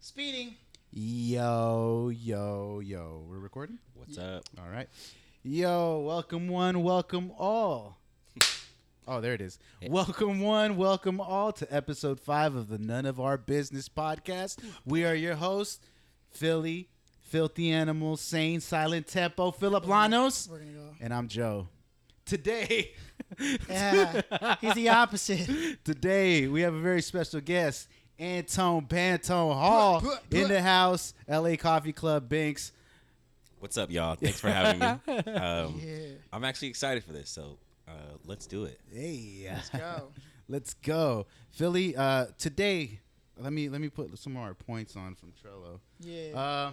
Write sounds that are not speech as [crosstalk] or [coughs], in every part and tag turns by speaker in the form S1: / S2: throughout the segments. S1: Speeding.
S2: Yo, yo, yo. We're recording?
S3: What's up?
S2: All right. Yo, welcome one, welcome all. [laughs] oh, there it is. Welcome one, welcome all to episode five of the None of Our Business podcast. We are your hosts, Philly, Filthy Animal, Sane, Silent Tempo, Philip Lanos,
S1: We're gonna
S2: [laughs]
S1: go.
S2: and I'm Joe. Today, [laughs]
S1: Yeah, he's the opposite.
S2: Today we have a very special guest, Antone Pantone Hall
S1: Blah, blah, blah.
S2: in the house, LA Coffee Club Binks.
S3: What's up, y'all? Thanks for having
S2: [laughs]
S3: me. Um,
S1: Yeah.
S3: I'm actually excited for this, so uh, let's do it.
S2: Hey,
S1: Go.
S2: [laughs] let's go, Philly. Uh, today, let me let me put some more points on from Trello.
S1: Yeah.
S2: Uh,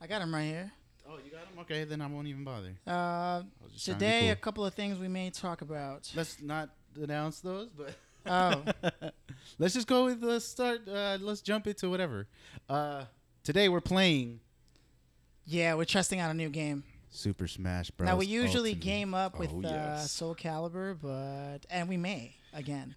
S1: I got him right here.
S2: oh, you got them? Okay, then I won't even bother.
S1: Uh,
S2: I was just trying to be
S1: today, a
S2: cool.
S1: couple of things we may talk about.
S2: let's not announce those, but
S1: Oh,
S2: [laughs] let's just go with let's start. Uh, let's jump into whatever. Uh, today we're playing
S1: yeah, we're testing out a new game.
S2: Super Smash Bros.
S1: now we usually
S2: Ultimate.
S1: game up with
S3: Oh,
S1: uh,
S3: yes.
S1: Soul Calibur, but and we may again.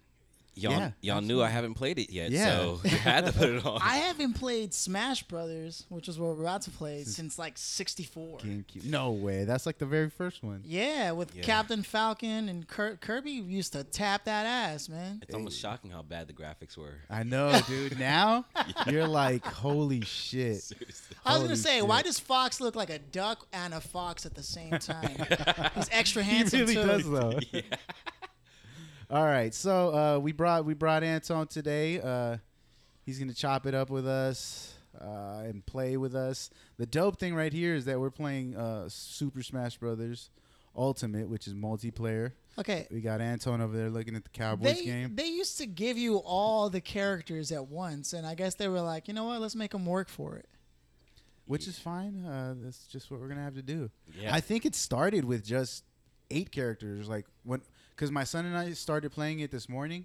S3: Y'all,
S2: Yeah,
S3: y'all knew I haven't played it yet,
S2: Yeah.
S3: so [laughs] you had to put it
S2: Oh.
S3: on.
S1: I haven't played Smash Brothers, which is what we're about to play, since like '64.
S2: GameCube. No way. That's like the very first one.
S1: Yeah, with
S3: Yeah.
S1: Captain Falcon and Kir- Kirby used to tap that ass, man.
S3: it's almost shocking how bad the graphics were. [laughs]
S2: I know, dude. Now [laughs] you're like, holy shit.
S3: Seriously.
S1: I was gonna
S2: Holy
S1: say, why
S2: shit.
S1: does Fox look like a duck and a fox at the
S2: [laughs]
S1: same time? He's extra handsome
S2: he really
S1: too.
S2: does [laughs] though. All right, so uh, we brought we brought Anton today. Uh, he's gonna chop it up with us uh, and play with us. The dope thing right here is that we're playing uh, Super Smash Brothers Ultimate, which is multiplayer.
S1: Okay,
S2: We got Anton over there looking at the Cowboys
S1: they
S2: game.
S1: they used to give you all the characters at once, and I guess they were like, you know what, let's make them work for it.
S2: which is fine. Uh, that's just what we're gonna have to do.
S3: Yeah.
S2: I think it started with just eight characters, like when because my son and I started playing it this morning,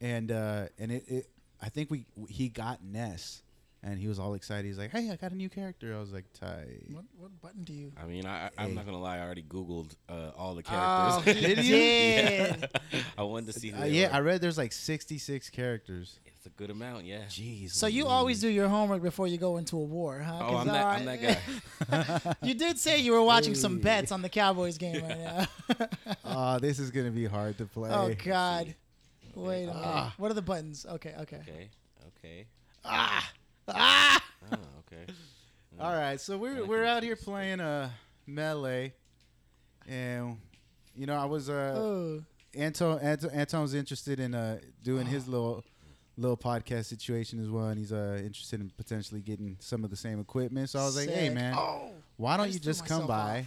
S2: and uh, and it, it I think we he got Ness, and he was all excited. He's like, "Hey, I got a new character." I was like, "Ty."
S1: What what button do you?
S3: I mean, I, I- I'm not gonna lie. I already Googled uh, all the
S1: Oh,
S3: characters. [laughs]
S2: Did you?
S1: Yeah.
S2: [laughs]
S3: I wanted to see. Who
S2: Uh,
S3: they
S2: yeah,
S3: were.
S2: I read there's like 66 characters.
S3: it's a good amount. Yeah.
S2: Jeez.
S1: So you always do your homework before you go into a war, huh?
S3: Oh,
S1: 'Cause,
S3: I'm that,
S1: all
S3: I'm that
S1: right. [laughs]
S3: guy.
S2: [laughs]
S1: you did say you were watching some bets on the Cowboys game
S2: [laughs]
S1: right now.
S2: [laughs] Oh, this is gonna be hard to play.
S1: oh God. Wait a minute.
S2: Ah.
S1: What are the buttons? Okay, okay.
S3: Okay. Okay.
S2: Ah!
S3: Oh, okay.
S2: [laughs] All right, so we're
S3: like
S2: we're
S3: it.
S2: out here playing uh melee, and you know I was uh
S1: Oh.
S2: Anton, Anton Anton's interested in uh doing his
S1: Ah.
S2: little little podcast situation as well, and he's uh interested in potentially getting some of the same equipment. So I was like, hey
S1: Sick.
S2: man,
S1: Oh.
S2: why
S1: I
S2: don't you
S1: just threw
S2: just come
S1: myself
S2: by,
S1: off.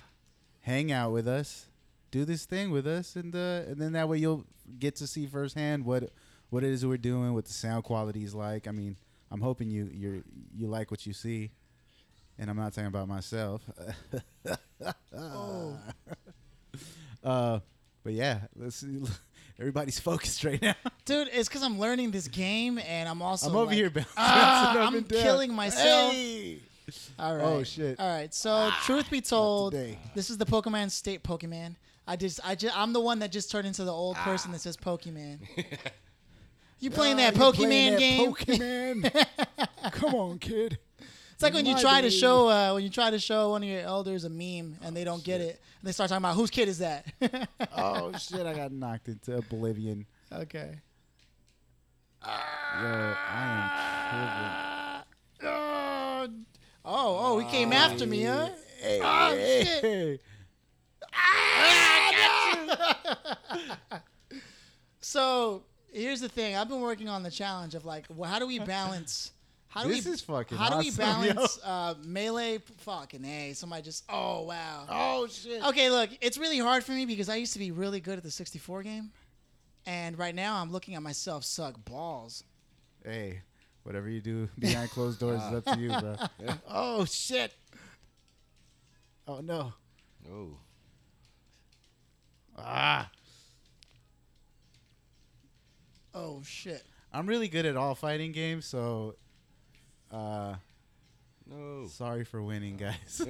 S2: hang out with us, do this thing with us, and uh and then that way you'll get to see firsthand what what it is we're doing, what the sound quality is like. I mean, I'm hoping you you you like what you see. And I'm not talking about myself. Ah.
S1: Oh.
S2: Uh, but yeah, let's see. [laughs] everybody's focused right now.
S1: Dude, it's because I'm learning this game and I'm also.
S2: I'm over
S1: like-
S2: here bouncing [laughs]
S1: Ah,
S2: up
S1: I'm
S2: and down.
S1: killing myself.
S2: Hey!
S1: All right.
S2: Oh, shit.
S1: All right. So, truth be told,
S2: today.
S1: this is the Pokemon State Pokemon. I just, I just, I'm the one that just turned into the old person that says Pokemon. you playing that
S2: You're
S1: Pokemon
S2: playing that
S1: game?
S2: Pokemon. [laughs] Come on, kid.
S1: It's like when you
S2: My
S1: try to
S2: baby.
S1: show, uh, when you try to show one of your elders a meme and they don't get it, and they start talking about whose kid is that? [laughs]
S2: Oh shit! I got knocked into oblivion.
S1: okay.
S2: Yo, I
S1: Oh, oh, oh, he came after me, huh?
S2: am.
S1: Oh, shit.
S2: Hey.
S1: So here's the thing: I've been working on the challenge of like, well, how do we balance? How do
S2: This
S1: we,
S2: is fucking
S1: How do we
S2: awesome,
S1: balance uh, melee? Fucking hey, somebody just oh wow.
S2: Oh shit!
S1: Okay, look, it's really hard for me because I used to be really good at the 64 game, and right now I'm looking at myself suck balls.
S2: Hey, whatever you do behind closed doors is up to you, [laughs] bro. oh shit! Oh no!
S3: Oh.
S2: Ah,
S1: Oh shit.
S2: I'm really good at all fighting games, so uh,
S3: No.
S2: sorry for winning, guys.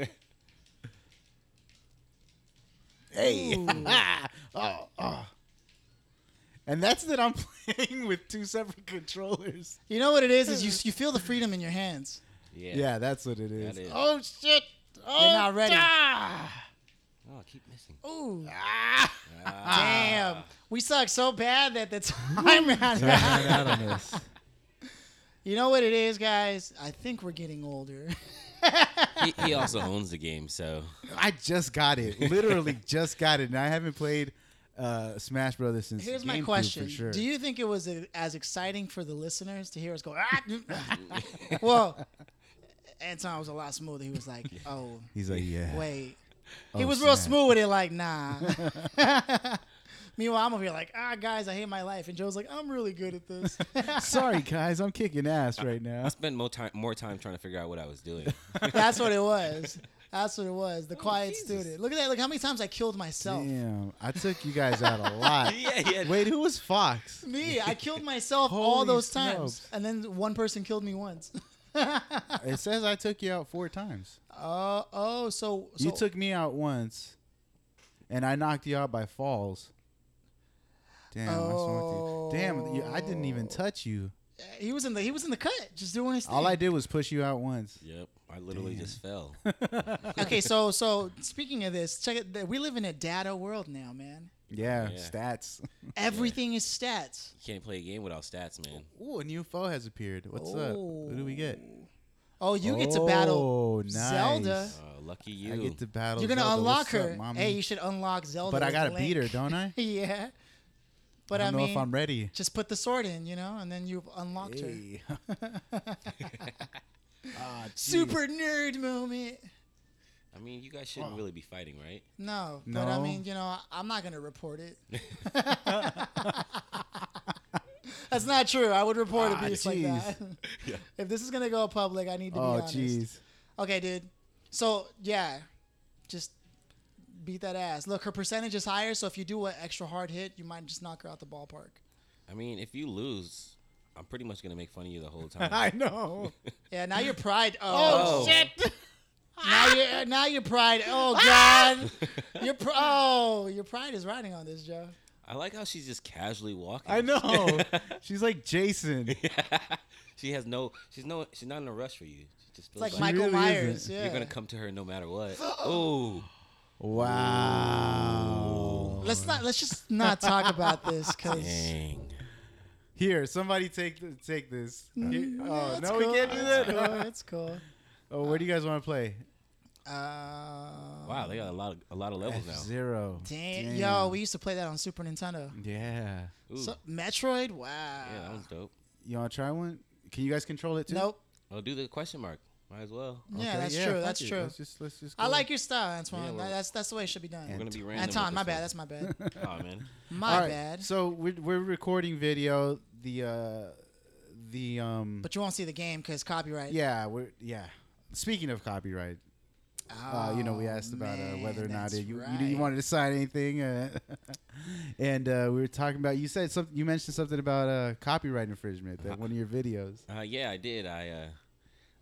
S1: Hey.
S2: [laughs] oh, oh. And that's that I'm [laughs] playing with two separate controllers.
S1: You know what it is? Is you you feel the freedom in your hands.
S3: Yeah.
S2: Yeah, that's what it is.
S3: That is.
S2: Oh shit! Oh,
S1: You're not ready.
S2: ah!
S3: Oh, I keep missing.
S1: Ooh,
S2: Ah!
S1: damn. We suck so bad that the [laughs] time ran out.
S2: [laughs]
S4: Ran out on us.
S1: You know what it is, guys? I think we're getting older.
S3: [laughs] he, he also owns the game, so
S2: I just got it. Literally [laughs] just got it, and I haven't played uh, Smash Brothers since.
S1: Here's
S2: GameCube
S1: my
S2: for
S1: question:
S2: sure.
S1: Do you think it was uh, as exciting for the listeners to hear us go?
S2: [laughs]
S1: Ah, well, Anton was a lot smoother. He was like, "Oh,
S2: He's like, yeah.
S1: wait."
S2: Oh,
S1: He was real
S2: snap.
S1: smooth with it, like,
S2: [laughs]
S1: "Nah." Meanwhile, I'm over here like, "Ah, guys, I hate my life," and Joe's like, "I'm really good at
S2: [laughs]
S1: this." [laughs]
S2: Sorry, guys, I'm kicking ass right now.
S3: spent more time more time trying to figure out what I was doing.
S1: That's what it was. That's what it was. The quiet
S3: Jesus.
S1: student. Look at that. Look how many times I killed myself.
S2: Oh, Damn, I took you guys out a
S1: [laughs]
S2: lot.
S3: [laughs] yeah, yeah.
S2: Wait, who was Fox?
S1: Me, I killed myself all
S2: Holy
S1: those
S2: smokes.
S1: times, and then one person killed me once. [laughs]
S2: It says I took you out four times.
S1: Oh, oh, so, so
S2: you took me out once, and I knocked you out by falls. Damn, I smoked you. Damn, you, I didn't
S1: Oh.
S2: even touch you.
S1: eh, he was in the he was in the cut, just doing his thing.
S2: All I did was push you out once.
S3: [laughs] Yep. I literally
S2: [laughs]
S3: just fell.
S1: okay, so so speaking of this, check it. th- We live in a data world now, man.
S2: Yeah,
S3: Yeah.
S2: stats.
S1: Everything is stats.
S3: You can't play a game without stats, man.
S2: [laughs] Ooh, a new foe has appeared. What's up? Who do we get?
S1: Oh, you get to battle.
S2: Oh,
S1: Zelda.
S3: Uh, lucky you.
S2: I get to battle.
S1: You're gonna
S2: Oh, Zelda.
S1: unlock
S2: What's up,
S1: her.
S2: mommy?
S1: hey, you should unlock Zelda.
S2: but I
S1: as
S2: gotta
S1: Link.
S2: beat her, don't I?
S1: [laughs] yeah, but
S2: I
S1: I,
S2: don't know
S1: mean,
S2: if I'm ready.
S1: just put the sword in, you know, and then you've unlocked her.
S2: Hey. Ah, jeez.
S1: Super nerd moment.
S3: I mean, you guys shouldn't really be fighting, right?
S1: No, but I
S2: No.
S1: mean, you know, I- I'm not gonna report
S2: [laughs]
S1: it. [laughs] That's not true. I would report
S2: Ah,
S1: a beast like that. [laughs]
S2: jeez.
S3: Yeah.
S1: If this is gonna go public, I need to be
S2: Oh,
S1: honest.
S2: jeez. [laughs]
S1: Okay, dude. So yeah, just beat that ass. Look, her percentage is higher, so if you do an extra hard hit, you might just knock her out the ballpark.
S3: I mean, if you lose, I'm pretty much gonna make fun of you
S2: [laughs]
S3: the whole time.
S2: I know.
S1: Yeah, now your pride.
S3: Oh,
S1: Oh, now your now your pride. Oh
S2: Ah!
S1: God,
S2: [laughs]
S1: your pr- oh your pride is riding on this, Joe.
S3: I like how she's just casually walking.
S2: I know. She's like Jason.
S3: [laughs] she has no. She's no. She's not in a rush for you. She
S1: It's
S3: just feels
S1: like
S3: like,
S1: Michael
S2: really
S1: Myers.
S2: isn't.
S1: Yeah,
S3: you're gonna come to her no
S2: [gasps]
S3: matter what. oh,
S2: Wow.
S1: let's not let's just not talk about this because
S3: [laughs] dang.
S2: Here, somebody take th- take this. Here- oh,
S1: Mm, it's
S2: no,
S1: cool,
S2: we can't do
S1: it's
S2: that. [laughs]
S1: Cool, it's cool.
S2: Oh, where do you guys want to play?
S1: Uh,
S3: Wow, they got a lot of a lot of levels now.
S2: Zero.
S1: damn, yo, we used to play that on Super Nintendo.
S2: Yeah.
S3: Ooh,
S1: So, Metroid, wow.
S3: yeah, that was dope.
S2: You want to try one? Can you guys control it too?
S1: Nope.
S3: I'll do the question mark. Might as well.
S1: Yeah,
S2: Okay,
S1: that's true.
S2: fuck
S1: That's
S2: it.
S1: true.
S2: Let's just, let's just
S1: I
S2: go.
S1: like your style, Antoine.
S3: Yeah, well-
S1: that's that's the way it should be
S3: We're
S1: done.
S3: gonna be random. with
S1: Anton, my
S3: this
S1: bad.
S3: one.
S1: That's my
S2: [laughs]
S1: bad.
S3: oh man.
S1: [laughs] My
S2: Alright,
S1: bad.
S2: So we're, we're recording video. The uh, the um.
S1: But you won't see the game because copyright.
S2: yeah, we're yeah. Speaking of copyright, uh, you know, we
S1: Oh,
S2: asked about uh, whether or
S1: man,
S2: not
S1: that's
S2: it, you,
S1: right.
S2: you you wanted to sign anything, uh, [laughs] and uh, we were talking about. You said something. You mentioned something about uh, copyright infringement
S3: Uh-huh.
S2: that one of your videos.
S3: Uh, yeah, I did. I uh,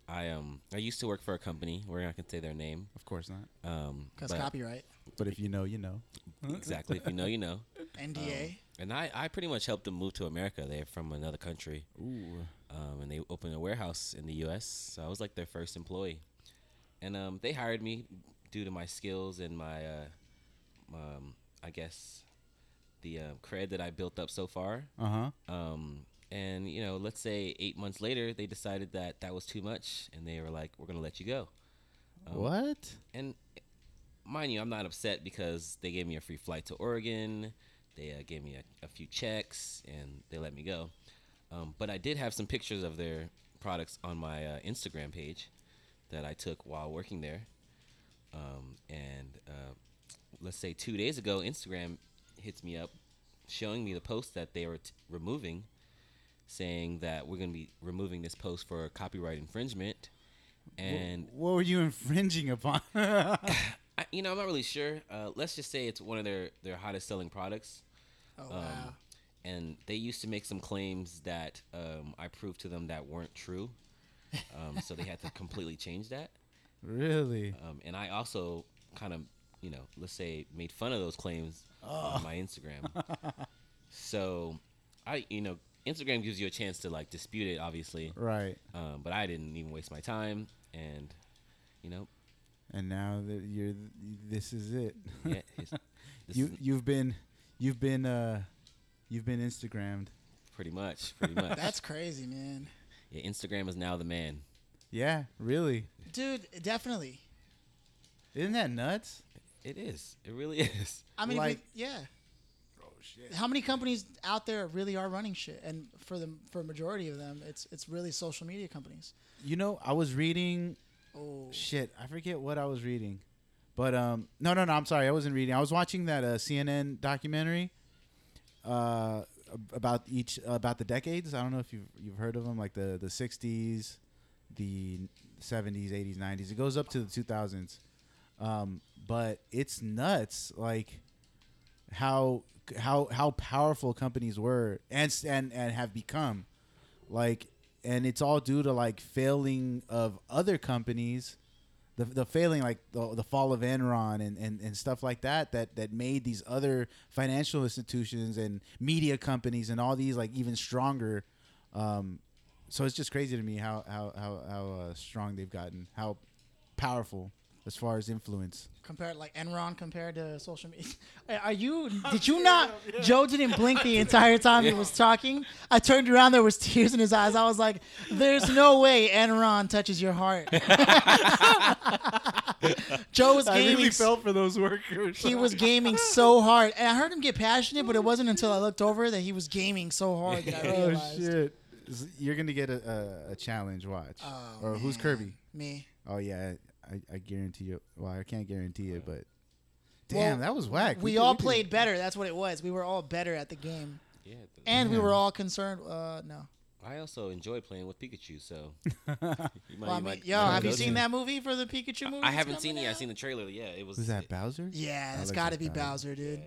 S3: I um, I used to work for a company. We're not gonna say their name.
S2: Of course not.
S3: Um,
S1: Because
S3: but-
S1: copyright.
S2: But if you know, you know.
S3: exactly. If you know, you
S1: [laughs]
S3: know.
S1: NDA.
S3: And I, I pretty much helped them move to America. They're from another country.
S2: Ooh.
S3: Um, and they opened a warehouse in the U.S. So I was like their first employee. And um, they hired me due to my skills and my, uh, um, I guess, the um, cred that I built up so far.
S2: Uh huh.
S3: Um, and, you know, let's say eight months later, they decided that that was too much. And they were like, we're going to let you go. Um,
S2: what?
S3: and mind you, I'm not upset because they gave me a free flight to Oregon. They uh, gave me a, a few checks and they let me go. Um, but I did have some pictures of their products on my uh, Instagram page that I took while working there. Um, and uh, let's say two days ago, Instagram hits me up showing me the post that they were t- removing, saying that we're going to be removing this post for copyright infringement. And
S2: What were you infringing upon? [laughs]
S3: I, you know, I'm not really sure. Uh, let's just say it's one of their, their hottest selling products.
S1: Oh,
S3: Um,
S1: wow.
S3: And they used to make some claims that um, I proved to them that weren't true. Um, so they had to completely change that.
S2: really?
S3: Um, and I also kind of, you know, let's say made fun of those claims on my Instagram. So, I you know Instagram gives you a chance to like dispute it, obviously.
S2: Right.
S3: Um, but I didn't even waste my time, and you know,
S2: And now that you're, this is it. [laughs]
S3: yeah, it's, this
S2: you
S3: is
S2: you've been, you've been, uh, you've been Instagrammed.
S3: pretty much, pretty much.
S1: That's crazy, man.
S3: yeah, Instagram is now the man.
S2: Yeah, really.
S1: Dude, definitely.
S2: Isn't that nuts?
S3: It is. It really [laughs] is.
S1: I mean, if
S2: Like-
S1: we, yeah.
S2: Oh shit.
S1: How many companies out there really are running shit? And for the for a majority of them, it's it's really social media companies.
S2: You know, I was reading
S1: Oh,
S2: shit. I forget what I was reading, but um, no, no, no. I'm sorry, I wasn't reading. I was watching that uh, CNN documentary, uh, ab- about each about the decades. I don't know if you've you've heard of them, like the the '60s, the '70s, '80s, '90s. It goes up to the 2000s, um, but it's nuts. Like how how how powerful companies were and s- and and have become like and it's all due to like failing of other companies the, the failing like the, the fall of enron and, and, and stuff like that, that that made these other financial institutions and media companies and all these like even stronger um, so it's just crazy to me how how how, how uh, strong they've gotten how powerful as far as influence
S1: compared like Enron compared to social media. [laughs] Are
S2: [laughs]
S1: you? Did you not? Joe didn't blink the entire time he was talking. I turned around. There was tears in his eyes. I was like, "There's no way Enron touches your
S2: [laughs]
S1: heart." [laughs] Joe was gaming.
S2: for those workers
S1: he was gaming so hard, and I heard him get passionate, but it wasn't until I looked over that he was gaming so hard that I
S2: [laughs] oh
S1: realized.
S2: shit Z- you're gonna get a, a, a challenge watch
S1: Oh,
S2: or who's
S1: man.
S2: kirby
S1: Me.
S2: Oh yeah, I, I guarantee you. Well, I can't guarantee it, but
S1: Well,
S2: damn, that was whack.
S1: We,
S2: did-
S1: all
S2: did-
S1: played better. That's what it was. We were all better at the game,
S3: Yeah. th-
S1: and we were
S2: Yeah.
S1: all concerned. Uh, no.
S3: I also enjoy playing with Pikachu, so [laughs] you might,
S1: Well, I
S3: you
S1: mean,
S3: might-
S1: yo,
S3: might
S1: have you
S3: go
S1: seen
S3: to-
S1: that movie for the Pikachu movie?
S3: I
S1: that's
S3: haven't seen it.
S1: coming
S3: yet. I've
S1: out?
S3: seen the trailer. Yeah, it was.
S2: Was that
S3: it-
S2: Bowser?
S1: Yeah, that's
S2: looks
S1: got to
S2: like
S1: be
S2: that.
S1: Bowser, dude.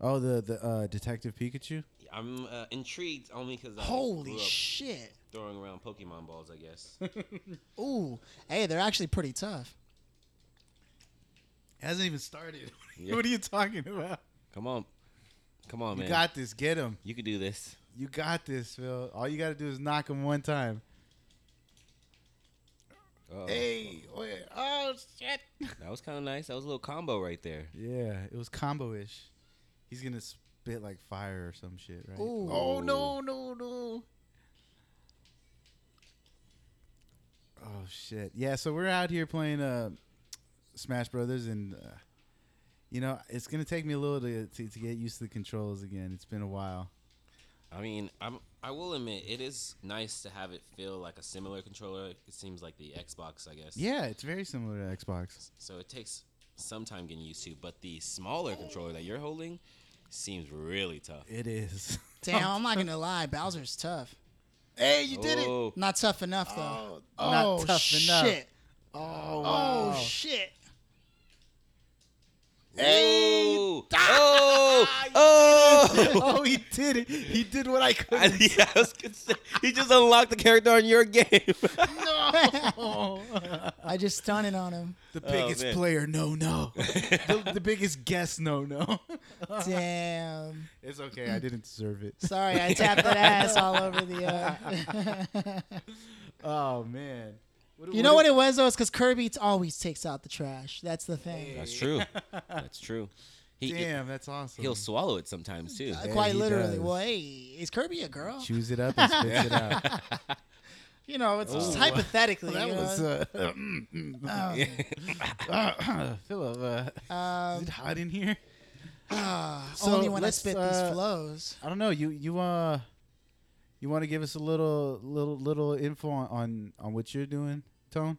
S2: Oh, the the uh, Detective Pikachu.
S3: I'm uh, intrigued only because I
S1: Holy
S3: grew up
S1: shit!
S3: throwing around Pokemon balls. I [laughs] guess.
S1: Ooh, hey, they're actually pretty
S2: [laughs]
S1: tough.
S2: hasn't even started. [laughs]
S3: Yeah.
S2: what are you talking about?
S3: Come on, come
S1: Oh,
S3: on, man.
S2: You got this. Get him.
S3: you can do this.
S2: You got this, Phil. All you got to do is knock him one time.
S3: Oh,
S2: Hey, wait. oh shit.
S3: that was kind of nice. That was a little combo right there.
S2: Yeah, it was combo-ish. He's gonna spit like fire or some shit, right?
S1: Ooh.
S2: Oh no, no, no. Oh shit. Yeah, so we're out here playing uh Smash Brothers and uh, you know, it's going to take me a little to, to to get used to the controls again. It's been a while.
S3: I mean, I'm. I will admit, it is nice to have it feel like a similar controller. It seems like the Xbox, I guess.
S2: Yeah, it's very similar to Xbox.
S3: So it takes some time getting used to, but the smaller controller that you're holding seems really tough.
S2: It is. [laughs]
S1: Damn, I'm not gonna lie, Bowser's tough.
S2: hey, you did it.
S3: oh,
S1: Not tough enough though.
S2: Oh,
S1: not
S2: not tough
S1: shit.
S2: enough. Oh,
S1: Oh
S2: wow.
S1: shit!
S3: Oh, oh, oh.
S2: [laughs] oh, he did it. He did what I could.
S3: [laughs] I, yeah, I was gonna say, he just unlocked the character on your game. [laughs]
S1: I just stunted on him.
S2: [laughs] The
S3: Oh,
S2: biggest
S3: man.
S2: player, no, no. the, the biggest guess, no, no.
S1: Damn.
S2: [laughs] It's okay. I didn't deserve it.
S1: Sorry, I tapped that ass all over the.
S2: [laughs]
S1: Uh...
S2: Oh man. What,
S1: you know what it was though? It's because Kirby t- always takes out the trash. That's the thing.
S3: That's true. That's true. He,
S2: Damn, that's awesome.
S3: He'll swallow it sometimes too.
S1: Uh,
S2: Yeah,
S1: Quite
S2: he
S1: literally.
S2: does.
S1: Well, hey, is Kirby a girl?
S2: choose it up and spits it out.
S1: You know, it's just
S3: Oh.
S1: hypothetically.
S2: [laughs] that
S1: you know?
S2: was uh, [clears throat] mm, mm,
S1: Um,
S2: uh, [laughs] Philip. Uh, is
S1: um,
S2: it hot in here?
S1: ah,
S2: So
S1: only when I
S2: let's,
S1: spit
S2: uh,
S1: these flows.
S2: I don't know. You you uh, you want to give us a little little little info on on, on what you're doing, Tone?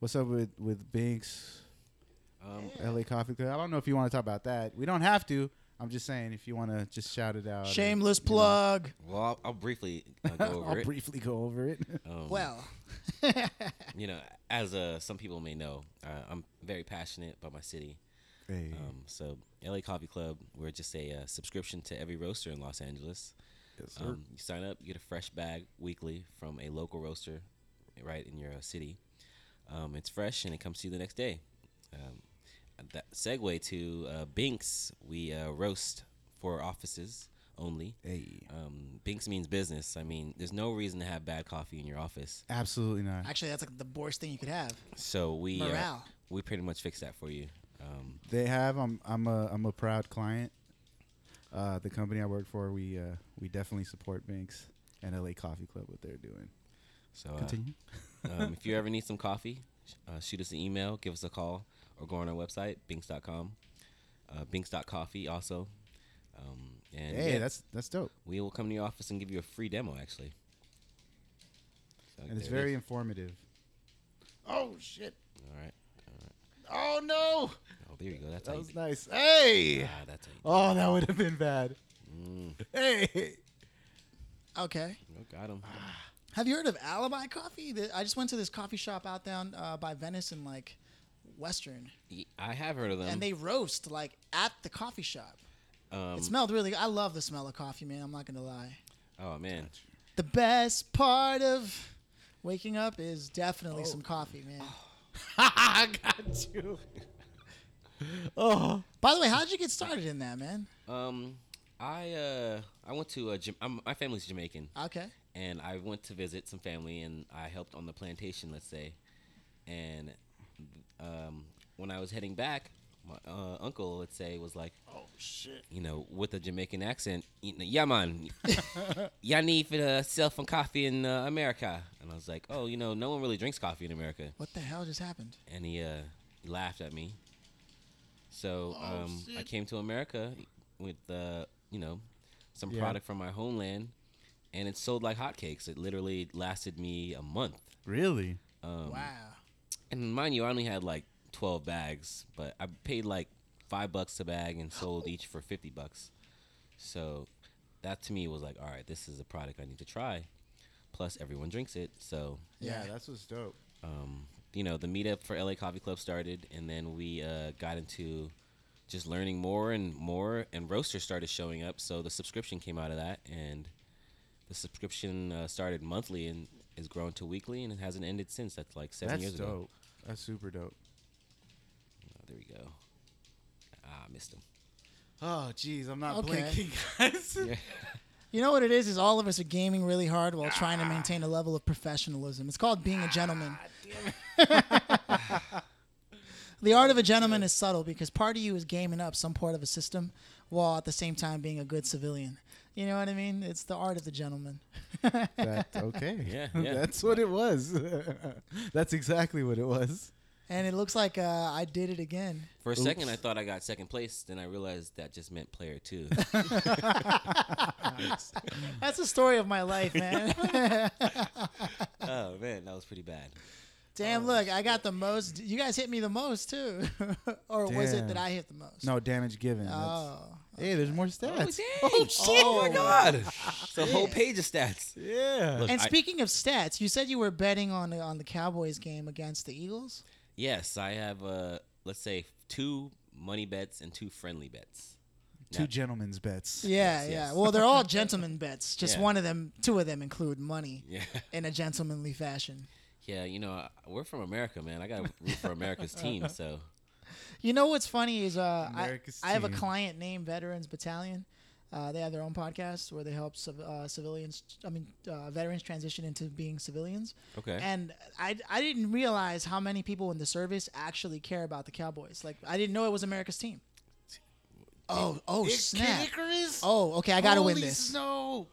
S2: What's up with with Binks?
S3: Um,
S2: LA Coffee Club. I don't know if you want to talk about that. We don't have to. I'm just saying if you want to just shout it out. or,
S1: Shameless
S2: you know.
S1: plug.
S3: well, I'll, I'll briefly uh, go over
S2: [laughs] I'll
S3: it.
S2: briefly go over it. [laughs]
S3: Um,
S1: Well,
S3: you know, as uh, some people may know, uh, I'm very passionate about my city.
S2: Hey,
S3: Um, so, LA Coffee Club, we're just a uh, subscription to every roaster in Los Angeles.
S2: yes, sir.
S3: Um, you sign up, you get a fresh bag weekly from a local roaster right in your uh, city. Um, it's fresh and it comes to you the next day. Um, that segue to uh, Binks, we uh, roast for offices only.
S2: Hey.
S3: Um, Binks means business. I mean, there's no reason to have bad coffee in your office.
S2: Absolutely not.
S1: Actually, that's like the worst thing you could have.
S3: So we uh,
S1: Morale.
S3: we pretty much fixed that for you. Um,
S2: They have. I'm. I'm a. I'm a proud client. Uh, the company I work for, we uh, we definitely support Banks and LA Coffee Club. What they're doing.
S3: so uh, um, if you ever need some coffee, sh- uh, shoot us an email, give us a call, or go on our website, binks.com, uh, binks.coffee also. Um, and
S2: Hey,
S3: yeah,
S2: that's that's dope,
S3: we will come to your office and give you a free demo, actually. So
S2: and it's
S3: there it
S2: very
S3: is.
S2: informative. Oh shit!
S3: All right.
S2: Oh no!
S3: Oh, there you go. That's how
S2: That
S3: you
S2: was [laughs]
S3: do-
S2: nice. Hey!
S3: ah, that's how you do
S2: Oh, that would have been bad.
S3: Mm.
S2: Hey!
S1: Okay.
S3: it. Oh, got him.
S1: Have you heard of Alibi Coffee? The- I just went to this coffee shop out down uh, by Venice and like Western,
S3: Ye- I have heard of them.
S2: Um,
S1: and they roast like at the coffee shop.
S3: um,
S1: It smelled really. I love the smell of coffee, man. I'm not gonna lie.
S3: oh man,
S1: The best part of waking up is definitely some coffee, man.
S2: Oh. [laughs] I got
S1: [laughs]
S2: you. Oh,
S1: By the way, how did you get started in that, man?
S3: um, I uh, I went to a Jam- I'm, my family's Jamaican,
S1: Okay.
S3: and I went to visit some family, and I helped on the plantation, let's say, and um, when I was heading back, my uh, uncle, let's say, was like,
S1: Oh shit.
S3: you know, with a Jamaican accent, you know, yeah, man, y'all need for the cell phone coffee in uh, America, and I was like, oh, you know, no one really drinks coffee in America,
S1: What the hell just happened?
S3: and he uh, laughed at me. So um, I came to America with uh, you know some
S2: Yeah.
S3: product from my homeland, and it sold like hotcakes. It literally lasted me a month.
S2: really?
S3: Um,
S1: wow.
S3: And mind you, I only had like twelve bags, but I paid like five bucks a bag and sold each for fifty bucks. So that to me was like, all right, this is a product I need to try. Plus, everyone drinks it, so
S1: Yeah.
S2: that's what's dope.
S3: um, you know, the meetup for LA Coffee Club started, and then we uh, got into just learning more and more, and roasters started showing up. So the subscription came out of that, and the subscription uh, started monthly and has grown to weekly, and it hasn't ended since. That's like seven
S2: That's
S3: years
S2: dope.
S3: ago.
S2: That's super dope.
S3: Oh, there we go. Ah, I missed him.
S2: Oh, jeez, I'm not
S1: Okay.
S2: blinking, [laughs] guys.
S1: You know what it is? Is all of us are gaming really hard while trying
S2: Ah.
S1: to maintain a level of professionalism. It's called being a gentleman. [laughs] the art of a gentleman is subtle because part of you is gaming up some part of a system while at the same time being a good civilian. You know what I mean? It's the art of the gentleman.
S2: That, okay. [laughs]
S3: [laughs] Yeah, yeah.
S2: That's what it was. [laughs] That's exactly what it was.
S1: And it looks like uh, I did it again.
S3: For a second, I
S2: Oops.
S3: thought I got second place. Then I realized that just meant player [laughs] two.
S1: That's the story of my
S2: [laughs]
S1: life, man. [laughs]
S3: oh man, that was pretty bad.
S1: Damn, look, I got the most. You guys hit me the most, too. [laughs] or was it that
S2: Damn.
S1: I hit the most?
S2: No damage given. That's-
S1: Oh.
S2: Hey, there's more stats.
S3: Oh, shit! Oh my god! It's a whole page of stats.
S2: yeah.
S3: Look,
S1: And
S3: I-
S1: speaking of stats, you said you were betting on the, on the Cowboys game against the Eagles.
S3: Yes, I have uh let's say two money bets and two friendly bets.
S2: Two
S3: Yeah.
S2: gentlemen's bets.
S1: Yeah,
S3: Yes,
S1: yeah.
S3: yes.
S1: Well, they're all gentlemen bets. Just
S3: Yeah.
S1: one of them, two of them include money
S3: Yeah.
S1: in a gentlemanly fashion.
S3: [laughs] Yeah, you know, I- we're from America, man. I got to root for America's team, so
S1: You know what's funny is uh, I,
S2: America's
S1: I have a
S2: team.
S1: client named Veterans Battalion. Uh, they have their own podcast where they help civ- uh, civilians, I mean, uh, veterans transition into being civilians.
S3: Okay.
S1: And I, I didn't realize how many people in the service actually care about the Cowboys. Like, I didn't know it was America's team. Oh, oh, snap.
S2: Icarus?
S1: Oh, okay, I gotta win
S2: Holy
S1: this.
S2: Snow.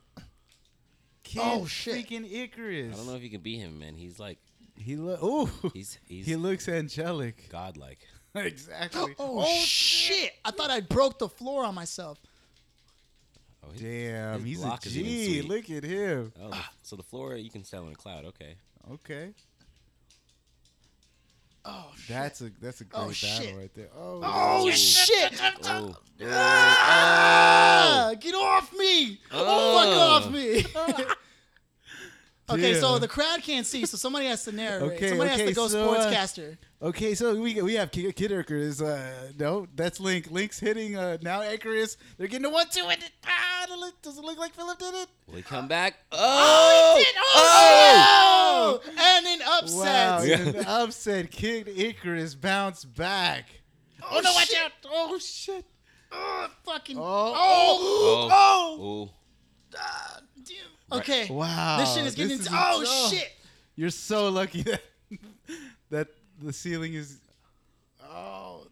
S2: Kid
S1: Oh, shit.
S2: Freaking Icarus.
S3: I don't know if you can beat him, man. He's like
S2: He lo- Ooh.
S3: [laughs] he's he's
S2: he looks
S3: [laughs]
S2: angelic. [laughs]
S3: godlike.
S2: exactly.
S1: [gasps] Oh, shit! I thought I broke the floor on myself.
S3: Oh, his-
S2: Damn,
S3: his
S2: he's a
S3: block is even
S2: G.
S3: sweet.
S2: Look at him.
S3: Oh, the- so the floor you can sell in a
S1: [laughs]
S3: cloud. Okay.
S2: Okay.
S1: Oh shit!
S2: That's a that's a great
S1: Oh,
S2: battle
S1: shit.
S2: right there. Oh,
S1: oh [laughs]
S3: Ooh.
S1: shit!
S2: Oh.
S3: Oh.
S1: Ah, get off me!
S3: Oh.
S2: [laughs]
S1: Oh, fuck off me! okay, so
S2: Damn.
S1: the crowd can't see, so somebody has to narrate.
S2: Okay,
S1: somebody has
S2: okay,
S1: to go
S2: so, uh,
S1: sportscaster.
S2: Okay, so we we have Kid, Kid Icarus. Uh, no, that's Link. Link's hitting uh, now Icarus. They're getting a one two and it- ah, it look- does it look like Philip did it?
S3: Will he come back?
S1: Ah!
S3: Oh!
S1: Oh, no! And an
S2: Wow,
S1: upset.
S3: [laughs] Yeah.
S2: and an upset. Kid Icarus bounce back.
S1: Oh, no, watch
S2: shit. Oh shit!
S1: Ugh, fucking.
S2: Oh.
S1: Oh. Oh.
S3: Oh,
S1: Ah, damn. Okay.
S2: Wow.
S1: Oh. This shit is getting.
S2: is
S1: oh
S2: ins-
S1: shit.
S2: You're so lucky that [laughs] that the ceiling is. Oh.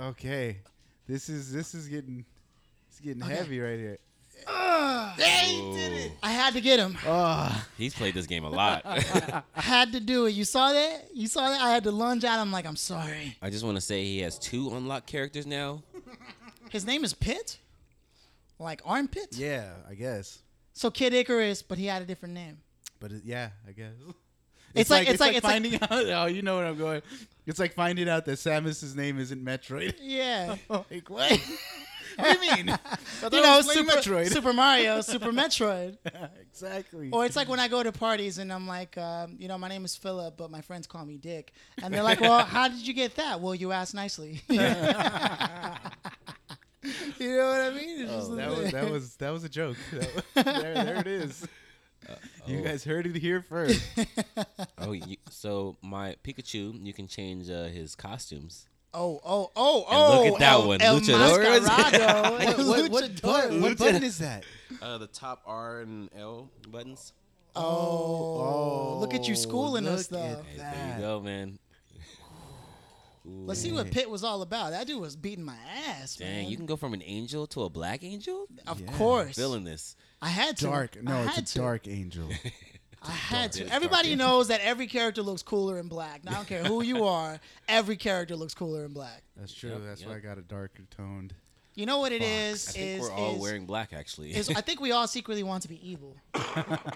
S2: Okay. This is this is getting it's getting
S1: Okay.
S2: heavy right here.
S1: Ugh.
S3: oh.
S1: I had to get him.
S2: Oh.
S3: He's played this game
S1: [laughs]
S3: a lot.
S1: Had to do it. You saw that? You saw that? I had to lunge at him like I'm sorry.
S3: I just want to say he has two unlocked characters now.
S1: His name is Pitt. Like armpit.
S2: Yeah, I guess.
S1: So Kid Icarus, but he had a different name.
S2: But it, yeah, I guess. [laughs]
S1: It's like- it's like- it's like-
S2: finding out. [laughs] Oh, you know where I'm going. It's like finding out that Samus's name
S1: [laughs]
S2: isn't Metroid. [laughs]
S1: Yeah.
S2: like what? [laughs] what do you
S1: [laughs]
S2: mean? I thought
S1: you
S2: I
S1: know,
S2: was playing
S1: Super, Super Mario, Super Metroid.
S2: [laughs] exactly.
S1: Or it's like when I go to parties and I'm like, um, you know, my name is Philip, but my friends call me Dick. And they're like, well, how did you get that? Well, you asked nicely. [laughs] you know what I mean? It's just
S2: Oh, that
S1: like-
S2: was that was that was a joke. [laughs] That was- there, there it is. You guys heard it here first. [laughs]
S3: Oh, you, so my Pikachu, you can change uh, his costumes.
S1: oh, oh, oh,
S3: And
S1: oh.
S3: look at that
S1: El-
S3: one,
S1: El
S3: luchadores.
S1: Mascarado.
S3: [laughs]
S2: what, what, what, button, what
S3: Luchador.
S2: button is [laughs] that?
S3: Uh, the top R and L buttons.
S1: Oh, look at you schooling us,
S2: look at
S1: though.
S3: Hey, there
S2: that.
S3: you go, man.
S1: Let's see what Pitt was all about. That dude was beating my ass,
S3: Dang,
S1: man.
S3: you can go from an angel to a black angel.
S1: of
S2: Yeah.
S1: course.
S3: Feeling this.
S1: I had to.
S2: Dark.
S1: I
S2: No,
S1: had
S2: it's
S1: to.
S2: a dark [laughs] angel.
S1: I had
S3: It
S1: to.
S3: is
S1: Everybody
S3: dark.
S1: knows that every character looks cooler in black. Now, I don't care who you are, every character looks cooler in black.
S2: That's true.
S3: Yep,
S2: That's
S3: yep.
S2: why I got a darker toned.
S1: You know what it
S3: I
S1: is?
S3: think
S1: is,
S3: we're all
S1: is-
S3: wearing black, actually. [laughs]
S1: is I think we all secretly want to be evil,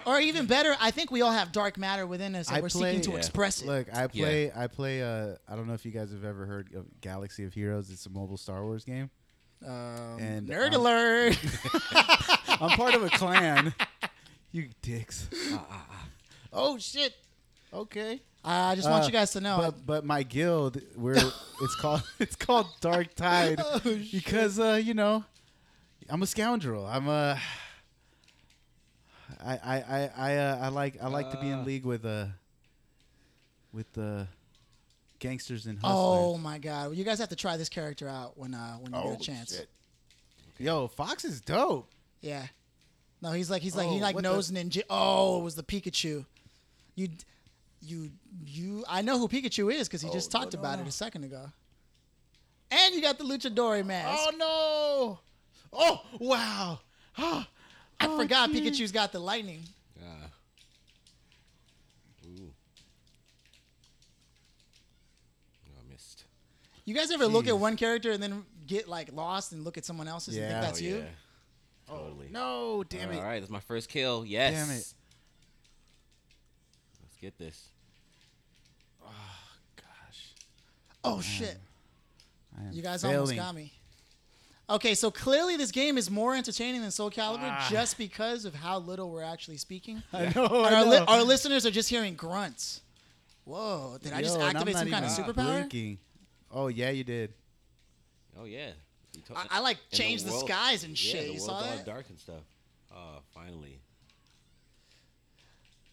S1: or even better, I think we all have dark matter within us, and
S2: I
S1: we're
S2: play-
S1: seeking to
S3: Yeah.
S1: express it.
S2: Look, I play. I play. Uh, I don't know if you guys have ever heard of Galaxy of Heroes. It's a mobile Star Wars game.
S1: Um,
S2: and
S1: nerd
S2: I'm-
S1: alert! [laughs]
S2: I'm part [laughs] of a clan. You dicks. Oh shit. Okay.
S1: I just want
S2: Uh,
S1: you guys to know.
S2: But but my guild,
S1: [laughs]
S2: we're it's called [laughs] it's called Dark Tide
S1: Oh, shit.
S2: because uh, you know, I'm a scoundrel. I'm a I I I I, uh, I like I like to be in
S3: Uh.
S2: league with uh with uh, gangsters and
S1: oh
S2: hustlers. Oh,
S1: my god, you guys have to try this character out when uh, when you
S3: Oh,
S1: get a chance.
S2: shit. Yo, Fox is dope.
S1: Yeah. No, he's like he's like
S2: Oh,
S1: he like
S2: what
S1: knows
S2: the-
S1: ninja. Oh, it was the Pikachu. You, you, you. I know who Pikachu is because he just
S2: Oh, no,
S1: talked
S2: no,
S1: about
S2: no.
S1: it a second ago. And you got the Luchadori mask.
S2: Oh no! Oh wow! Ah,
S1: I
S2: oh,
S1: forgot
S2: dude.
S1: Pikachu's got the lightning.
S3: Ah. Ooh. No, Oh, I missed.
S1: You guys ever look at
S2: Jeez.
S1: one character and then get like lost and look at someone else's and
S2: Yeah.
S1: think that's
S3: oh,
S1: you? Oh,
S3: yeah. Totally.
S2: No, damn it!
S3: All right, that's my first kill. Yes.
S2: Damn it.
S3: Let's get this.
S2: Gosh,
S1: Oh shit!
S2: I am
S1: You guys
S2: failing.
S1: almost got me. Okay, so clearly this game is more entertaining than Soul Calibur
S2: Ah.
S1: just because of how little we're actually speaking.
S2: I know.
S1: And
S2: Oh, I
S1: our,
S2: know.
S1: li- our listeners are just hearing grunts. Whoa! Did I just
S2: Yo, and I'm
S1: activate some
S2: not
S1: kind of
S2: even
S1: superpower?
S2: blinking. Oh yeah, you did.
S3: Oh yeah. You to-
S1: I, I like
S3: and
S1: changed the,
S3: world-
S1: skies and
S3: yeah,
S1: shit.
S3: The
S1: you
S3: world's
S1: saw
S3: all
S1: that?
S3: dark and stuff. Oh, finally.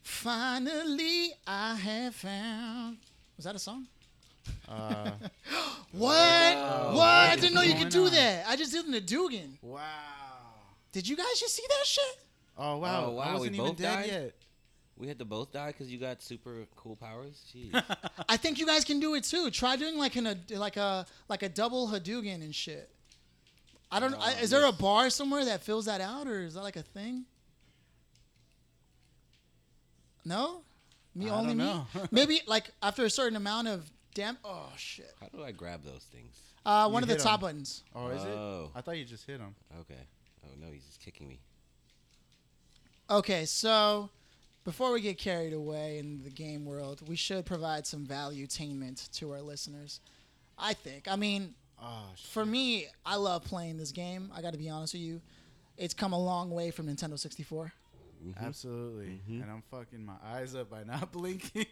S1: Finally, I have found. Was that a song?
S2: Uh,
S1: [laughs] What? what? I
S2: what
S1: didn't
S2: is
S1: know you could do
S2: going on?
S1: that. I just did the Dugan.
S2: wow.
S1: Did you guys just see that shit?
S2: Oh wow.
S3: Oh, wow,
S2: I
S3: we
S2: wasn't even
S3: both
S2: dead
S3: died?
S2: yet.
S3: We had to both die because you got super cool powers.
S1: [laughs]
S3: Jeez.
S1: I think you guys can do it too. Try doing like an a like a like a double Hadouken and shit. I don't. know. I-
S2: Um,
S1: is there a bar somewhere that fills that out, or is that like a thing? No, me
S2: I
S1: only
S2: don't
S1: me.
S2: know. [laughs]
S1: Maybe like after a certain amount of damn. Oh shit!
S3: How do I grab those things?
S1: Uh, one
S2: You
S1: of the
S2: hit
S1: top
S2: him.
S1: buttons.
S2: Oh, is
S3: Oh.
S2: it? I thought you just hit him.
S3: Okay. Oh no, he's just kicking me.
S1: Okay, so before we get carried away in the game world, we should provide some value valuetainment to our listeners. I think. I mean,
S2: Oh, sh-
S1: for me, I love playing this game. I got to be honest with you. It's come a long way from Nintendo 64.
S2: Mm-hmm. absolutely. And I'm fucking my eyes up by not [laughs] blinking.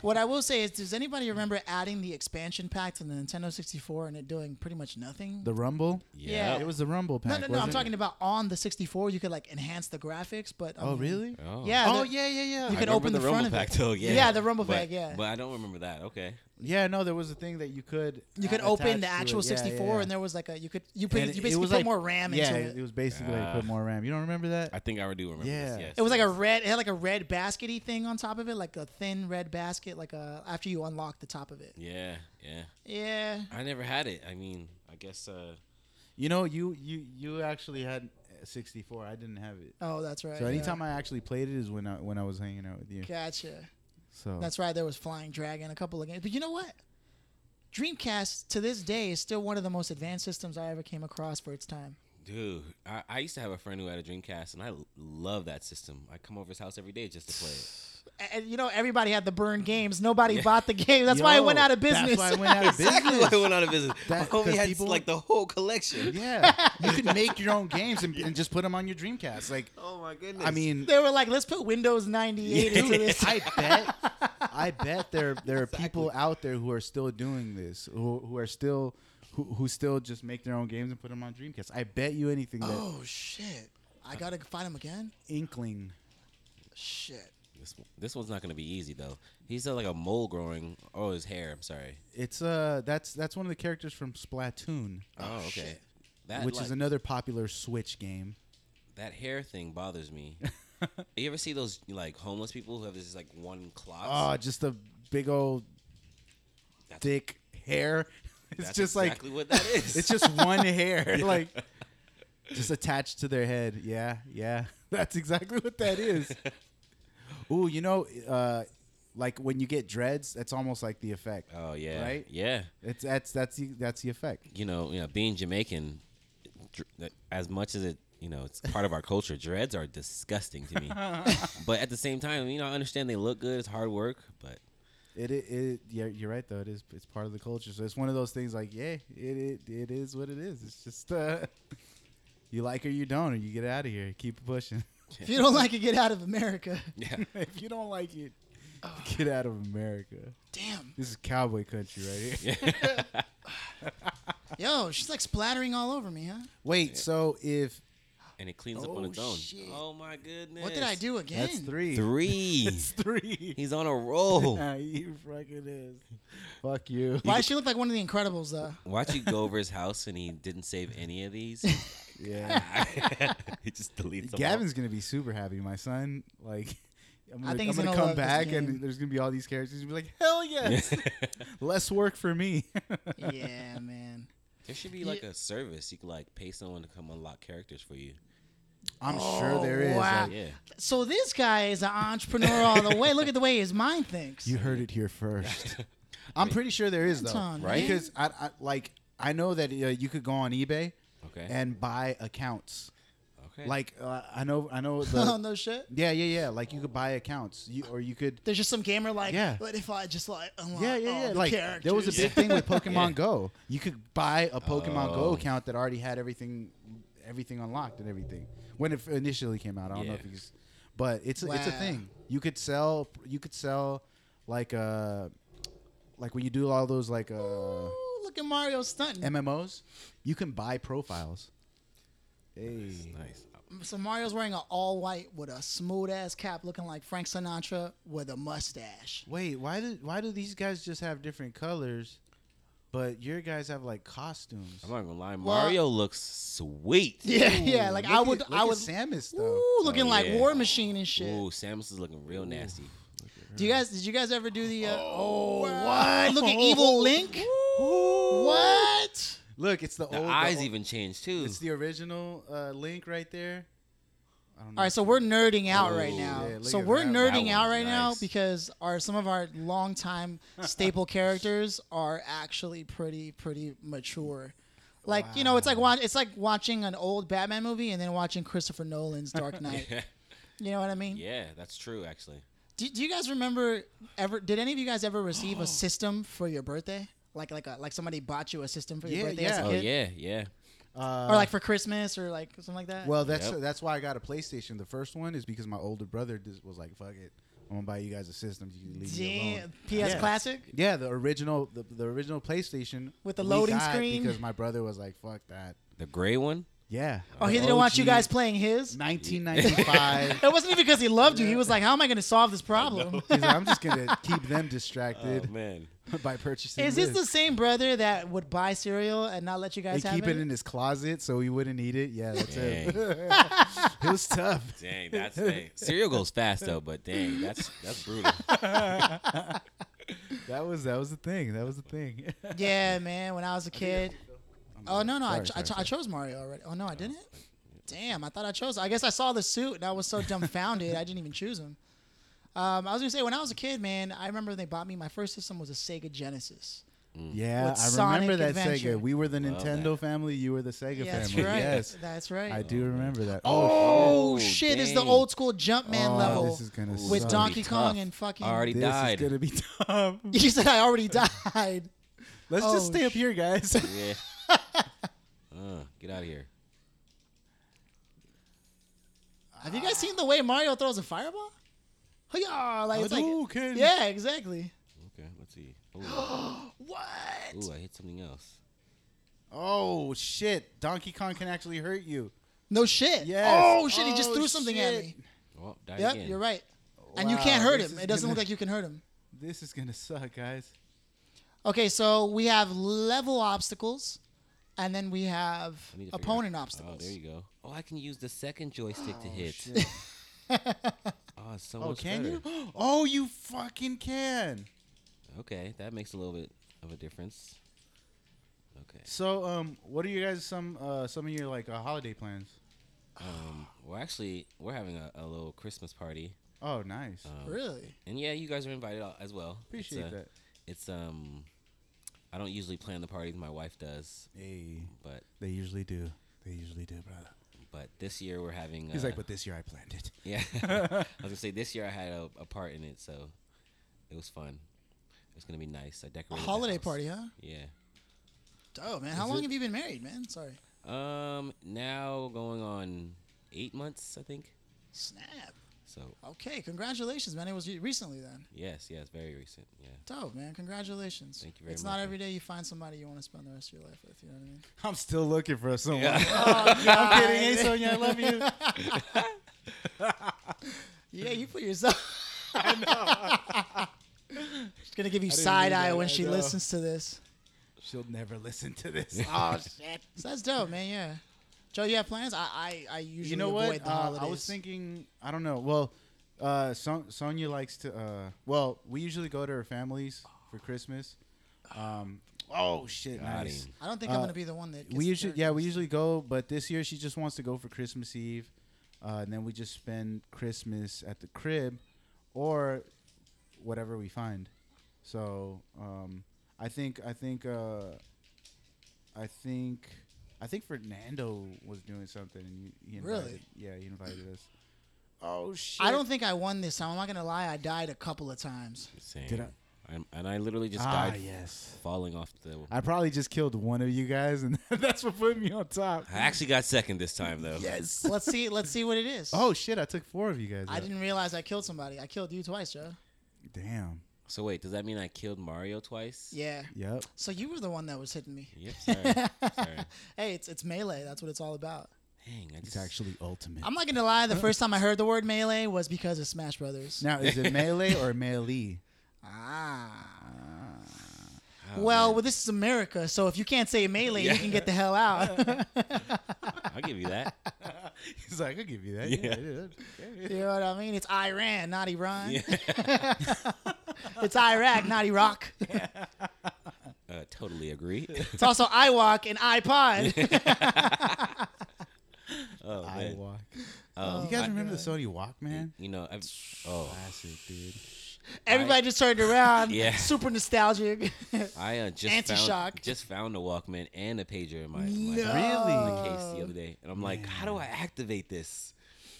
S1: What I will say is, does anybody remember adding the expansion pack to the Nintendo 64 and it doing pretty much nothing?
S2: the rumble.
S1: Yeah.
S2: It was the rumble
S1: no,
S2: pack.
S1: no, no. I'm
S2: wasn't it?
S1: talking about on the 64. You could like enhance the graphics, but I
S2: Oh
S1: mean-
S2: really?
S3: Oh.
S1: Yeah.
S2: Oh
S1: the-
S2: yeah, yeah, yeah.
S1: You
S3: I
S1: could
S3: remember
S1: open the
S3: rumble
S1: front of
S3: pack
S1: it.
S3: though. Yeah.
S1: Yeah, the rumble
S3: But-
S1: pack, yeah.
S3: But I don't remember that. Okay.
S2: Yeah, no, there was a thing that you could
S1: You could
S2: a- attach
S1: open
S2: to
S1: the
S2: it.
S1: actual
S2: Yeah,
S1: 64,
S2: yeah, yeah.
S1: and there was like a you could you put,
S2: And
S1: you
S2: it- it
S1: basically
S2: was
S1: put
S2: like-
S1: more RAM
S2: yeah,
S1: into it.
S2: it was basically like put
S3: Ah.
S2: more RAM. You don't remember that?
S3: I think I do remember
S2: Yeah.
S3: this. Yes.
S1: It was like a red. It had like a red baskety thing on top of it, like a thin red basket, like a after you unlock the top of it.
S3: Yeah, yeah.
S1: Yeah.
S3: I never had it. I mean, I guess. uh
S2: You know, you you you actually had a 64. I didn't have it.
S1: Oh, that's right.
S2: So anytime I actually played it is when I when I was hanging out with you.
S1: I gotcha.
S2: So
S1: That's right. There was Flying Dragon, a couple of games, but you know what? Dreamcast to this day is still one of the most advanced systems I ever came across for its time.
S3: Dude, I, I used to have a friend who had a Dreamcast, and I l- love that system. I come over his house every day just to play it.
S1: A- And you know, everybody had the burn games. Nobody bought the game. That's why it
S2: Yo,
S1: went out of
S2: That's
S1: business.
S2: why
S1: [laughs]
S2: it went out of
S3: Exactly
S2: business.
S3: why [laughs] I went out of [laughs] business.
S2: That-
S3: My homie
S2: 'cause
S3: had
S2: people-
S3: like the whole collection.
S2: Yeah, you can make your own games and, and just put them on your Dreamcast. Like,
S3: Oh my goodness.
S2: I mean,
S1: they were like, let's put Windows 98 into
S2: [laughs] dude,
S1: this.
S2: I bet, I bet there there are people out there who are still doing this, who who are still who, who still just make their own games and put them on Dreamcast. I bet you anything that
S1: Oh shit! I gotta find him again.
S2: inkling.
S1: Shit.
S3: this, one- this one's not going to be easy though. He's uh, like a mole growing. Oh, his hair. I'm sorry.
S2: It's uh that's that's one of the characters from Splatoon,
S3: Oh, okay.
S1: shit.
S3: That
S2: which
S3: like,
S2: is another popular Switch game.
S3: that hair thing
S2: [laughs]
S3: bothers me. you ever see those like homeless people who have this like one clots?
S2: Oh, just the big old
S3: That's-
S2: thick hair. [laughs] It's
S3: That's
S2: just like
S3: exactly
S2: [laughs]
S3: what that is.
S2: It's just
S3: [laughs]
S2: one hair, like just attached to their head. Yeah, yeah. [laughs] That's exactly what that
S3: [laughs]
S2: is. Ooh, you know, uh, like when you get dreads, that's almost like the effect.
S3: oh yeah,
S2: Right?
S3: Yeah,
S2: It's that's that's the that's the effect.
S3: you know, you know, being Jamaican, dr- that- as much as it, you know, it's part of our culture. Dreads are disgusting
S2: [laughs]
S3: to me, but at the same time, you know, I understand they look good. It's hard work, but
S2: It, it it yeah, you're right though. It is it's part of the culture. So it's one of those things like, yeah, it it, it is what it is. It's just uh, [laughs] you like or you don't, or you get out of here. Keep pushing.
S1: If you don't like it, get out of America.
S3: yeah,
S2: [laughs] if you don't like it, get out of America.
S1: Damn.
S2: This is cowboy country right here.
S1: Yo, she's like splattering all over me, huh?
S2: [laughs] Wait, so if
S3: and it cleans up on
S1: Oh,
S3: its own.
S1: shit.
S3: Oh my goodness!
S1: What did I do again?
S2: that's three,
S3: Three.
S2: [laughs] it's three.
S3: He's on a roll.
S2: Nah, you fucking is. Fuck you. [laughs]
S1: Why does she look like one of the Incredibles, though?
S3: [laughs] Watch you go over his house and he didn't save any of [laughs] these.
S2: Yeah. [laughs]
S3: he just deletes them. all. [laughs]
S2: Gavin's gonna be super happy, my son. Like, I'm gonna,
S1: I think
S2: am
S1: he's
S2: gonna,
S1: gonna
S2: come
S1: love this
S2: back
S1: game.
S2: and there's gonna be all these characters. He'll be like, hell yes, [laughs] less work for me. [laughs]
S1: yeah, man.
S3: There should be like a service you could like pay someone to come unlock characters for you.
S2: I'm sure there is.
S1: wow.
S2: like,
S3: Yeah.
S1: So this guy is an entrepreneur all the way. Look at the way his mind thinks. [laughs]
S2: you heard it here [laughs] first. I'm pretty sure there is though,
S1: Anton,
S3: Right? man.
S2: Because I, I like I know that uh, you could go on eBay
S3: Okay.
S2: and buy accounts.
S3: okay.
S2: Like uh, I know
S1: [laughs]
S2: I know the
S1: oh no shit.
S2: Yeah, yeah, yeah. Like you could buy accounts, you, or you could.
S1: There's just some gamer like,
S2: Yeah.
S1: what if I just like unlock
S2: Yeah, yeah,
S1: all
S2: yeah.
S1: the
S2: Like
S1: characters?
S2: there was a big thing
S3: [laughs]
S2: with Pokemon
S3: Yeah.
S2: Go. You could buy a Pokemon Go
S3: Oh.
S2: account that already had everything, everything unlocked and everything when it f- initially came out. I don't know
S3: Yeah.
S2: if you, s- but it's a it's a
S1: Wow.
S2: thing. You could sell. You could sell, like uh, like when you do all those like uh
S1: Ooh, look at Mario stunting.
S2: MMOs, you can buy profiles. Hey.
S3: nice.
S1: so Mario's wearing an all white with a smooth ass cap, looking like Frank Sinatra with a mustache. [laughs]
S2: Wait, why do why do these guys just have different colors, but your guys have like costumes?
S3: I'm not gonna lie.
S1: Well-
S3: Mario looks sweet.
S1: [laughs] Yeah,
S2: Ooh,
S1: yeah. Like
S2: look
S1: I
S2: at-
S1: would,
S2: look
S1: I
S2: at
S1: would.
S2: Samus though.
S1: Ooh, looking
S3: Oh,
S1: like
S3: yeah.
S1: War Machine and shit.
S3: Ooh, Samus is looking real nasty.
S1: Do you guys? Did you guys ever do the? Uh, oh,
S2: [laughs] what?
S1: Look at Evil Link. What?
S2: [laughs] Look, it's Oh, the,
S3: The
S2: old the
S3: eyes
S2: old-
S3: even changed too. [laughs]
S2: It's the original uh, Link right there. I don't know.
S1: All right, so we're nerding out right
S3: Ooh,
S1: now.
S2: Oh, yeah, look
S1: so
S2: at
S1: we're
S2: that.
S3: That
S1: nerding
S3: one's
S1: out right now
S3: nice.
S1: because our some of our longtime
S2: [laughs]
S1: staple characters are actually pretty pretty mature. Like you know, it's like watch, it's like watching an old Batman movie and then watching Christopher
S2: [laughs]
S1: Nolan's Dark Knight. You know what I mean?
S3: yeah, that's true actually.
S1: Do, do you guys remember ever? Did any of you guys ever receive
S2: [gasps]
S1: a system for your birthday? Like like a, like somebody bought you a system for your
S2: Yeah,
S1: birthday as
S2: yeah.
S1: a
S3: Oh
S1: kid,
S3: yeah, yeah.
S2: Uh,
S1: or like for Christmas, or like something like that.
S2: well, that's
S3: Yep.
S2: that's why I got a PlayStation. The first one is because my older brother just was like, "Fuck it, I'm gonna buy you guys a system. You can leave me
S1: Damn,
S2: alone."
S1: PS Classic.
S2: Yeah, the original the, the original PlayStation
S1: With the
S2: we
S1: loading
S2: got
S1: screen.
S2: because my brother was like, "Fuck that."
S3: The gray one.
S2: Yeah.
S1: Oh, he didn't want you
S2: [laughs]
S1: guys playing his. [laughs]
S2: 1995.
S1: It wasn't even because he loved you. He was like, "How am I going to solve this [laughs] problem?"
S2: He's like, I'm just
S3: [laughs]
S2: gonna keep them
S3: Oh
S2: distracted
S3: man.
S2: [laughs] by purchasing.
S1: Is
S2: this
S1: this the same brother that would buy cereal and not let you guys
S2: They
S1: have
S2: keep it in his closet so he wouldn't eat it. Yeah, that's it. [laughs]
S1: [laughs]
S2: It was tough.
S3: Dang, that's dang. [laughs] cereal goes fast though, but dang, that's that's brutal.
S2: That was that was the thing. That was the thing.
S1: Yeah, man. When I was a kid. Oh no, no, I,
S2: Sorry,
S1: ch- I,
S2: sorry,
S1: cho- I
S2: sorry.
S1: chose Mario already. Oh no, I didn't. Damn, I thought I chose. I guess I saw the suit and I was so dumbfounded I didn't even choose him. Um, I was gonna say when I was a kid, man, I remember they bought me. My first system was a Sega Genesis.
S2: Yeah,
S1: With
S2: I
S1: Sonic
S2: remember that
S1: Adventure.
S2: Sega. We were the
S3: Mm. Love
S2: Nintendo
S3: that.
S2: family. You were the Sega
S1: Yeah, that's
S2: family.
S1: right.
S2: Yes,
S1: That's right.
S2: I do remember that.
S1: Oh,
S3: Oh,
S1: shit! It's the
S3: dang.
S1: old school Jumpman
S2: Oh,
S1: level
S2: This is gonna
S3: Ooh,
S1: with
S3: so
S2: suck.
S1: Donkey
S3: tough.
S1: Kong and fucking.
S3: I already
S2: This
S3: died.
S2: is gonna be tough.
S1: [laughs] you said I already died.
S2: Let's
S1: Oh,
S2: just stay up here, guys. [laughs]
S3: yeah. [laughs] Uh, get out of here.
S1: Have you guys seen the way Mario throws a fireball? Hoo-yah! Like, it's like
S2: Hadouken.
S1: yeah, exactly.
S3: Okay, let's see. Ooh,
S1: What?
S3: ooh I hit something else.
S2: Oh shit! Donkey Kong can actually hurt you.
S1: No shit.
S2: Yes.
S1: Oh shit! He just
S2: Oh,
S1: threw something at
S2: shit.
S1: me.
S3: Oh, died
S1: Yep,
S3: again.
S1: you're right. And you can't
S2: Wow,
S1: hurt
S2: this
S1: him.
S2: is
S1: It doesn't
S2: gonna-
S1: look like you can hurt him.
S2: This is gonna suck, guys.
S1: Okay, so we have level obstacles, and then we have
S3: I need to figure out-
S1: opponent
S3: Oh,
S1: obstacles.
S3: there you go. Oh, I can use the second joystick to hit.
S2: shit.
S3: [laughs] Oh, it's so
S2: Oh,
S3: much
S2: can
S3: better.
S2: you? [gasps] Oh, you fucking can.
S3: Okay, that makes a little bit of a difference. Okay.
S2: So, um, what are you guys some uh some of your like uh, holiday plans?
S3: Um, well, actually, we're having a, a little Christmas party.
S2: Oh, nice.
S3: Um,
S1: Really?
S3: And yeah, you guys are invited out as well. It's,
S2: Appreciate
S3: uh,
S2: that.
S3: It's um, I don't usually plan the parties. My wife does,
S2: Hey,
S3: but
S2: they usually do. They usually do, brother.
S3: but this year we're having. Uh,
S2: He's like, but this year I planned it.
S3: [laughs]
S2: [laughs]
S3: yeah. [laughs] I was gonna say this year I had a, a part in it, so it was fun. It's gonna be nice. I
S1: A
S3: decorated. the
S1: holiday
S3: house.
S1: party, huh?
S3: Yeah.
S1: Oh man, how
S2: Is
S1: long
S2: it-
S1: have you been married, man? Sorry.
S3: Um, now going on eight months, I think.
S1: Snap.
S3: So
S1: Okay, congratulations, man. It was re- recently then.
S3: yes, yes, very recent. Yeah.
S1: Dope, man. Congratulations.
S3: Thank you very
S1: It's
S3: much,
S1: not
S3: man.
S1: every day you find somebody you want to spend the rest of your life with. You know what I mean?
S2: I'm still looking for someone. [laughs]
S1: I'm [laughs]
S2: kidding. Hey, Sonia, I love you.
S1: Yeah, you put yourself.
S2: [laughs]
S1: She's gonna give you
S2: didn't
S1: side
S2: mean
S1: eye
S2: that,
S1: when
S2: I
S1: she
S2: know.
S1: listens to this.
S2: She'll never listen to this. Oh [laughs] shit.
S1: So that's dope, man. Yeah. Joe, you have plans? I I, I usually
S2: You know
S1: avoid
S2: what?
S1: the
S2: Uh,
S1: holidays.
S2: I was thinking. I don't know. Well, uh, Son- Sonia likes to. Uh, well, we usually go to her families for Christmas. Um. Oh shit!
S3: Got
S2: Nice.
S3: him.
S1: I don't think I'm
S2: uh,
S1: gonna be the one that. Gets
S2: we usually
S1: dirt.
S2: yeah we usually go but this year she just wants to go for christmas eve uh, and then we just spend christmas at the crib or whatever we find so um, i think i think uh, i think i think fernando was doing something and he, he invited,
S1: Really?
S2: yeah he invited us oh shit
S1: I don't think I won this time. I'm not gonna lie. I died a couple of times.
S3: Same.
S2: Did I-
S3: I'm, and I literally just
S2: ah
S3: died
S2: yes
S3: falling off the.
S2: i probably just killed one of you guys and [laughs] that's what put me on top
S3: I actually got second this time though.
S2: yes
S1: Let's see. Let's see what it is.
S2: oh shit i took four of you guys
S1: I
S2: out.
S1: didn't realize I killed somebody. I killed you twice, Joe.
S2: damn
S3: So wait, does that mean I killed Mario twice?
S1: Yeah.
S2: yep
S1: So you were the one that was hitting me.
S3: Yep. Sorry.
S2: [laughs]
S1: [laughs]
S3: sorry.
S1: Hey, it's it's melee. That's what it's all about.
S3: Dang, I
S2: It's
S3: just
S2: actually ultimate.
S1: I'm not gonna lie. The first time I heard the word melee was because of Smash Brothers.
S2: now, is it [laughs] melee or melee?
S1: Ah.
S3: Oh,
S1: well,
S3: man.
S1: well, this is America, so if you can't say melee, you can get the hell
S3: [laughs]
S1: out.
S3: I'll give you that.
S2: He's like, I'll give you that.
S3: Yeah.
S1: you know what I mean? It's Iran, not Iran.
S3: Yeah.
S1: [laughs] It's Iraq, not Iraq.
S3: Uh,
S1: [laughs]
S3: totally agree. [laughs]
S1: It's also iWalk and iPod.
S3: oh
S2: I
S3: man.
S2: walk.
S3: Um,
S2: you guys
S3: I-
S2: remember the Sony Walkman?
S3: you know, I've, oh,
S2: Classic, dude.
S1: Everybody just turned around.
S3: Yeah.
S1: Super nostalgic. [laughs]
S3: I uh, just
S1: Anti-shock.
S3: found just found a Walkman and a pager in my, my
S1: No.
S3: my case the other day, and I'm like,
S2: Man.
S3: how do I activate this?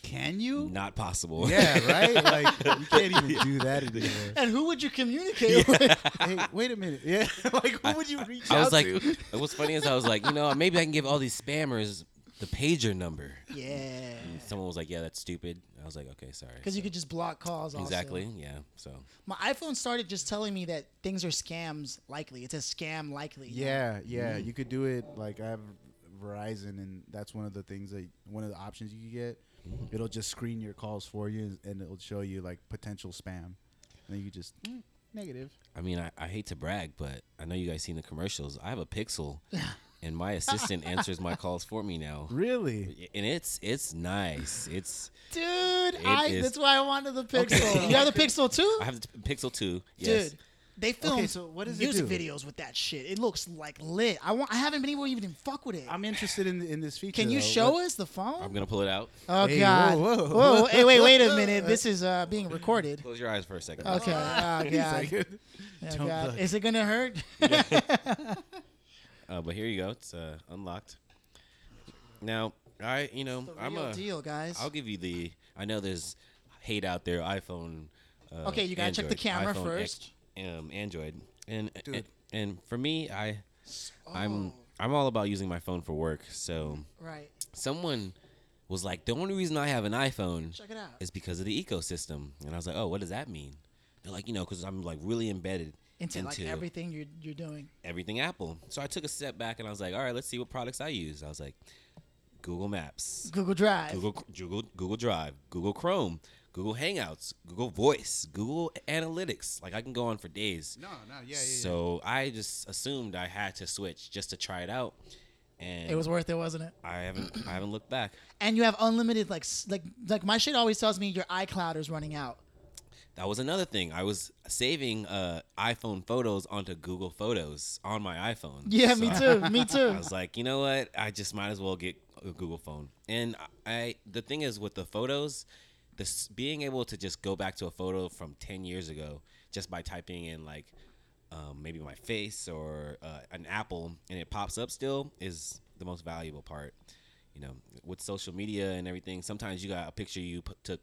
S2: Can you?
S3: Not possible.
S2: Yeah, [laughs] right. Like you can't even do that [laughs] anymore.
S1: and who would you communicate
S3: [laughs]
S1: with?
S2: hey, wait a minute. Yeah, [laughs] like who would you reach
S3: [laughs] I
S2: out
S3: was like,
S2: to?
S3: what's funny is I was like, you know, maybe I can give all these spammers the pager number.
S1: Yeah.
S3: And someone was like, yeah, that's stupid. I was like, okay, sorry.
S1: Because you could just block calls. also.
S3: exactly, yeah. So
S1: My iPhone started just telling me that things are scams likely. It says scam likely.
S2: Yeah, yeah. You could do it. Like I've Verizon, and that's one of the things that one of the options you can get. It'll just screen your calls for you, and it'll show you like potential spam, and then you just mm, negative.
S3: I mean, I, I hate to brag, but I know you guys seen the commercials. I have a Pixel, and
S1: [laughs]
S3: my assistant answers my calls for me now,
S2: Really?
S3: and it's it's nice. It's
S1: Dude, I,
S3: is-
S1: that's why I wanted the Pixel.
S3: Okay.
S1: You have the Pixel too?
S3: I have the Pixel two. Yes.
S1: Dude, they film
S2: so what does it
S1: music
S2: do?
S1: videos with that shit. It looks like lit. I want. I haven't been able to even fuck with it.
S2: I'm interested in in this feature.
S1: Can you
S2: though.
S1: show
S2: What-
S1: us the phone?
S3: I'm gonna pull it out.
S1: oh
S2: Hey,
S1: God!
S2: whoa, whoa.
S1: Whoa, Hey, wait, wait a minute. This is uh, being recorded.
S3: Close your eyes for a second. [laughs]
S1: Okay. Oh
S2: [laughs] He's
S1: God.
S2: like,
S1: Oh,
S2: Don't
S1: God.
S2: look.
S1: Is it gonna hurt?
S3: Uh, but here you go. It's uh, unlocked. Now, I you know
S1: The
S3: I'm
S1: real
S3: a.
S1: deal, guys.
S3: I'll give you the. I know there's hate out there. iPhone. Uh,
S1: Okay, you gotta check the camera
S3: Android. iPhone,
S1: first.
S3: X- um, Android and,
S2: Dude.
S3: and and for me, I, I'm I'm all about using my phone for work. So
S1: right.
S3: someone was like, the only reason I have an iPhone
S1: Check it out.
S3: is because of the ecosystem, and I was like, oh, what does that mean? They're like, you know, because I'm like really embedded
S1: Into,
S3: into
S1: like everything you're you're doing.
S3: everything Apple. So I took a step back and I was like, all right, let's see what products I use. I was like, Google Maps,
S1: Google Drive.
S3: Google Google Google Drive, Google Chrome, Google Hangouts, Google Voice, Google Analytics. Like I can go on for days.
S2: No, no, yeah, yeah. yeah.
S3: So I just assumed I had to switch just to try it out, and
S1: It was worth it, wasn't it?
S3: I haven't I haven't looked back.
S1: And you have unlimited like s- like like my shit always tells me your iCloud is running out.
S3: That was another thing. I was saving uh, iPhone photos onto Google Photos on my iPhone.
S1: Yeah, me
S3: So
S2: [laughs]
S1: too. Me
S3: I
S1: too.
S3: was like, you know what? I just might as well get a Google phone. And I, the thing is with the photos, this being able to just go back to a photo from ten years ago just by typing in like um, maybe my face or uh, an apple and it pops up still is the most valuable part. You know, with social media and everything, sometimes you got a picture you put, took,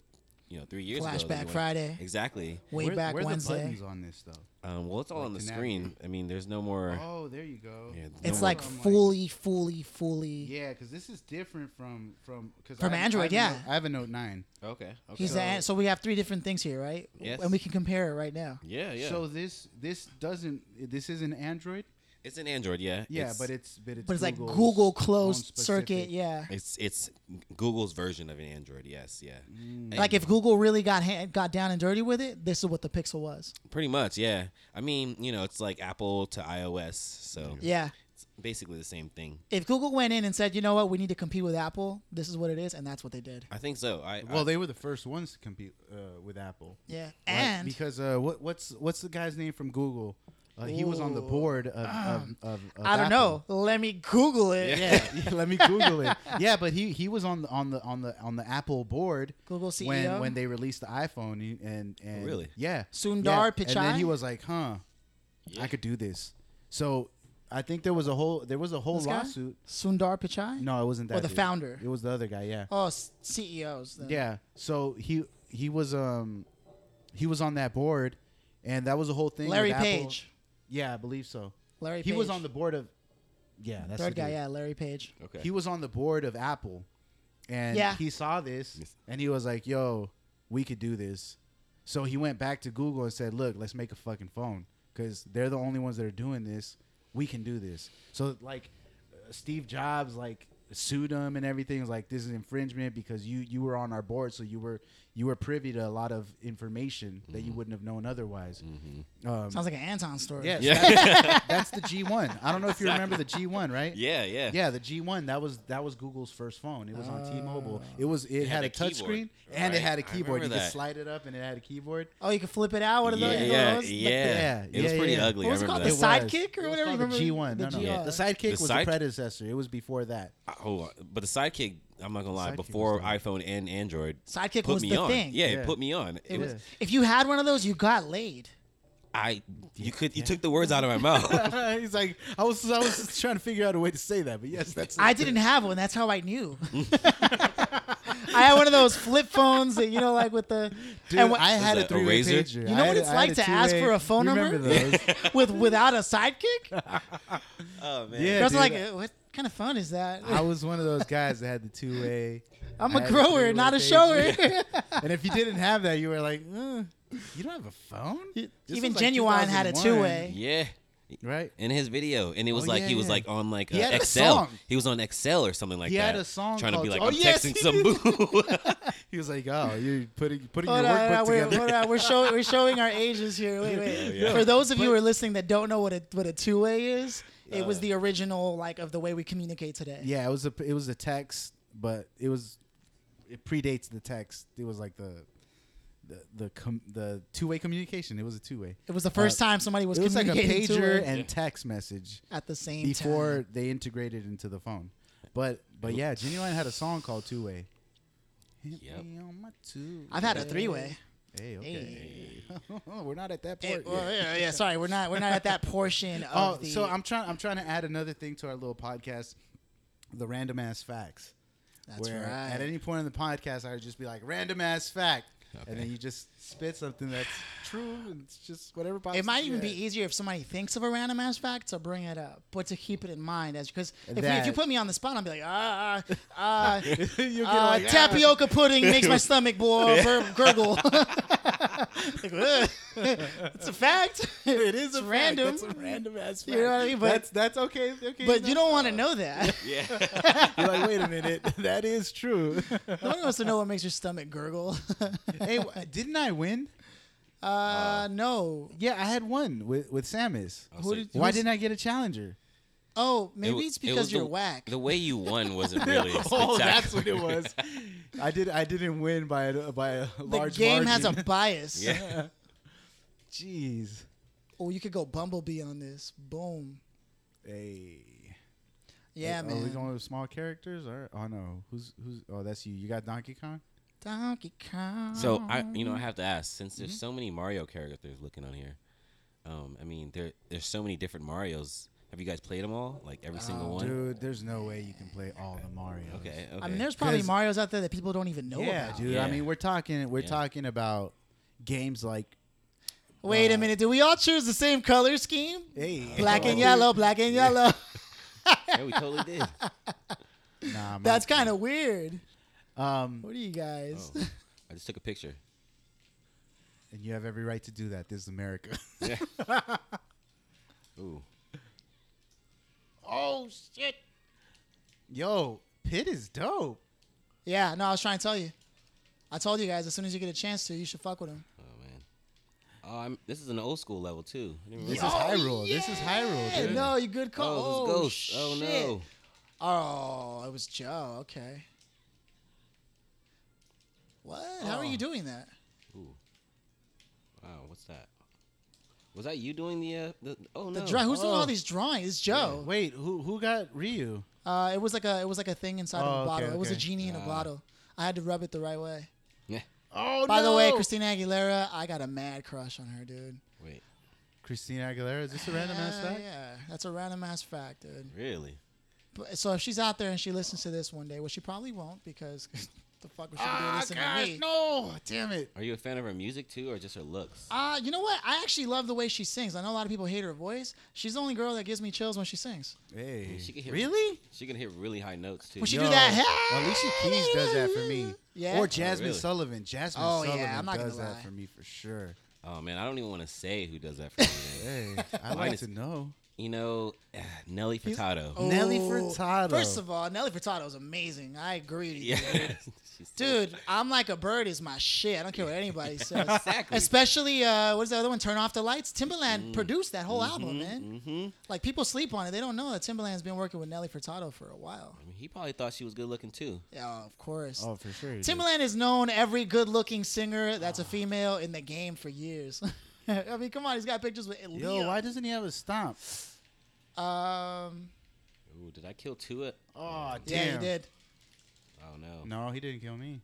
S3: you know, three years ago. that
S1: Flashback
S3: you wanna-
S1: Friday.
S3: Exactly.
S1: Way
S2: where,
S1: back
S2: where
S1: Wednesday.
S2: the buttons on this though?
S3: Um, well, it's all on the
S2: to
S3: screen. I mean, there's no more.
S2: Oh, there you go.
S3: yeah, no
S1: It's
S3: more-
S1: like
S2: I'm like-
S1: fully, fully, fully.
S2: Yeah, because this is different from from cause
S1: From
S2: I have- I
S1: Android,
S2: have a
S1: yeah.
S2: Note- I have a Note nine.
S3: okay. okay.
S1: He's so, so we have three different things here, right?
S3: Yes.
S1: And we can compare it right now.
S3: yeah, yeah.
S2: So this this doesn't this isn't Android.
S3: It's an Android, yeah.
S2: Yeah,
S3: it's,
S2: but it's but it's
S1: But it's like
S2: Google's
S1: Google
S2: own
S1: closed
S2: specific-
S1: circuit, yeah.
S3: it's it's Google's version of an Android. Yes, yeah. And
S1: Like if Google really got ha- got down and dirty with it, this is what the Pixel was.
S3: pretty much, yeah. I mean, you know, it's like Apple to iOS, so
S1: Yeah.
S3: it's basically the same thing.
S1: If Google went in and said, you know what, we need to compete with Apple, this is what it is, and that's what they did.
S3: I think so. I
S2: Well,
S3: well,
S2: they were the first ones to compete uh, with Apple.
S1: Yeah.
S2: Right,
S1: And
S2: because uh, what what's what's the guy's name from Google? Uh, he was on the
S1: Ooh.
S2: board of, of, of, of
S1: I don't
S2: Apple.
S1: know. Let me Google it.
S2: [laughs] Yeah, let me Google it. Yeah, but he, he was on the on the on the on the Apple board.
S1: Google E CEO?
S2: when when they released the iPhone he- and and
S3: Really?
S2: yeah
S1: Sundar
S2: yeah. And
S1: Pichai?
S2: then he was like, huh, I could do this. So I think there was a whole there was a whole
S1: This guy?
S2: lawsuit.
S1: Sundar Pichai?
S2: No, it wasn't
S1: Or
S2: that.
S1: the
S2: dude.
S1: founder.
S2: It was the other guy. Yeah.
S1: Oh, s- CEOs. Then.
S2: Yeah. So he he was um he was on that board, and that was the whole thing. with
S1: Larry
S2: Apple.
S1: Page.
S2: Yeah, I believe so.
S1: Larry
S2: He
S1: Page.
S2: was on the board of. Yeah, that's
S1: third
S2: the
S1: guy.
S2: dude.
S1: Yeah, Larry Page.
S3: okay.
S2: He was on the board of Apple, and
S1: Yeah.
S2: he saw this,
S3: Yes.
S2: and he was like, "Yo, we could do this." So he went back to Google and said, "Look, let's make a fucking phone because they're the only ones that are doing this. We can do this." So like, uh, Steve Jobs like sued him and everything. Was like, "This is infringement because you you were on our board, so you were you were privy to a lot of information that
S3: Mm-hmm.
S2: you wouldn't have known otherwise." Um,
S1: Sounds like an Anton story.
S2: yes,
S3: Yeah. [laughs]
S2: that's, that's the G one. I don't know if you remember the G one, right?
S3: yeah, [laughs] yeah,
S2: Yeah, the G1 that was that was Google's first phone. It was on T-Mobile. It was it, had,
S3: had
S2: a
S3: a
S2: touch
S3: keyboard,
S2: screen and it
S3: right?
S2: had a
S3: I
S2: keyboard. You
S3: remember
S2: could
S3: that.
S2: slide it up and it had a keyboard.
S1: Oh, you can flip it out. What are
S3: Yeah,
S1: those?
S3: yeah,
S1: those? Like the-
S3: yeah.
S2: Yeah,
S3: It was
S2: yeah,
S3: pretty
S2: yeah.
S3: ugly.
S1: What was
S3: I
S1: it called?
S3: remember
S1: The
S2: It was.
S3: that.
S1: sidekick or
S2: It was
S1: whatever?
S2: called The
S1: Remember
S2: G1.
S1: the
S2: no, no,
S1: GR.
S2: the sidekick
S3: The
S2: was
S3: side-
S2: the predecessor. It was before
S3: [laughs]
S2: that.
S3: Hold on. oh, But the sidekick, I'm not gonna lie.
S2: Sidekick was
S3: before
S2: the-
S3: iPhone and Android,
S1: Sidekick
S3: put
S1: was
S3: me
S1: the
S3: on.
S1: thing.
S3: Yeah,
S2: Yeah.
S3: it put me on. It
S1: It
S3: was.
S1: was- if you had one of those, you got laid.
S3: I. You could. You took the words out of
S2: [laughs]
S3: my mouth. [laughs]
S2: He's like, I was I was just trying to figure out a way to say that, but yes,
S3: [laughs]
S2: that's.
S1: I didn't have one. That's how I knew. I had one of those flip phones that you know, like with the
S2: Dude,
S1: wha-
S2: I had
S3: Was
S2: a
S3: that a
S2: three
S3: razor?
S2: pager.
S1: You know what
S2: I had a-
S1: it's
S2: I had
S1: like
S2: a
S1: to ask
S2: two-way-
S1: for a phone
S2: you
S1: number?
S2: Remember
S3: [laughs]
S2: those?
S1: with without a sidekick.
S3: oh man.
S2: Yeah.
S1: Girls are like,
S2: dude.
S1: "Uh, what kind of phone is that? [laughs]
S2: I was one of those guys that had the two-way.
S1: I'm
S2: I
S1: a
S2: had a
S1: grower, not a shower.
S2: three-way And if you didn't have that, you were like, "Uh, you don't have a phone. This
S1: Even
S2: was like
S1: Genuine had a
S2: 2001.
S1: two-way.
S3: Yeah.
S2: Right.
S3: in his video, and it was
S2: Oh,
S3: like
S2: yeah,
S3: he was
S2: yeah.
S3: like on like
S2: He
S3: uh,
S2: had a
S3: Excel.
S2: song.
S3: He was on Excel or something like
S2: He
S3: that.
S2: had a song
S3: trying to be
S2: called-
S3: like
S2: Oh,
S3: I'm
S2: yes,
S3: texting
S2: he
S3: some boo.
S2: He was like, "Oh, you're putting putting
S1: Hold
S2: your
S1: on, hold
S2: workbook
S1: on, we're,
S2: together."
S1: hold on, we're showing we're showing our ages here. Wait, wait.
S3: yeah.
S1: For those of you who are listening that don't know what a what a two way is, it was the original like of the way we communicate today.
S2: Uh, [laughs] Yeah, it was a it was a text, but it was it predates the text. It was like the the the com- the two way communication. It was a two way.
S1: It was the first
S2: Uh,
S1: time somebody was
S2: It was like a
S1: communicating to
S2: pager
S1: her
S2: and
S3: Yeah.
S2: text message
S1: at the same
S2: before
S1: time.
S2: they integrated into the phone. But but yeah, Genuine had a song called Two Way. Hit
S3: Yep.
S2: me on my two.
S1: I've had a three way.
S2: Hey, okay. [laughs] We're not at that
S1: Well,
S2: point. yet.
S1: yeah, yeah. Sorry, we're not we're not at that portion
S2: [laughs] Oh,
S1: of the.
S2: so I'm trying. I'm trying to add another thing to our little podcast, the random ass facts.
S1: That's
S2: where
S1: right.
S2: At any point in the podcast, I would just be like, "Random ass fact," and
S3: Okay.
S2: then you just spit something that's true, and it's just whatever. Pops
S1: It might even
S2: into
S1: be
S2: your head.
S1: easier if somebody thinks of a random ass fact to bring it up, but to keep it in mind, as because if, we- if you
S2: That-
S1: put me on the spot, I'll be like, ah, ah, ah,
S2: [laughs] You'll get
S1: uh,
S2: like, "Ah."
S1: tapioca pudding makes my stomach
S2: [laughs]
S1: boil, bur- gurgle. [laughs] Like, ugh. it's a fact. It is
S2: It's
S1: a random.
S2: That's a random ass fact.
S1: You know what I mean? But-
S2: that's that's okay. Okay,
S1: but you don't want to know
S2: [laughs]
S1: that. [laughs]
S3: yeah.
S2: You're like, wait a minute, that is true.
S1: Nobody wants to know what makes your stomach gurgle. [laughs]
S2: hey, w- didn't I win?
S1: uh, no.
S2: Yeah, I had one with with Samus.
S1: Who did-
S2: Why
S1: who's-
S2: didn't I get a challenger?
S1: Oh, maybe
S3: wa-
S1: it's
S3: it was
S1: because you're
S3: the,
S1: whack.
S3: The way you
S2: [laughs]
S3: won wasn't really spectacular.
S2: oh, that's
S3: [laughs]
S2: what it was. I did. I didn't win by a, by a
S1: The
S2: large
S1: game
S2: margin. [laughs]
S1: has a bias.
S3: Yeah.
S2: Jeez.
S1: Oh, you could go Bumblebee on this. Boom.
S2: Hey.
S1: Yeah,
S2: Are- Are we
S1: man.
S2: going with small characters or oh no? Who's who's? Oh, that's you. You got Donkey Kong.
S1: Donkey Kong.
S2: Oh,
S3: So I, you know, I have to ask since
S2: Mm-hmm.
S3: there's so many Mario characters looking on here. Um, I mean, there there's so many different Marios. Have you guys played them all? Like every single one?
S2: Oh, Dude, there's no way you can play all the Mario.
S3: Okay. Okay.
S1: I mean, there's probably
S2: 'Cause-
S1: Mario's out there that people don't even know
S2: Yeah,
S1: about.
S2: dude. I
S3: Yeah.
S2: mean, we're talking. We're
S3: Yeah.
S2: talking about games like Uh,
S1: Wait a minute. Do we all choose the same color scheme?
S2: hey,
S1: Black and
S2: oh,
S1: yellow, black and yellow.
S3: yeah, we totally
S2: [laughs]
S3: did.
S2: dude. Nah,
S1: [laughs]
S2: man.
S1: That's kind of weird.
S2: um.
S1: What are you guys?
S3: Oh, I just took a picture.
S2: And you have every right to do that. This is America. [laughs]
S3: Yeah. Ooh.
S2: oh shit. Yo, Pit is dope.
S1: [laughs] Yeah, no, I was trying to tell you. I told you guys as soon as you get a chance to, you should fuck with him.
S3: Oh man. Oh, I'm, this is an old school level too. I didn't
S2: This
S3: realize-
S2: is Hyrule. This is Hyrule,
S1: Hey,
S2: dude.
S1: no, you good call.
S3: oh,
S1: Oh,
S3: it was Ghost. Oh
S1: shit.
S3: no.
S1: Oh, it was Joe. Okay. What? How are you doing that?
S3: Ooh. Wow, what's that? Was that you doing the uh, the? Oh
S1: The
S3: no.
S1: draw- who's doing
S2: Oh.
S1: all these drawings? It's Joe.
S2: Wait, who who got Ryu?
S1: Uh, it was like a it was like a thing inside
S2: Oh,
S1: of a
S2: okay,
S1: bottle. It was a
S2: okay.
S1: genie in a
S3: Ah.
S1: bottle. I had to rub it the right way.
S3: Yeah.
S2: Oh
S1: By the way, Christina Aguilera, I got a mad crush on her, dude.
S3: Wait.
S2: Christina Aguilera. Is this a random ass
S1: Hell
S2: fact?
S1: Uh, Yeah, that's a random ass fact, dude.
S3: Really?
S1: But, so if she's out there and she listens to this one day, which she probably won't because [laughs] the fuck would she be doing listening to me?
S2: Ah, no! Damn it!
S3: Are you a fan of her music too, or just her looks?
S1: Uh, you know what? I actually love the way she sings. I know a lot of people hate her voice. She's the only girl that gives me chills when she sings.
S2: Hey,
S3: she can hit-
S2: really?
S3: She can hit really high notes too.
S1: When she
S2: Yo,
S1: do that,
S2: Alicia Keys does that for me.
S1: Yeah?
S2: Or Jasmine
S3: Oh, really?
S2: Sullivan. Jasmine
S1: Oh, yeah,
S2: Sullivan
S1: I'm not gonna
S2: does that
S1: lie.
S2: for me for sure.
S3: oh man, I don't even want to say who does that
S1: [laughs]
S3: for me. man.
S2: [laughs] Hey, I
S3: Mine
S2: like
S3: is-
S2: to know.
S3: you know, uh, Nelly Furtado.
S1: Oh,
S2: Nelly Furtado.
S1: First of all, Nelly Furtado is amazing. I agree with you.
S3: [laughs] yeah. [laughs] She's-
S1: Dude, I'm like a bird is my shit. I don't care what
S3: [laughs]
S1: anybody says.
S3: Exactly.
S1: Especially uh, what is the other one? Turn off the lights. Timbaland produced that whole album, man.
S3: Mm-hmm.
S1: Like people sleep on it. They don't know that Timbaland's been working with Nelly Furtado for a while.
S3: I mean, he probably thought she was good looking too.
S1: Yeah, of course.
S2: Oh, for sure. you do.
S1: Timbaland has known every good-looking singer that's a female in the game for years. [laughs] I mean, come on, he's got pictures with
S2: Yo,
S1: Leo.
S2: why doesn't he have a stomp?
S1: um,
S3: Ooh, did I kill Tua?
S2: Oh, damn.
S1: yeah, he did.
S3: Oh no.
S2: No, he didn't kill me.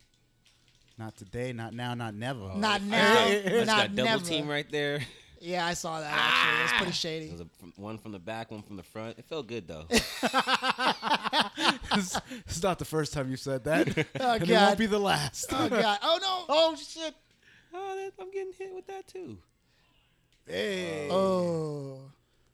S2: Not today. Not now. Not never.
S1: Not [laughs]
S2: [laughs]
S3: I
S1: now,
S3: just got- I just
S1: not
S3: got double
S1: never.
S3: team right there.
S1: Yeah, I saw that. Actually, it's
S2: Ah!
S1: pretty shady.
S3: It was a, from, one from the back, one from the front. It felt
S2: [laughs]
S3: good though. Ah,
S2: this is not the first time you
S1: [laughs]
S2: said that. and it
S1: Oh, God.
S2: won't be the last.
S1: Oh god! Oh no!
S2: Oh, shit.
S3: oh, that, I'm getting hit with that too.
S2: [laughs] Hey.
S1: Oh,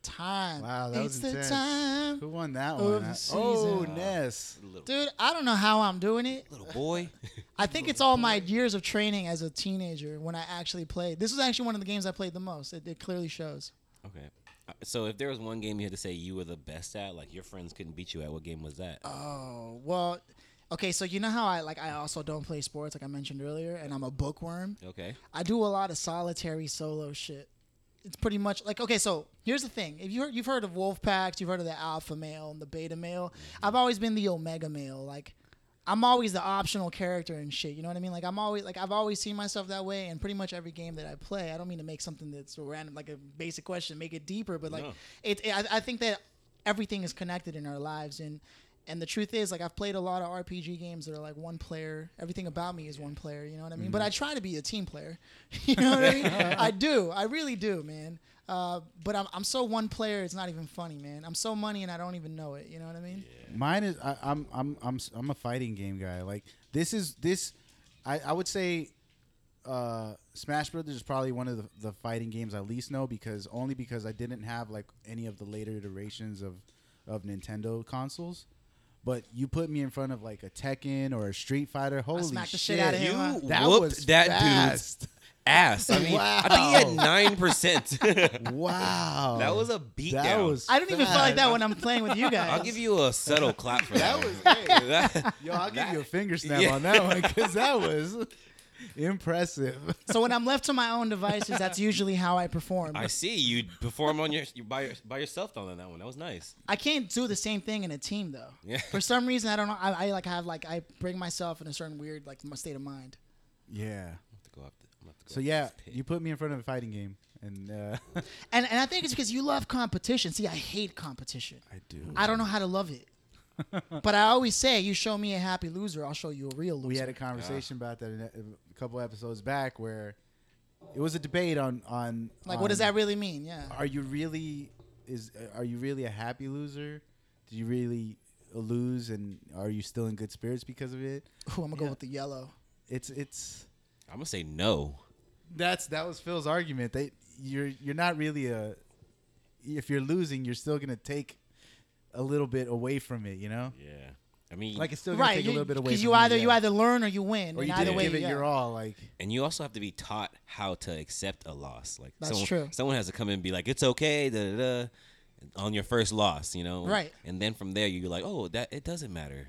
S1: time.
S2: Wow, that
S1: it's
S2: was
S1: the
S2: intense.
S1: time.
S2: Who won that
S1: Of
S2: one?
S1: the
S2: I-
S1: season.
S2: Oh, Ness.
S3: Little,
S1: Dude, I don't know how I'm doing it.
S3: little
S2: [laughs]
S3: boy.
S1: I think it's all my years of training as a teenager when I actually played. This was actually one of the games I played the most. It, it clearly shows.
S3: okay. I, So if there was one game you had to say you were the best at, like your friends couldn't beat you at, what game was that?
S2: Uh,
S1: Oh well, okay. So you know how I like I also don't play sports, like I mentioned earlier, and I'm a bookworm.
S3: okay.
S1: I do a lot of solitary solo shit. It's pretty much like okay. So here's the thing: if you heard, you've heard of wolf packs, you've heard of the alpha male and the beta male. I've always been the omega male. Like I'm always the optional character and shit. You know what I mean? Like I'm always like I've always seen myself that way. And pretty much every game that I play, I don't mean to make something that's random, like a basic question, make it deeper. But like
S3: No.
S1: it, it- I, I think that everything is connected in our lives and. And the truth is, like I've played a lot of RPG games that are like one player. Everything about me is one player. You know what I mean? But I try to be a team player. [laughs] you know what I mean? I do. I really do, man. Uh, but I'm, I'm so one player. It's not even funny, man. I'm so money, and I don't even know it. You know what I mean?
S2: Mine is I, I'm I'm I'm s- I'm a fighting game guy. Like this is this, I I would say, uh, Smash Brothers is probably one of the, the fighting games I least know because only because I didn't have like any of the later iterations of of Nintendo consoles. But you put me in front of like a Tekken or a Street Fighter, holy
S1: smacked the
S2: shit!
S1: shit outta him.
S3: You
S1: Wow.
S2: That was
S3: whooped that
S2: fast.
S3: dude's ass. I mean, I think he had nine percent.
S2: [laughs]
S3: that
S2: Wow,
S3: was a beatdown.
S2: that was.
S1: I don't even feel like that when I'm playing
S3: [laughs]
S1: with you guys.
S3: I'll give you a subtle clap for that.
S1: [laughs]
S2: That was-
S3: one. That-
S2: Yo, I'll give you a finger snap
S3: Yeah.
S2: on that one
S1: [laughs]
S2: because that was impressive.
S1: so when I'm left to my own devices, that's usually how I perform.
S2: [laughs]
S3: [laughs] I
S1: I,
S3: see you perform on your you by your, by yourself on that one. That was nice.
S1: can't do the same thing in a team though.
S3: Yeah.
S1: For some reason, I don't know. I, I like have like I bring myself in a certain weird like my state of mind.
S2: Yeah.
S3: I'm gonna have to go up the- I'm gonna have to go
S2: So
S3: up
S2: yeah,
S3: this pit.
S2: you put me in front of a fighting game, and uh, [laughs]
S1: And and I think it's because you love competition. See, I hate competition.
S2: I do.
S1: I don't know how to love
S2: [laughs]
S1: it. but I always say, you show me a happy loser, I'll show you a real loser.
S2: we had a conversation about that in a, a couple episodes back, where it was a debate on on
S1: like, what does
S2: on,
S1: that really mean? Yeah.
S2: Are you really is are you really a happy loser? Do you really lose, and are you still in good spirits because of it?
S1: Ooh, I'm gonna go with the yellow.
S2: It's it's
S3: I'm gonna say no.
S2: that's that was Phil's argument. They you're you're not really a if you're losing, you're still gonna take a little bit away from it, you know.
S3: Yeah. I mean,
S2: Like it's still gonna
S1: Right,
S2: take a little bit away.
S1: because
S2: from
S1: you either
S2: yeah.
S1: you either learn or you win.
S2: or
S1: and
S2: you
S1: either
S2: didn't
S1: way,
S2: give it
S1: yeah.
S2: your all, like.
S3: and you also have to be taught how to accept a loss. Like
S1: That's
S3: someone,
S1: true.
S3: Someone has to come in and be like, "It's okay," da da da, on your first loss, you know.
S1: Right.
S3: And then from there, you're like, "Oh, that it doesn't matter."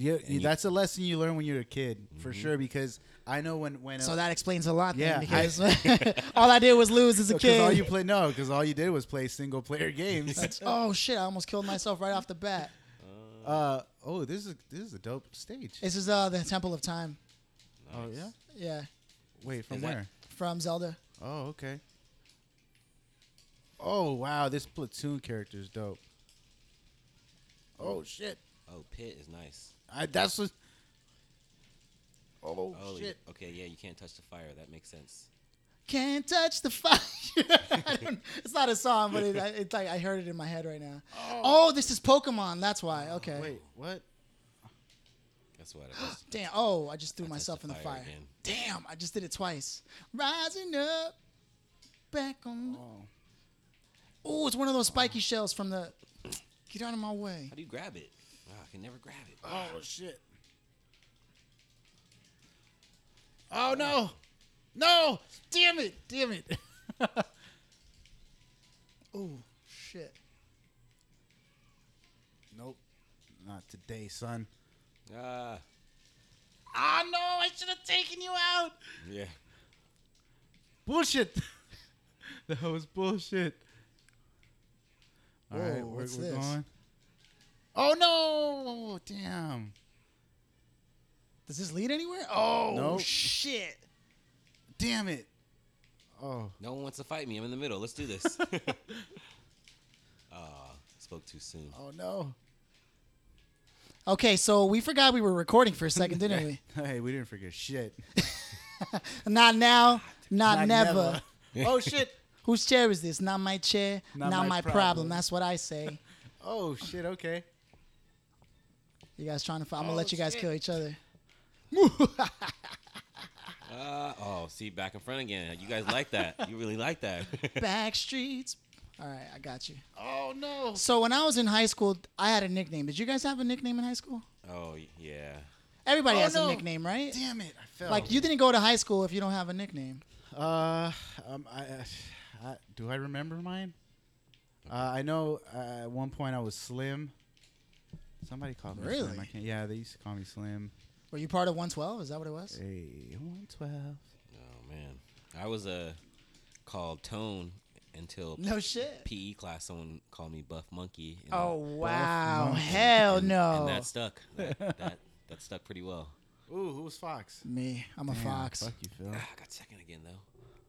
S2: Yeah,
S3: you-
S2: that's a lesson you learn when you're a kid for sure. Because I know when when
S1: Mm-hmm. So that explains a lot.
S2: Yeah,
S1: Yeah.
S2: I- [laughs]
S1: because [laughs] all I did was lose as a
S2: because
S1: kid. [laughs]
S2: all you play no because all you did was play single player games.
S1: oh shit! I almost killed myself right off the bat.
S2: uh, oh, this is this is a dope stage.
S1: This is uh, the Temple of Time.
S2: Oh yeah,
S1: Yeah,
S2: wait from
S3: Is that-
S2: where?
S1: from Zelda.
S2: Oh okay. Oh wow, this platoon character is dope. Oh shit,
S3: Oh, pit is nice.
S2: I, that's what. Oh,
S3: Oh
S2: shit.
S3: Okay, yeah, you can't touch the fire. That makes sense.
S1: Can't touch the fire. [laughs] I don't, it's not a song, but it, it's like I heard it in my head right now. Oh, this is Pokemon. That's
S3: Oh,
S1: why. Okay.
S2: Wait, what?
S3: That's what I was.
S1: Damn. Oh, I just threw
S3: I touched
S1: myself in
S3: the
S1: the
S3: fire
S1: fire.
S3: again.
S1: Damn, I just did it twice. Rising up, back on.
S2: Oh.
S1: Oh, it's one of those spiky shells from the. Get out of my way.
S3: How do you grab it? Ah, I can never grab it.
S2: Oh shit. Oh no. No. Damn it. Damn it. [laughs]
S1: Oh, shit.
S2: Nope. Not today, son.
S3: Ah,
S2: Ah no, I should have taken you out.
S3: yeah.
S2: Bullshit. [laughs] that was bullshit. All
S1: Whoa,
S2: right,
S1: what's
S2: we're, we're
S1: this?
S2: going. Oh no. Damn.
S1: Does this lead anywhere? Oh,
S2: Nope.
S1: shit.
S2: Damn it. Oh.
S3: No one wants to fight me. I'm in the middle. Let's do this. Ah, spoke too soon.
S2: Oh no.
S1: Okay, so we forgot we were recording for a second,
S3: [laughs]
S1: didn't we?
S2: Hey, we didn't forget shit.
S1: Not now, not,
S2: Not
S1: never. [laughs]
S2: never. [laughs] oh [laughs] shit.
S1: Whose chair is this? Not my chair,
S2: Not
S1: not,
S2: my
S1: my, problem.
S2: problem.
S1: That's what I say.
S2: Oh shit. Okay.
S1: You guys trying to? Fight? I'm gonna
S2: Oh,
S1: let you guys
S2: shit.
S1: kill each other.
S3: Ah, oh, see, back in front again. You guys like that. You really like that. [laughs]
S1: Back streets. All right, I got you.
S2: Oh no.
S1: So when I was in high school, I had a nickname. Did you guys have a nickname in high school?
S3: oh yeah.
S1: Everybody
S2: Oh,
S1: has a
S2: no.
S1: nickname, right?
S2: Damn it! I fell.
S1: Like you didn't go to high school if you don't have a nickname.
S2: Uh, um, I, I, I, do I remember mine? Uh, I know uh, at one point I was Slim. Somebody called me
S1: Really?
S2: Slim. I can't, yeah, they used to call me Slim.
S1: Were you part of 112? Is that what it was?
S2: Hey, 112.
S3: Oh man, I was uh, called Tone until
S1: No shit.
S3: PE class. Someone called me Buff Monkey. and,
S1: Oh
S3: uh,
S1: wow!
S2: Monkey.
S1: Hell
S3: and-
S1: no.
S3: And that stuck. That, [laughs] that, that stuck pretty well.
S2: Ooh, who was Fox?
S1: Me, I'm a
S2: Damn,
S1: fox.
S2: Fuck you, Phil.
S3: Ah, I got second again though.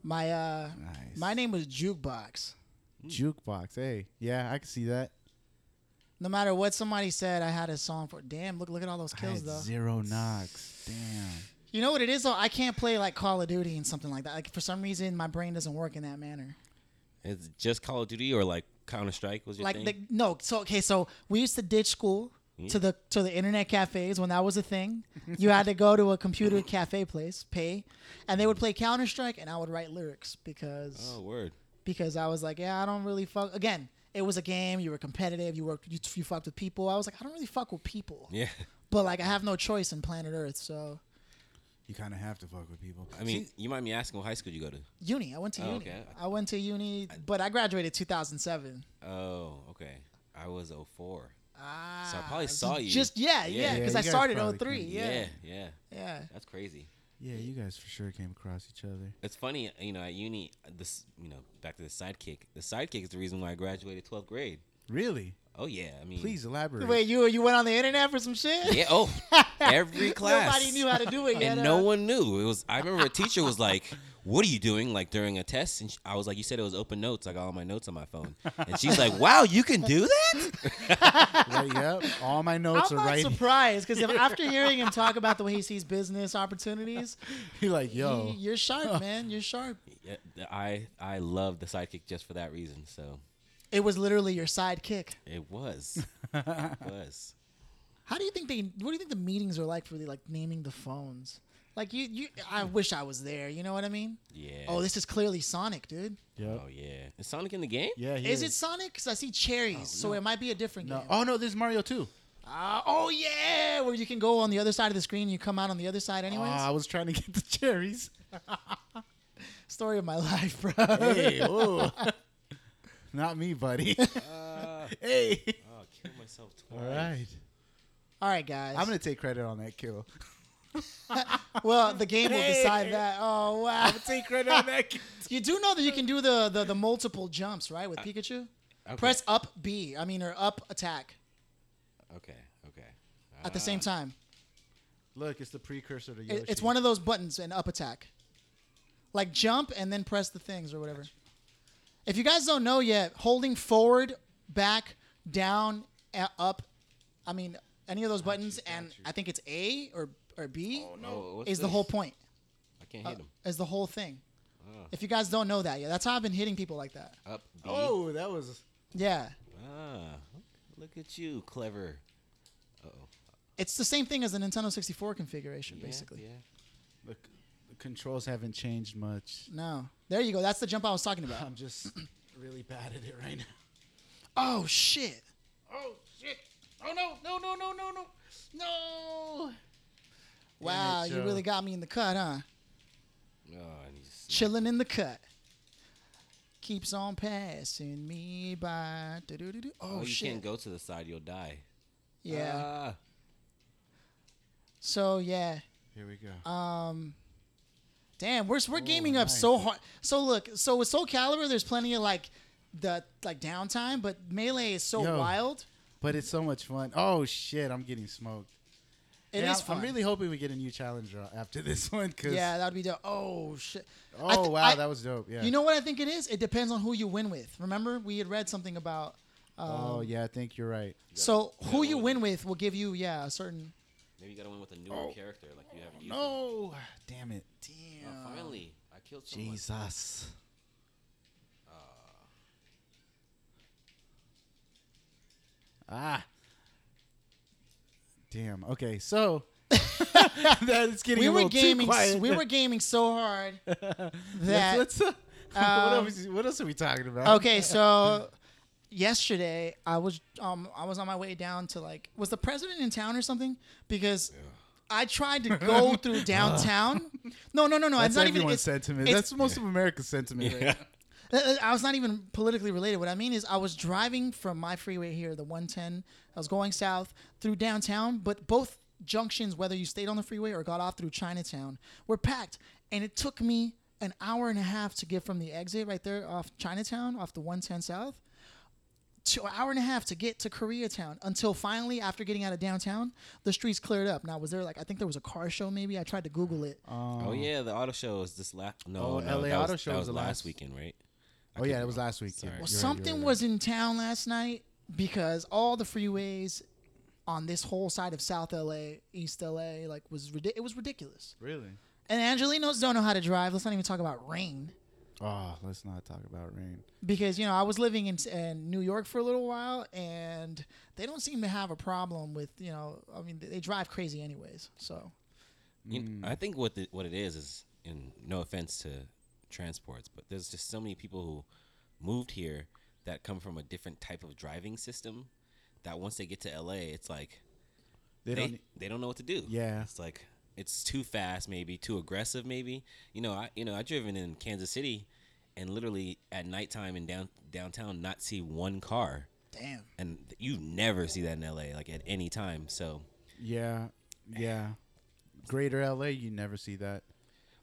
S1: My uh,
S2: Nice.
S1: my name was Jukebox.
S2: Hmm. Jukebox. Hey, yeah, I can see that.
S1: No matter what somebody said, I had a song for. Damn, look look at all those
S2: I
S1: kills
S2: had
S1: though.
S2: zero knocks. Damn.
S1: You know what it is though? I can't play like Call of Duty and something like that. Like for some reason, my brain doesn't work in that manner.
S3: It's just Call of Duty or like Counter Strike was your
S1: like
S3: thing.
S1: the no so okay so we used to ditch school
S3: Mm.
S1: to the to the internet cafes when that was a thing you had to go to a
S3: [laughs]
S1: computer cafe place pay and they would play counter-strike and i would write lyrics because
S3: oh word.
S1: because i was like yeah i don't really fuck again it was a game you were competitive you worked you, you fucked with people i was like i don't really fuck with people
S3: Yeah.
S1: but like i have no choice in planet earth so
S2: You kind of have to fuck with people.
S3: I mean, you might be asking what high school you go to.
S1: uni i went to
S3: Oh,
S1: uni
S3: okay.
S1: i went to uni but i graduated 2007
S3: Oh, okay. I was 04.
S1: ah,
S3: I probably saw you.
S1: just yeah
S3: Yeah.
S1: yeah
S2: Yeah,
S1: because
S2: you
S1: i
S2: guys
S1: started
S2: probably
S1: 03
S2: came-
S3: yeah,
S1: yeah
S3: yeah.
S1: yeah
S3: That's crazy.
S2: yeah, you guys for sure came across each other.
S3: It's funny, you know, at uni, this, you know, back to the sidekick. The sidekick is the reason why I graduated 12th grade.
S2: Really?
S3: Oh yeah, I mean,
S2: Please elaborate.
S1: Wait, you you went on the internet for some shit?
S3: yeah. Oh, every
S1: [laughs]
S3: class.
S1: Nobody knew how to do it yet.
S3: [laughs]
S1: uh,
S3: and
S1: huh?
S3: no one knew. It was. I remember a teacher was like, "What are you doing?" Like during a test, and sh I was like, "You said it was open notes. I got all my notes on my phone." And she's
S1: [laughs]
S3: like, "Wow, you can do that?"
S2: [laughs] Right, yep. All my notes
S1: I'm
S2: are
S1: not
S2: right.
S1: surprised because
S3: [laughs]
S1: after hearing him talk about the way he sees business
S2: [laughs]
S1: opportunities,
S2: [laughs] You're like, yo.
S1: he- you're
S2: [laughs]
S1: sharp, man. You're sharp.
S3: Yeah, th- I I love the sidekick just for that reason. So
S1: It was literally your sidekick.
S3: it was,
S1: [laughs]
S3: it was.
S1: How do you think they? What do you think the meetings are like for the, like naming the phones? Like you, you. I wish I was there. You know what I mean?
S3: Yeah.
S1: Oh, this is clearly Sonic, dude.
S2: Yep.
S3: Oh yeah. Is Sonic in the game?
S2: Yeah, he
S1: Is it Sonic? Because I see cherries,
S3: Oh,
S1: so it might be a different
S2: No.
S1: game.
S2: Oh no, this is Mario too.
S1: Ah, oh yeah, where you can go on the other side of the screen and you come out on the other side,
S2: Oh,
S1: anyways.
S2: I was trying to get the cherries.
S1: Story of my [laughs] life, bro.
S2: [laughs] [laughs] Hey, oh. Not me, buddy. [laughs] hey.
S3: Oh, I killed
S1: [laughs]
S3: Uh, myself twice.
S2: All right.
S1: All right, guys.
S2: I'm gonna take credit on that kill.
S1: [laughs] Well, the game will
S2: Hey.
S1: decide that. Oh wow!
S2: Take credit
S3: [laughs]
S2: on that kill.
S1: You do know that you can do the the, the multiple jumps, right,
S2: Uh,
S1: with Pikachu?
S3: Okay.
S1: Press up B, I mean, or up attack
S3: Okay. Okay.
S1: at the
S2: Uh,
S1: same time.
S2: Look, it's the precursor to
S1: It-
S2: Yoshi.
S1: it's one of those buttons and up attack, like jump and then press the things or whatever. If you guys don't know yet, holding forward, back, down, a- up, I mean, any of those buttons, and I think it's A or or B
S3: Oh, what's
S1: is the
S3: this?
S1: whole point. Uh,
S3: I can't hit him. Ah.
S1: Is the whole thing. If you guys don't know that yet, that's how I've been hitting people like that.
S3: Up. B.
S2: Oh, that was.
S1: Yeah.
S3: Ah, look at you, clever. Uh oh.
S1: It's the same thing as a Nintendo 64 configuration, basically.
S3: Yeah.
S2: The, c- the controls haven't changed much.
S1: No. There you go. That's the jump I was talking about.
S3: [laughs]
S2: I'm just [clears throat] really bad at it right now.
S1: Oh, shit.
S2: Oh shit! Oh no! No! No! No! No! No! No!
S1: Wow,
S2: it,
S1: you
S2: Joe.
S1: really got me in the cut, huh?
S3: Oh, and he's
S1: Chilling in the cut. Keeps on passing me by. Do-do-do-do.
S3: Oh,
S1: Oh,
S3: you
S1: shit.
S3: can't go to the side; you'll die.
S1: yeah.
S3: Ah.
S1: so, yeah.
S2: Here we go.
S1: Damn, we're
S3: Oh,
S1: we're gaming up so hard. So look, so with Soul Calibur, there's plenty of like the like downtime, but melee is so
S2: Yo.
S1: wild.
S2: but it's so much fun. Oh shit! I'm getting smoked.
S1: It is
S2: And I'm,
S1: fun.
S2: I'm really hoping we get a new challenge draw after this [laughs] one. Cause
S1: yeah, that'd be dope. Oh shit. I
S2: Oh
S1: th-
S2: wow,
S1: I-
S2: that was dope. Yeah.
S1: You know what I think it is? It depends on who you win with. Remember, we had read something about. uh,
S2: oh yeah, I think you're right.
S1: So who
S3: yeah,
S1: you
S3: what
S1: win with will give you yeah a certain.
S3: Maybe you gotta win with a newer character, like you haven't used. them.
S2: Oh. No! Damn it!
S1: Damn.
S3: Oh, finally, I killed someone.
S2: Jesus. Uh, Ah. Damn. Okay, [laughs] so that's getting
S1: We
S2: a
S1: were
S2: little too
S1: gaming. s-
S2: quiet.
S1: We were gaming so hard that.
S2: [laughs] Let's, let's, uh,
S1: um,
S2: [laughs] what, else, what else are we talking about?
S1: okay, so yesterday I was um I was on my way down to like was the president in town or something because. I tried to go through downtown. No, no, no, no.
S2: That's
S1: it's not even.
S2: everyone's
S1: It's,
S2: sentiment.
S1: it's-
S2: That's most of America's sentiment. right now.
S1: Uh, I was not even politically related. What I mean is, I was driving from my freeway here, the 110. I was going south through downtown, but both junctions, whether you stayed on the freeway or got off through Chinatown, were packed. And it took me an hour and a half to get from the exit right there off Chinatown, off the 110 South, to an hour and a half to get to Koreatown until finally, after getting out of downtown, the streets cleared up. Now, was there like, I think there was a car show maybe? I tried to Google it.
S3: oh yeah, the auto show is this last. No,
S2: Oh,
S3: no,
S2: LA
S3: that
S2: auto
S3: was,
S2: show
S3: that
S2: was
S3: was
S2: the
S3: last
S2: last-
S3: weekend, right?
S2: Oh yeah, it was last week. You're
S3: Sorry.
S2: right,
S3: Well,
S1: Well,
S2: you're right,
S1: something
S2: you're right.
S1: was in town last night because all the freeways on this whole side of South LA, East LA, like was ridi- it was ridiculous.
S2: really.
S1: And Angelinos don't know how to drive. Let's not even talk about rain
S2: Oh, let's not talk about rain.
S1: because you know I was living in, in New York for a little while, and they don't seem to have a problem with you know. I mean, they drive crazy anyways. So
S3: You
S2: Mm.
S3: kn- I think what the, what it is is, and no offense to transports, but there's just so many people who moved here that come from a different type of driving system that once they get to LA, it's like
S2: They
S3: they they
S2: don't. e
S3: don't, know what to do.
S2: Yeah.
S3: it's like it's too fast, maybe too aggressive, maybe. You know, I you know I driven in Kansas City, and literally at nighttime in down downtown, not see one car,
S1: damn.
S3: and you never see that in LA, like at any time. So
S2: yeah, yeah. Greater LA, you never see that.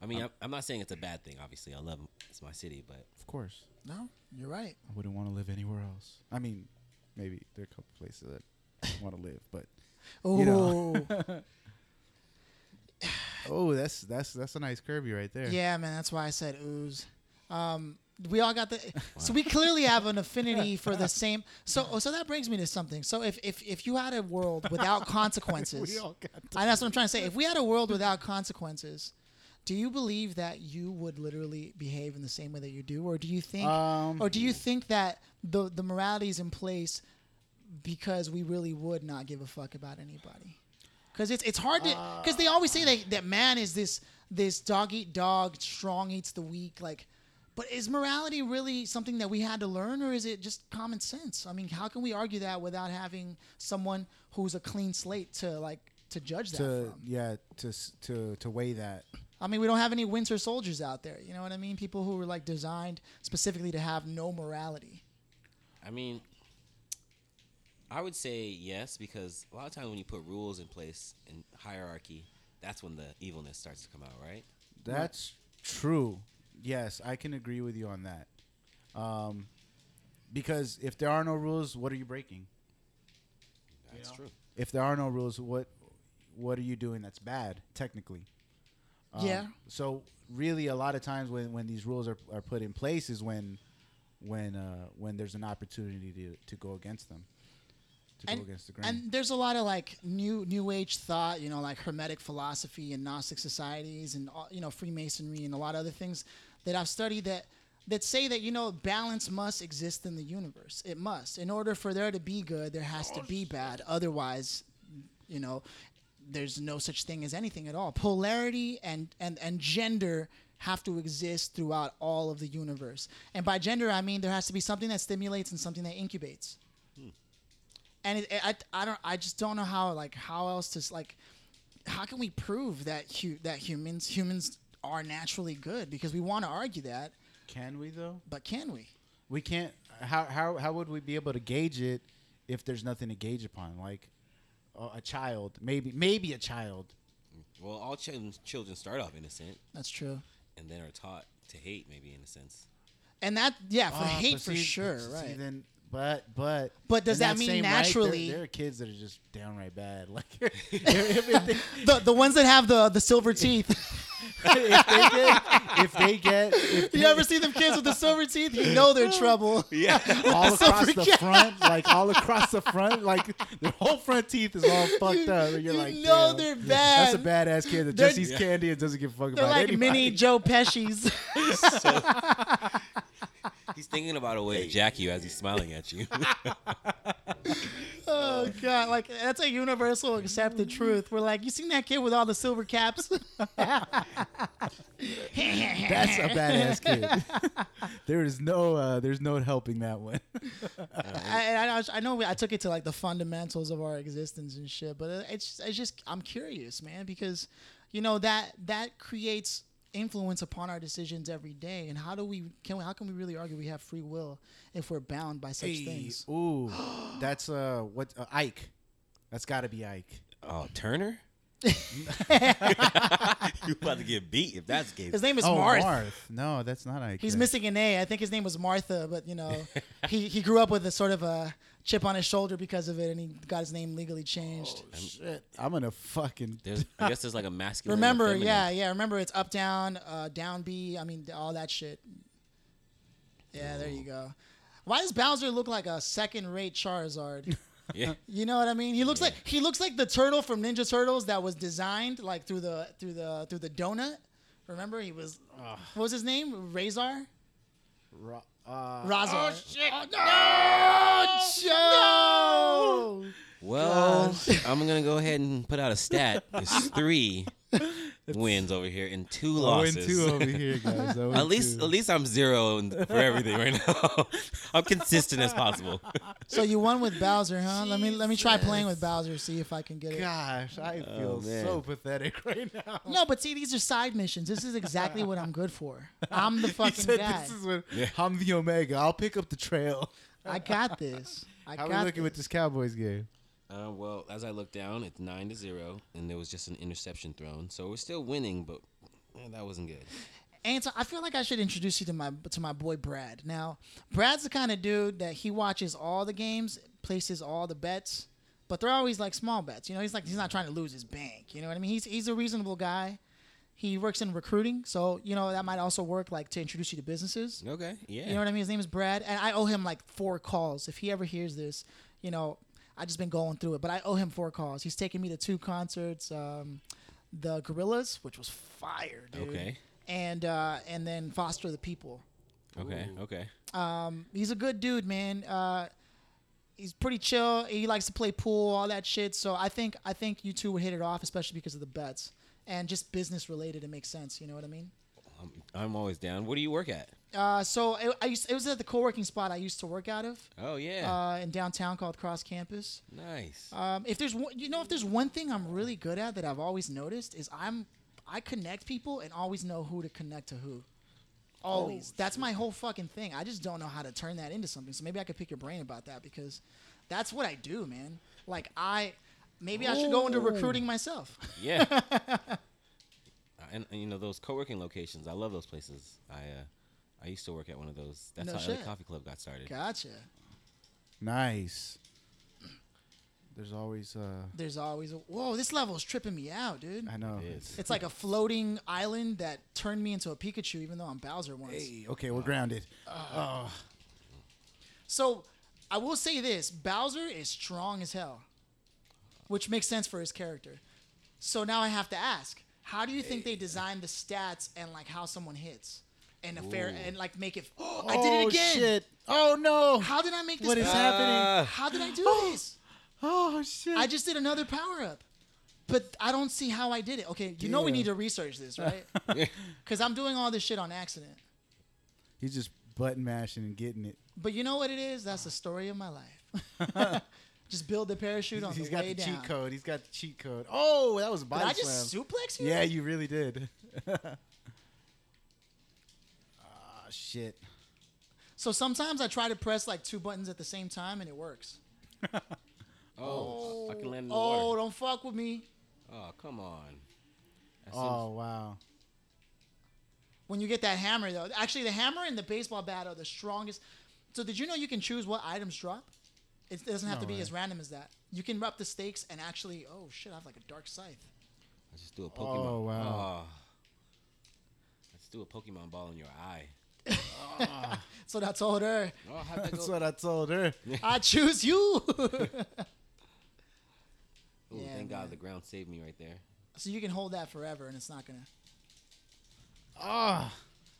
S3: I mean, I'm, I'm not saying it's a bad thing. Obviously, I love it's my city, but
S2: Of course,
S1: No, you're right.
S2: I wouldn't want to live anywhere else. I mean, maybe there are a couple places that [laughs] I want to live, but
S1: Oh,
S2: know. oh, that's that's that's a nice curvy right there.
S1: Yeah, man, that's why I said ooze. Um, we all got the so we clearly have an affinity for
S2: [laughs]
S1: the same. So oh, so that brings me to something. So if if, if you had a world
S2: [laughs]
S1: without consequences,
S2: We all got
S1: and that's what I'm trying to say. If we had a
S2: [laughs]
S1: world without consequences, do you believe that you would literally behave in the same way that you do, or do you think,
S2: Um,
S1: or do you think that the the morality is in place because we really would not give a fuck about anybody? Because it's it's hard to because they always say that that man is this this dog eat dog, strong eats the weak, like. But is morality really something that we had to learn, or is it just common sense? I mean, how can we argue that without having someone who's a clean slate to like to judge that
S2: to
S1: from?
S2: yeah to s- to to weigh that.
S1: I mean, we don't have any winter soldiers out there. You know what I mean? People who were like designed specifically to have no morality.
S3: I mean, I would say yes because a lot of times when you put rules in place and hierarchy, that's when the evilness starts to come out, right?
S2: That's true. Yes, I can agree with you on that. Um, because if there are no rules, what are you breaking?
S3: That's true.
S2: If there are no rules, what what are you doing that's bad technically? Um,
S1: yeah.
S2: So really, a lot of times when, when these rules are, are put in place is when when uh, when there's an opportunity to, to go against them, to
S1: And,
S2: go against the grain.
S1: and there's a lot of like new new age thought, you know, like hermetic philosophy and Gnostic societies and all- you know Freemasonry and a lot of other things that I've studied that that say that you know balance must exist in the universe. It must. In order for there to be good, there has to be bad. Otherwise, you know there's no such thing as anything at all polarity and and and gender have to exist throughout all of the universe and by gender i mean there has to be something that stimulates and something that incubates and it, I, I don't i just don't know how like how else to s- like how can we prove that hu- that humans humans are naturally good because we want to argue that
S2: Can we though?
S1: but can we
S2: We can't. How how how would we be able to gauge it if there's nothing to gauge upon? Like uh, a child, maybe maybe a child.
S3: Well, all children children start off innocent
S1: that's true
S3: and then are taught to hate, maybe in a sense.
S1: and that yeah for
S2: Ah,
S1: hate
S2: but
S1: for
S2: see-
S1: sure
S2: see,
S1: right
S2: Then, but but
S1: But does
S2: in
S1: that mean
S2: same light, there-
S1: naturally-
S2: there, are kids that are just downright bad. [laughs]
S1: [laughs]
S2: Like if, if they,
S1: the, the ones that have the the silver teeth
S2: [laughs] if they get if they get
S1: [laughs]
S2: if
S1: You ever see them kids with the silver teeth? You know
S2: [laughs]
S1: they're trouble.
S3: Yeah.
S2: all
S1: [laughs] the
S2: across
S1: silver
S2: the front, like all across the front, like their whole front teeth is all fucked up. And you're
S1: [laughs] you
S2: like,
S1: know
S2: "Damn,
S1: they're
S2: That's a
S1: bad.
S2: badass kid that
S1: They're-
S2: just eats
S3: Yeah.
S2: candy and doesn't give a fuck
S1: They're
S2: about
S1: like
S2: anybody.
S1: mini Joe
S2: [laughs]
S1: Pesci's.
S3: He's thinking about a way to jack you as he's smiling at you.
S1: oh god, like that's a universal accepted truth. We're like, you seen that kid with all the silver caps? [laughs]
S2: [laughs] That's a
S1: [laughs]
S2: badass kid. [laughs] there is no, uh, there's no helping that one. [laughs]
S1: I, I- I, was- I know we, I took it to like the fundamentals of our existence and shit, but it's it's just I'm curious, man, because you know that that creates influence upon our decisions every day. And how do we can we, how can we really argue we have free will if we're bound by such things?
S2: Ooh, that's uh, what uh, Ike. That's got to be Ike.
S3: [laughs] Oh, Turner? [laughs] you about to get beat if that's the case.
S1: His name is
S2: oh,
S1: Marth.
S2: Marth. No, that's not Ike.
S1: He's
S2: That's-
S1: missing an A. I think his name was Martha, but you know, he, he grew up with a sort of a chip on his shoulder because of it, and he got his name legally changed.
S2: Shit, I'm gonna fucking.
S3: There's, I guess there's like a masculine. and a
S1: remember,
S3: feminine.
S1: yeah, yeah. Remember, it's up down, uh, down B. I mean, all that shit. Yeah, there you go. Why does Bowser look like a second-rate
S2: [laughs]
S1: Charizard?
S3: yeah.
S1: You know what I mean? He looks like he looks like the turtle from Ninja Turtles that was designed like through the through the through the donut. Remember, he was what was his name? Razor.
S2: Ro- uh,
S1: Razor.
S2: Joe!
S3: Well, I'm gonna go ahead and put out a stat. There's three wins over here and two
S2: Oh,
S3: losses.
S2: and two over [laughs] here, guys. Oh,
S3: [laughs] At
S2: and
S3: least,
S2: two.
S3: at least I'm zero in- for everything right now. [laughs] I'm consistent as possible.
S1: So you won with Bowser, huh? Let me let me try playing with Bowser, see if I can get it.
S2: Gosh, I feel
S3: man.
S2: so pathetic [laughs] right now.
S1: No, but see, these are side missions. This is exactly what I'm good for. I'm the
S2: [laughs] He
S1: fucking
S2: said,
S1: guy.
S2: "This is what
S3: Yeah.
S2: I'm the Omega. I'll pick up the trail."
S1: I got this. I got
S2: How we looking
S1: this.
S2: with this Cowboys game?
S3: Uh, well, as I look down, it's nine to zero, and there was just an interception thrown. So we're still winning, but eh, that wasn't good.
S1: And so I feel like I should introduce you to my to my boy Brad. Now, Brad's the kind of dude that he watches all the games, places all the bets, but they're always like small bets. You know, he's like he's not trying to lose his bank. You know what I mean? He's he's a reasonable guy. He works in recruiting, so you know that might also work like to introduce you to businesses.
S3: Okay, yeah.
S1: You know what I mean? His name is Brad, and I owe him like four calls. If he ever hears this, you know, I just been going through it, but I owe him four calls. He's taking me to two concerts, um, the Gorillas, which was fire, dude.
S3: Okay.
S1: And uh, and then Foster the People.
S3: okay, okay.
S1: He's a good dude, man. Uh, he's pretty chill. He likes to play pool, all that shit. So I think I think you two would hit it off, especially because of the bets and just business related. It makes sense. You know what I mean?
S3: I'm, I'm always down. What do you work at?
S1: Uh, so it, I used, it was at the co-working spot I used to work out of.
S3: Oh yeah,
S1: uh, in downtown called Cross Campus.
S3: nice.
S1: Um, if there's one, you know, if there's one thing I'm really good at that I've always noticed is I'm I connect people and always know who to connect to who. Always. that's my whole fucking thing. I just don't know how to turn that into something. So maybe I could pick your brain about that because that's what I do, man. Like I maybe I should go into recruiting myself. [laughs]
S3: Yeah. and, and, you know those co-working locations. I love those places. I uh, I used to work at one of those. That's
S1: No
S3: how
S1: shit.
S3: LA Coffee Club got started.
S1: gotcha.
S2: Nice. There's always. uh
S1: There's always a whoa, this level is tripping me out, dude.
S2: I know.
S3: It is.
S1: It's like a floating island that turned me into a Pikachu even though I'm Bowser once.
S2: Hey, okay, we're grounded.
S1: So I will say this: Bowser is strong as hell, which makes sense for his character. So now I have to ask: How do you think they designed the stats and like how someone hits and a fair and like make it? [gasps] Oh, I did it
S2: Oh,
S1: again!
S2: Shit. Oh no!
S1: How did I make this?
S2: What is
S1: power-
S2: happening?
S3: Ah,
S1: How did
S2: [gasps]
S1: I do this?
S2: [laughs] Oh shit!
S1: I just did another power up. But I don't see how I did it. Okay, you know we
S2: Yeah.
S1: need to research this, right?
S2: [laughs]
S1: [laughs] Because I'm doing all this shit on accident.
S2: He's just button mashing and getting it.
S1: But you know what it is? That's the story of my life. [laughs]
S2: [laughs]
S1: Just build the parachute on
S2: He's
S1: the
S2: got
S1: way
S2: the
S1: down.
S2: cheat code. He's got the cheat code. Oh, that was a body
S1: Did I
S2: slam.
S1: just suplex you?
S2: Yeah, you really [laughs] did. Ah, shit.
S1: So sometimes I try to press like two buttons at the same time and it works.
S3: oh, I can land in the
S1: Oh,
S3: water.
S1: don't fuck with me.
S3: Oh, come on. That
S2: Oh wow.
S1: When you get that hammer though. Actually, the hammer and the baseball bat are the strongest. So did you know you can choose what items drop? It doesn't have to be
S2: way.
S1: as random as that. You can up the stakes and actually, oh shit, I have like a dark scythe.
S3: seems- I just do a Pokemon.
S2: Oh, wow.
S3: Oh. Let's do a Pokemon ball in your eye.
S1: So I told
S2: [laughs]
S1: her,
S3: Oh, how'd that
S2: That's
S3: go?
S2: what I told her.
S1: I choose you. [laughs]
S3: Ooh,
S1: Yeah, man.
S3: thank God the ground saved me right there.
S1: so you can hold that forever and it's not gonna.
S2: Ah.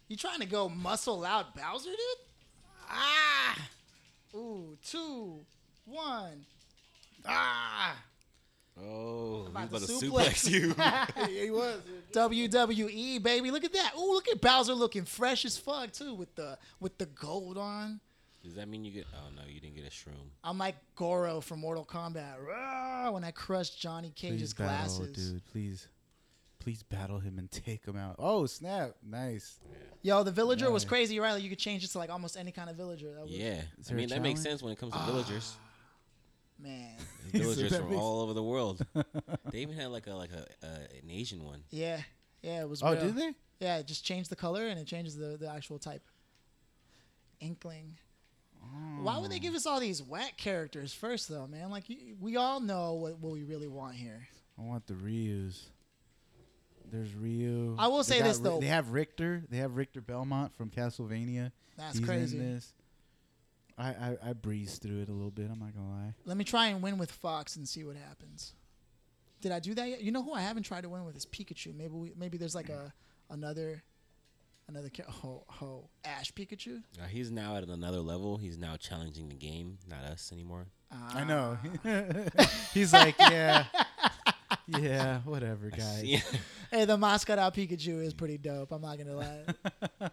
S1: You trying to go muscle out Bowser, dude?
S2: Ah.
S1: Ooh, two, one.
S2: Ah.
S3: Oh, you
S1: about
S3: about to
S1: to
S3: suplex you.
S2: he was.
S1: WWE E, baby, look at that! Ooh, look at Bowser looking fresh as fuck too with the with the gold on.
S3: Does that mean you get? Oh no, you didn't get a shroom.
S1: I'm like Goro from Mortal Kombat Rah! when I crushed Johnny Cage's
S2: battle,
S1: glasses.
S2: dude. Please. Please battle him and take him out. Oh snap! Nice.
S1: Yo, the villager was
S2: Yeah.
S1: crazy, right? Like you could change it to like almost any kind of villager. That was,
S3: Yeah,
S2: Is
S3: I
S2: there a
S3: mean that makes
S2: challenge?
S3: sense when it comes to villagers.
S1: Man.
S2: He said
S3: Villagers
S2: that
S3: from
S2: makes-
S3: all over the world. they even had like a like a uh, an Asian one.
S1: Yeah. Yeah, it was.
S2: Oh,
S1: real.
S2: did they?
S1: Yeah, it just change the color and it changes the, the actual type. Inkling. Why
S2: Oh.
S1: would they give us all these whack characters first, though, man? Like, y we all know what, what we really want here.
S2: I want the Ryu's. There's Ryu.
S1: I will
S2: They
S1: say
S2: got
S1: this,
S2: Ri-
S1: though.
S2: they have Richter. They have Richter Belmont from Castlevania.
S1: That's
S2: He's in
S1: crazy.
S2: this. I, I I breezed through it a little bit. I'm not gonna lie.
S1: Let me try and win with Fox and see what happens. Did I do that yet? You know who I haven't tried to win with is Pikachu. Maybe we, maybe there's like a another another ca- oh oh Ash Pikachu.
S3: Uh, he's now at another level. He's now challenging the game, not us anymore.
S2: I know. [laughs] He's like, yeah, yeah, whatever, guys.
S3: Yeah.
S1: Ah. Hey, the Mascara Pikachu is pretty dope. I'm not gonna lie.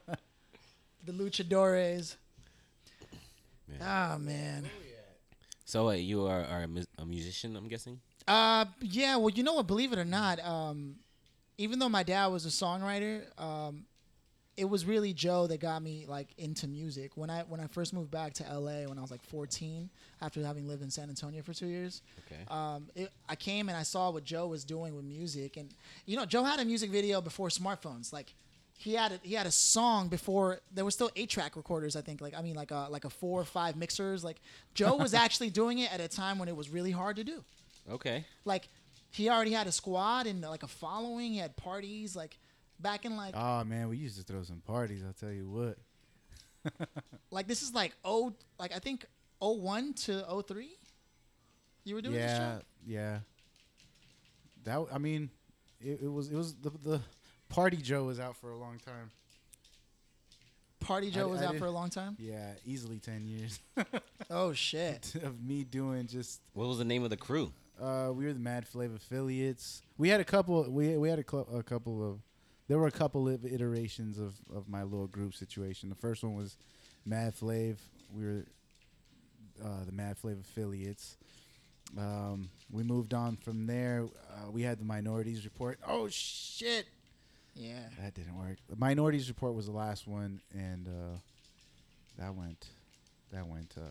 S2: [laughs]
S1: the Luchadores. Ah man.
S3: [laughs] So uh, you are, are a, mu- a musician, I'm guessing.
S1: Uh, yeah. Well, you know what? Believe it or not, um, even though my dad was a songwriter, um, it was really Joe that got me like into music. When I when I first moved back to LA when I was like 14, after having lived in San Antonio for two years,
S3: Okay.
S1: um, it, I came and I saw what Joe was doing with music, and you know, Joe had a music video before smartphones. Like, he had a, he had a song before there were still eight track recorders. I think, like I mean, like a like a four or five mixers. Like, Joe was actually doing it at a time when it was really hard to do.
S3: okay.
S1: Like, he already had a squad and like a following. He had parties. Like, back in like
S2: Oh man, we used to throw some parties. I'll tell you what.
S1: like this is like oh like I think oh one to oh three. You were doing this
S2: yeah,
S1: show.
S2: yeah. That w- I mean, it, it was it was the the party Joe was out for a long time.
S1: Party Joe
S2: I-
S1: was
S2: I
S1: out
S2: did-
S1: for a long
S2: [laughs]
S1: time.
S2: Yeah, easily ten years [laughs]
S1: Oh shit.
S2: of me doing just
S3: What was the name of the crew?
S2: Uh, we were the Mad Flav affiliates. We had a couple. We we had a, cl- a couple of. There were a couple of iterations of, of my little group situation. The first one was Mad Flav. We were uh, the Mad Flav affiliates. Um, we moved on from there. Uh, we had the Minorities Report. Oh shit,
S1: Yeah.
S2: that didn't work. The Minorities Report was the last one, and uh, that went, that went uh,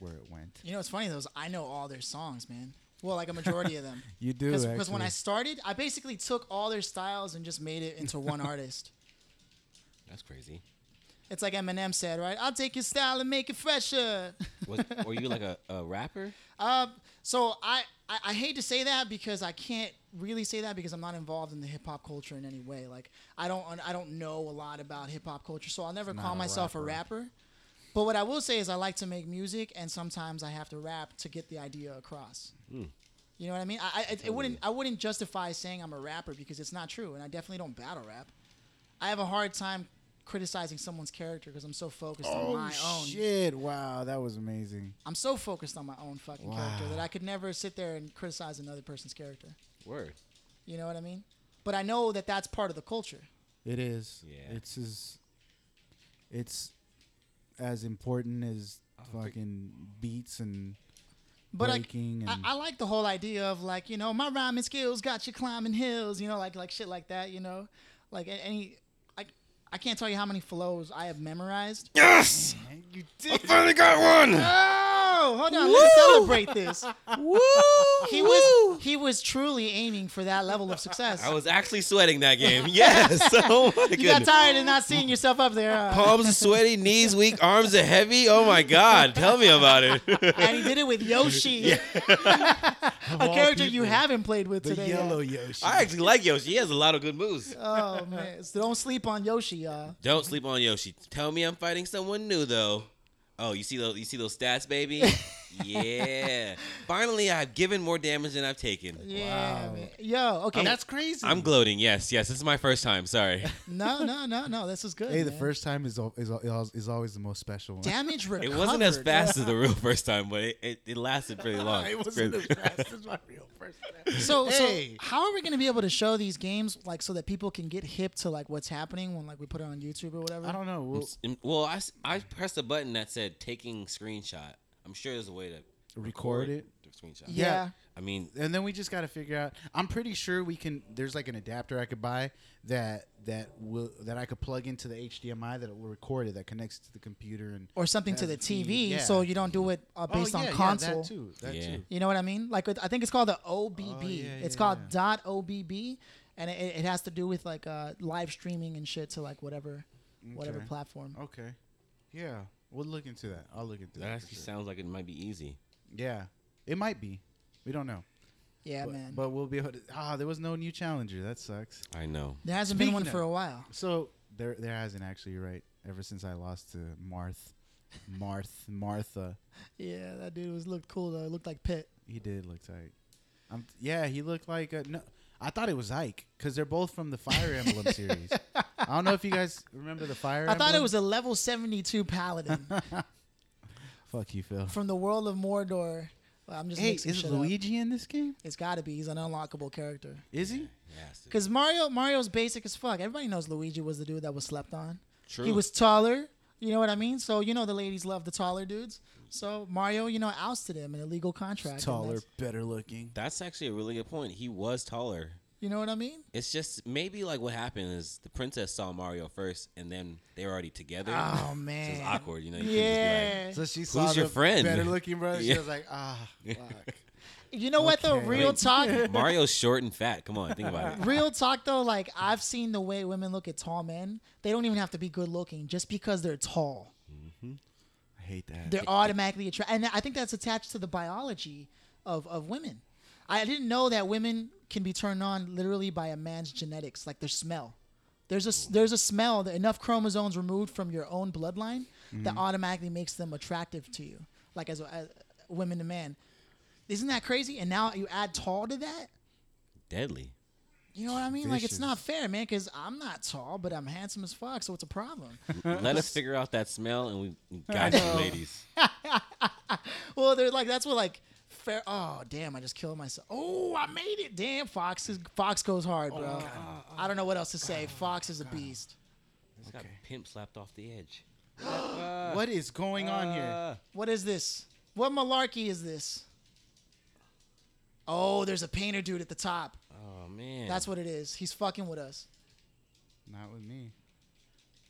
S2: where it went.
S1: You know, it's funny though. is I know all their songs, man. Well, like a majority of them.
S2: [laughs] You do
S1: Because when I
S2: actually.
S1: started, I basically took all their styles and just made it into
S2: [laughs]
S1: one artist.
S3: That's crazy.
S1: It's like Eminem said, right? I'll take your style and make it fresher.
S3: Was, were you like a, a rapper?
S1: Um, so I, I, I hate to say that because I can't really say that because I'm not involved in the hip hop culture in any way. Like I don't I don't know a lot about hip hop culture, so I'll never
S2: Not
S1: call
S2: a
S1: myself a
S2: rapper.
S1: rapper. But what I will say is I like to make music, and sometimes I have to rap to get the idea across.
S2: Hmm.
S1: You know what I mean? I, I it, it wouldn't I wouldn't justify saying I'm a rapper because it's not true, and I definitely don't battle rap. I have a hard time criticizing someone's character because I'm so focused on
S2: oh
S1: my own.
S2: shit! Wow, that was amazing.
S1: I'm so focused on my own fucking character
S2: Wow.
S1: that I could never sit there and criticize another person's character.
S3: Word.
S1: You know what I mean? But I know that that's part of the culture.
S2: It is.
S3: Yeah.
S2: It's as it's as important as
S3: think-
S2: fucking beats and
S1: But I,
S2: breaking
S1: I,
S2: and
S1: I like the whole idea of like you know my rhyming skills got you climbing hills. You know, like like shit like that. You know, like a- any. I I can't tell you how many flows I have memorized.
S3: Yes,
S2: you did.
S3: finally got one. [laughs]
S1: Oh, hold on, let's celebrate this.
S3: Woo!
S1: He was he was truly aiming for that level of success.
S3: I was actually sweating that game. [laughs] Yes. Oh my
S1: you got
S3: goodness.
S1: tired of not seeing yourself up there. uh,
S3: Palms are sweaty, knees weak, arms are heavy. Oh my God! Tell me about it. [laughs]
S1: and he did it with
S2: [laughs]
S1: Yoshi, [laughs] a
S2: all
S1: character you
S2: people.
S1: haven't played with
S2: the
S1: today.
S2: yellow Yoshi.
S3: I actually like Yoshi. He has a lot of good moves.
S2: [laughs]
S1: Oh man, so don't sleep on Yoshi, y'all.
S3: Don't sleep on Yoshi. Tell me I'm fighting someone new though. Oh, you see those you see those stats, baby? yeah. Finally I've given more damage than I've taken.
S1: Yeah,
S2: Wow.
S1: man. Yo, okay.
S2: That's crazy.
S3: I'm gloating. Yes, yes. This is my first time. Sorry.
S1: no, no, no, no. This is good.
S2: hey, the
S1: man.
S2: first [laughs] time is al- is al- is always the most special one.
S1: damage recovered.
S3: It wasn't as fast as the real first time, but it, it, it lasted pretty
S2: [laughs]
S3: long.
S2: it
S3: It's
S2: wasn't as
S3: crazy.
S2: fast as my real first time.
S1: [laughs] So,
S2: Hey.
S1: so how are we gonna be able to show these games like so that people can get hip to like what's happening when like we put it on YouTube or whatever?
S2: [laughs] I don't know. We'll
S3: Mm, Well, I, s- I pressed a button that said taking screenshot. I'm sure there's a way to
S2: record it.
S3: to screenshot.
S1: Yeah.
S3: I mean,
S2: and then we just got to figure out. I'm pretty sure we can. There's like an adapter I could buy that that will that I could plug into the HDMI that will record it that connects to the computer and
S1: Or something to the
S2: That's the-
S1: TV,
S2: yeah.
S1: so you don't do it uh,
S2: Oh,
S1: based
S2: yeah,
S1: on
S2: yeah,
S1: console.
S2: that too. That
S3: Yeah.
S2: too.
S1: You know what I mean? Like with, I think it's called the OBB.
S2: Oh, yeah,
S1: it's
S2: yeah,
S1: called
S2: yeah.
S1: dot OBB, and it, it has to do with like uh, live streaming and shit to like whatever, whatever
S2: Okay. Oh,
S1: platform.
S2: Okay. Yeah, we'll look into that. I'll look into
S3: that
S2: that. for
S3: actually
S2: sure.
S3: sounds like it might be easy.
S2: Yeah, it might be. We don't know.
S1: Yeah,
S2: but,
S1: man.
S2: but we'll be able to. Ah, there was no new challenger. That sucks.
S3: I know.
S1: there hasn't been one
S2: speaking
S1: for
S2: of-
S1: a while.
S2: So there, there hasn't actually. You're right. Ever since I lost to Marth, Marth, Martha,
S1: Yeah, that dude was looked cool though. It looked like Pitt.
S2: he did look tight. I'm, yeah, he looked like a, no. I thought it was Ike because they're both from the Fire Emblem
S1: [laughs]
S2: series. I don't know if you guys remember the Fire.
S1: I thought it
S2: Emblem?
S1: was a level seventy-two
S2: [laughs]
S1: paladin
S2: Fuck you, Phil.
S1: from the world of Mordor. Well, I'm just
S2: Hey,
S1: mixing
S2: is
S1: shit up.
S2: Luigi in this game?
S1: It's got to be. He's an unlockable character.
S2: Is he?
S3: Yes.
S1: Because Mario, Mario's basic as fuck. Everybody knows Luigi was the dude that was slept on.
S3: True.
S1: He was taller. You know what I mean? So you know the ladies love the taller dudes. So Mario, you know, ousted him in a legal contract. and
S2: Taller,
S1: that's-
S2: better looking.
S3: That's actually a really good point. He was taller.
S1: You know what I mean?
S3: It's just maybe like what happened is the princess saw Mario first, and then they were already together.
S1: Oh
S3: [laughs] so
S1: man.
S3: it's awkward, you know. You can't just be like-
S1: Yeah.
S2: So she saw
S3: your
S2: the
S3: friend?
S2: better looking brother. She
S3: Yeah.
S2: was like, ah, fuck.
S1: you know what though?
S2: Okay.
S1: Real talk.
S3: Mario's short and fat. Come on, think
S1: [laughs]
S3: about it.
S1: Real talk though, like I've seen the way women look at tall men. They don't even have to be good looking just because they're tall.
S2: [laughs] I hate that.
S1: They're automatically attracted, and I think that's attached to the biology of of women. I didn't know that women can be turned on literally by a man's genetics, like their smell. There's a there's a smell that enough chromosomes removed from your own bloodline that automatically makes them attractive to you, like as, as women to man. Isn't that crazy? And now you add tall to that.
S3: Deadly.
S1: You know what I mean? Like it's
S2: Vicious.
S1: not fair, man, because I'm not tall, but I'm handsome as fuck, so it's a problem.
S3: Let us figure out that smell, and we we got you, ladies.
S1: Well, they're like that's what like fair. Oh damn, I just killed myself. Oh, I made it. Damn, Fox is Fox goes hard,
S2: Oh
S1: bro. I don't know what else to say. Fox is a beast.
S3: Just got pimp slapped off the edge.
S2: what is going on here?
S1: What is this? What malarkey is this? Oh, there's a painter dude at the top.
S3: Oh man.
S1: That's what it is. He's fucking with us.
S2: Not with me.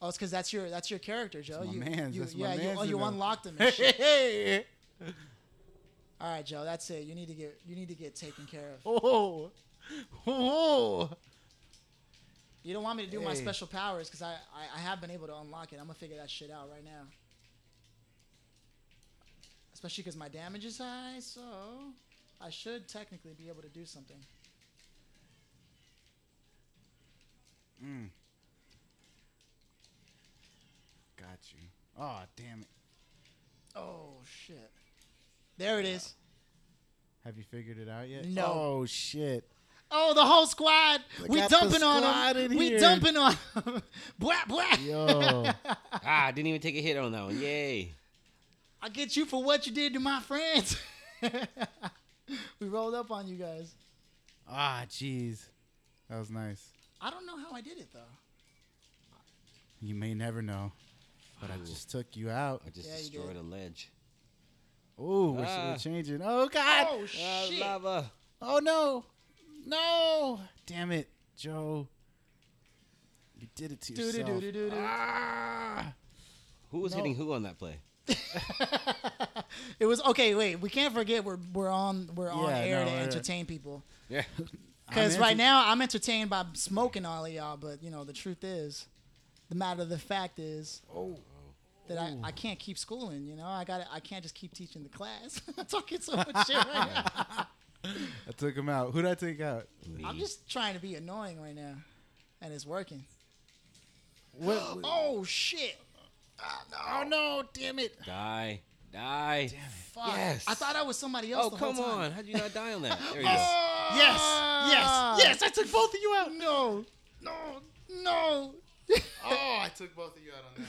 S1: Oh, it's because that's your that's your character, Joe.
S2: my
S1: you,
S2: man's.
S1: you-
S2: That's my
S1: yeah, you,
S2: man's
S1: oh,
S2: in
S1: you
S2: there.
S1: unlocked him.
S2: [laughs]
S1: and shit.
S2: Hey!
S1: All right, Joe. That's it. You need to get you need to get taken care of.
S2: Oh! [laughs] Oh!
S1: You don't want me to do my
S2: Hey.
S1: special powers because I, I I have been able to unlock it. I'm gonna figure that shit out right now. Especially because my damage is high, so I should technically be able to do something.
S2: Got you. Oh, damn it.
S1: Oh shit! There it is.
S2: Have you figured it out yet?
S1: No.
S2: Oh, shit.
S1: Oh, the whole squad. we
S2: got the
S1: dumping on
S2: squad
S1: them.
S2: in
S1: We
S2: here.
S1: dumping on. 'em. [laughs] blah blah.
S2: [laughs] Yo.
S3: ah, I didn't even take a hit on that one. Yay.
S1: I get you for what you did to my friends. [laughs] we rolled up on you guys.
S2: ah, jeez. That was nice.
S1: I don't know how I did it though.
S2: You may never know, but I just took you out.
S3: I just
S1: Yeah, you
S3: destroyed
S1: did.
S3: a ledge.
S2: Oh, we're,
S3: Ah.
S2: we're changing. Oh, God.
S1: Oh shit!
S3: lava.
S2: Oh no, no! Damn it, Joe! You did it to yourself.
S1: Doo-doo-doo-doo-doo.
S2: Ah!
S3: Who was
S1: No.
S3: hitting who on that play?
S1: It was okay. Wait, we can't forget we're we're on we're on
S2: Yeah,
S1: air
S2: no,
S1: to
S2: we're-
S1: entertain people.
S2: [laughs]
S3: Yeah.
S1: Because
S2: I'm
S1: right
S2: enter-
S1: now I'm entertained by smoking all of y'all, but you know the truth is, the matter of the fact is
S3: Oh.
S1: that I, I can't keep schooling. You know I got I can't just keep teaching the class. [laughs] I'm talking so much shit right now.
S2: I took him out. Who did I take out?
S1: I'm just trying to be annoying right now, and it's working.
S2: What? [gasps]
S1: Oh shit!
S2: oh no! Damn it!
S3: die. Die.
S1: Fuck!
S3: Yes.
S1: I thought I was somebody else.
S3: Oh
S1: the whole
S3: come
S1: time.
S3: on! How'd you not die on that? There
S1: [laughs]
S3: you go.
S2: Yes! Yes! Yes! I took both of you out.
S1: Ah. No! No! [laughs] No!
S2: Oh, I took both of you out on that one.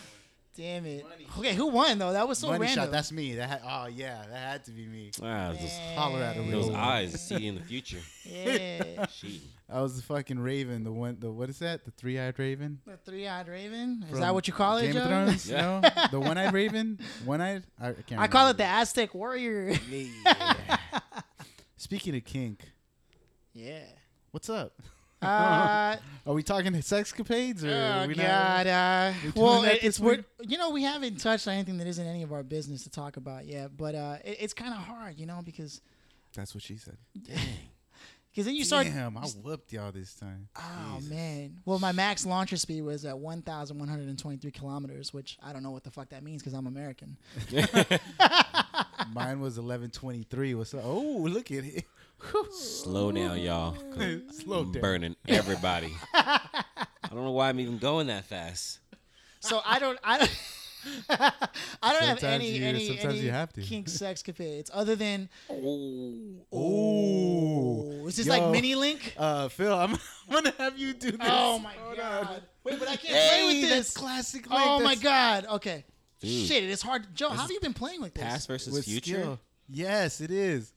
S1: Damn it.
S2: Money.
S1: Okay, who won though? That was so
S2: Money
S1: random.
S2: shot. That's me. That. Had, oh yeah, that had to be me.
S1: Oh.
S3: Ah, those,
S2: Holler at
S3: those
S2: him.
S3: eyes, see in the future.
S1: yeah.
S3: Cheating.
S2: I was the fucking Raven. The one. The what is that? The three-eyed Raven.
S1: the three-eyed raven. Is
S2: from
S1: that what you call it,
S2: Game
S1: Joe?
S2: of
S1: [laughs]
S2: Thrones.
S3: Yeah.
S2: No, the one-eyed Raven. One-eyed. I, I can't.
S1: I call
S2: remember. [laughs]
S1: it the Aztec warrior.
S2: Yeah. Speaking of kink,
S1: Yeah.
S2: what's up? [laughs]
S1: Uh,
S2: Are we talking sexcapades or are
S1: oh
S2: we
S1: God! Uh,
S2: we doing
S1: well,
S2: that
S1: it-
S2: this
S1: it's we're,
S2: week?
S1: you know we haven't touched on anything that isn't any of our business to talk about yet, but uh, it, it's kind of hard, you know, because
S2: That's what she said.
S1: because then you start.
S2: Damn, I whooped y'all this time.
S1: Oh man! Well, my max launcher speed was at 1,123 kilometers, which I don't know what the fuck that means because I'm American.
S2: Mine was eleven twenty three. What's up? Oh, look at it. [laughs]
S3: Slow down, y'all. 'cause
S2: Slow
S3: I'm
S1: [laughs]
S2: down.
S3: burning everybody. I don't know why I'm even going that fast.
S1: So I don't, I don't, [laughs] I
S2: [laughs]
S1: don't have
S2: Sometimes
S1: any
S2: you-
S1: any
S2: sometimes
S1: any
S2: you have to.
S1: kink sex capades other than
S2: Oh,
S1: oh, is this like
S2: Yo.
S1: mini link?
S2: Uh, Phil, I'm, [laughs] I'm gonna have you do this.
S1: Oh my
S2: Hold
S1: god!
S2: on.
S1: Wait, but I can't play
S2: Hey,
S1: with
S2: that's
S1: this.
S2: classic. Link.
S1: Oh my
S2: That's
S1: god! Okay,
S3: Dude.
S1: shit, it's hard. Joe, how have you been playing with this?
S3: Past versus
S2: with
S3: future?
S2: skill. Yes, it is.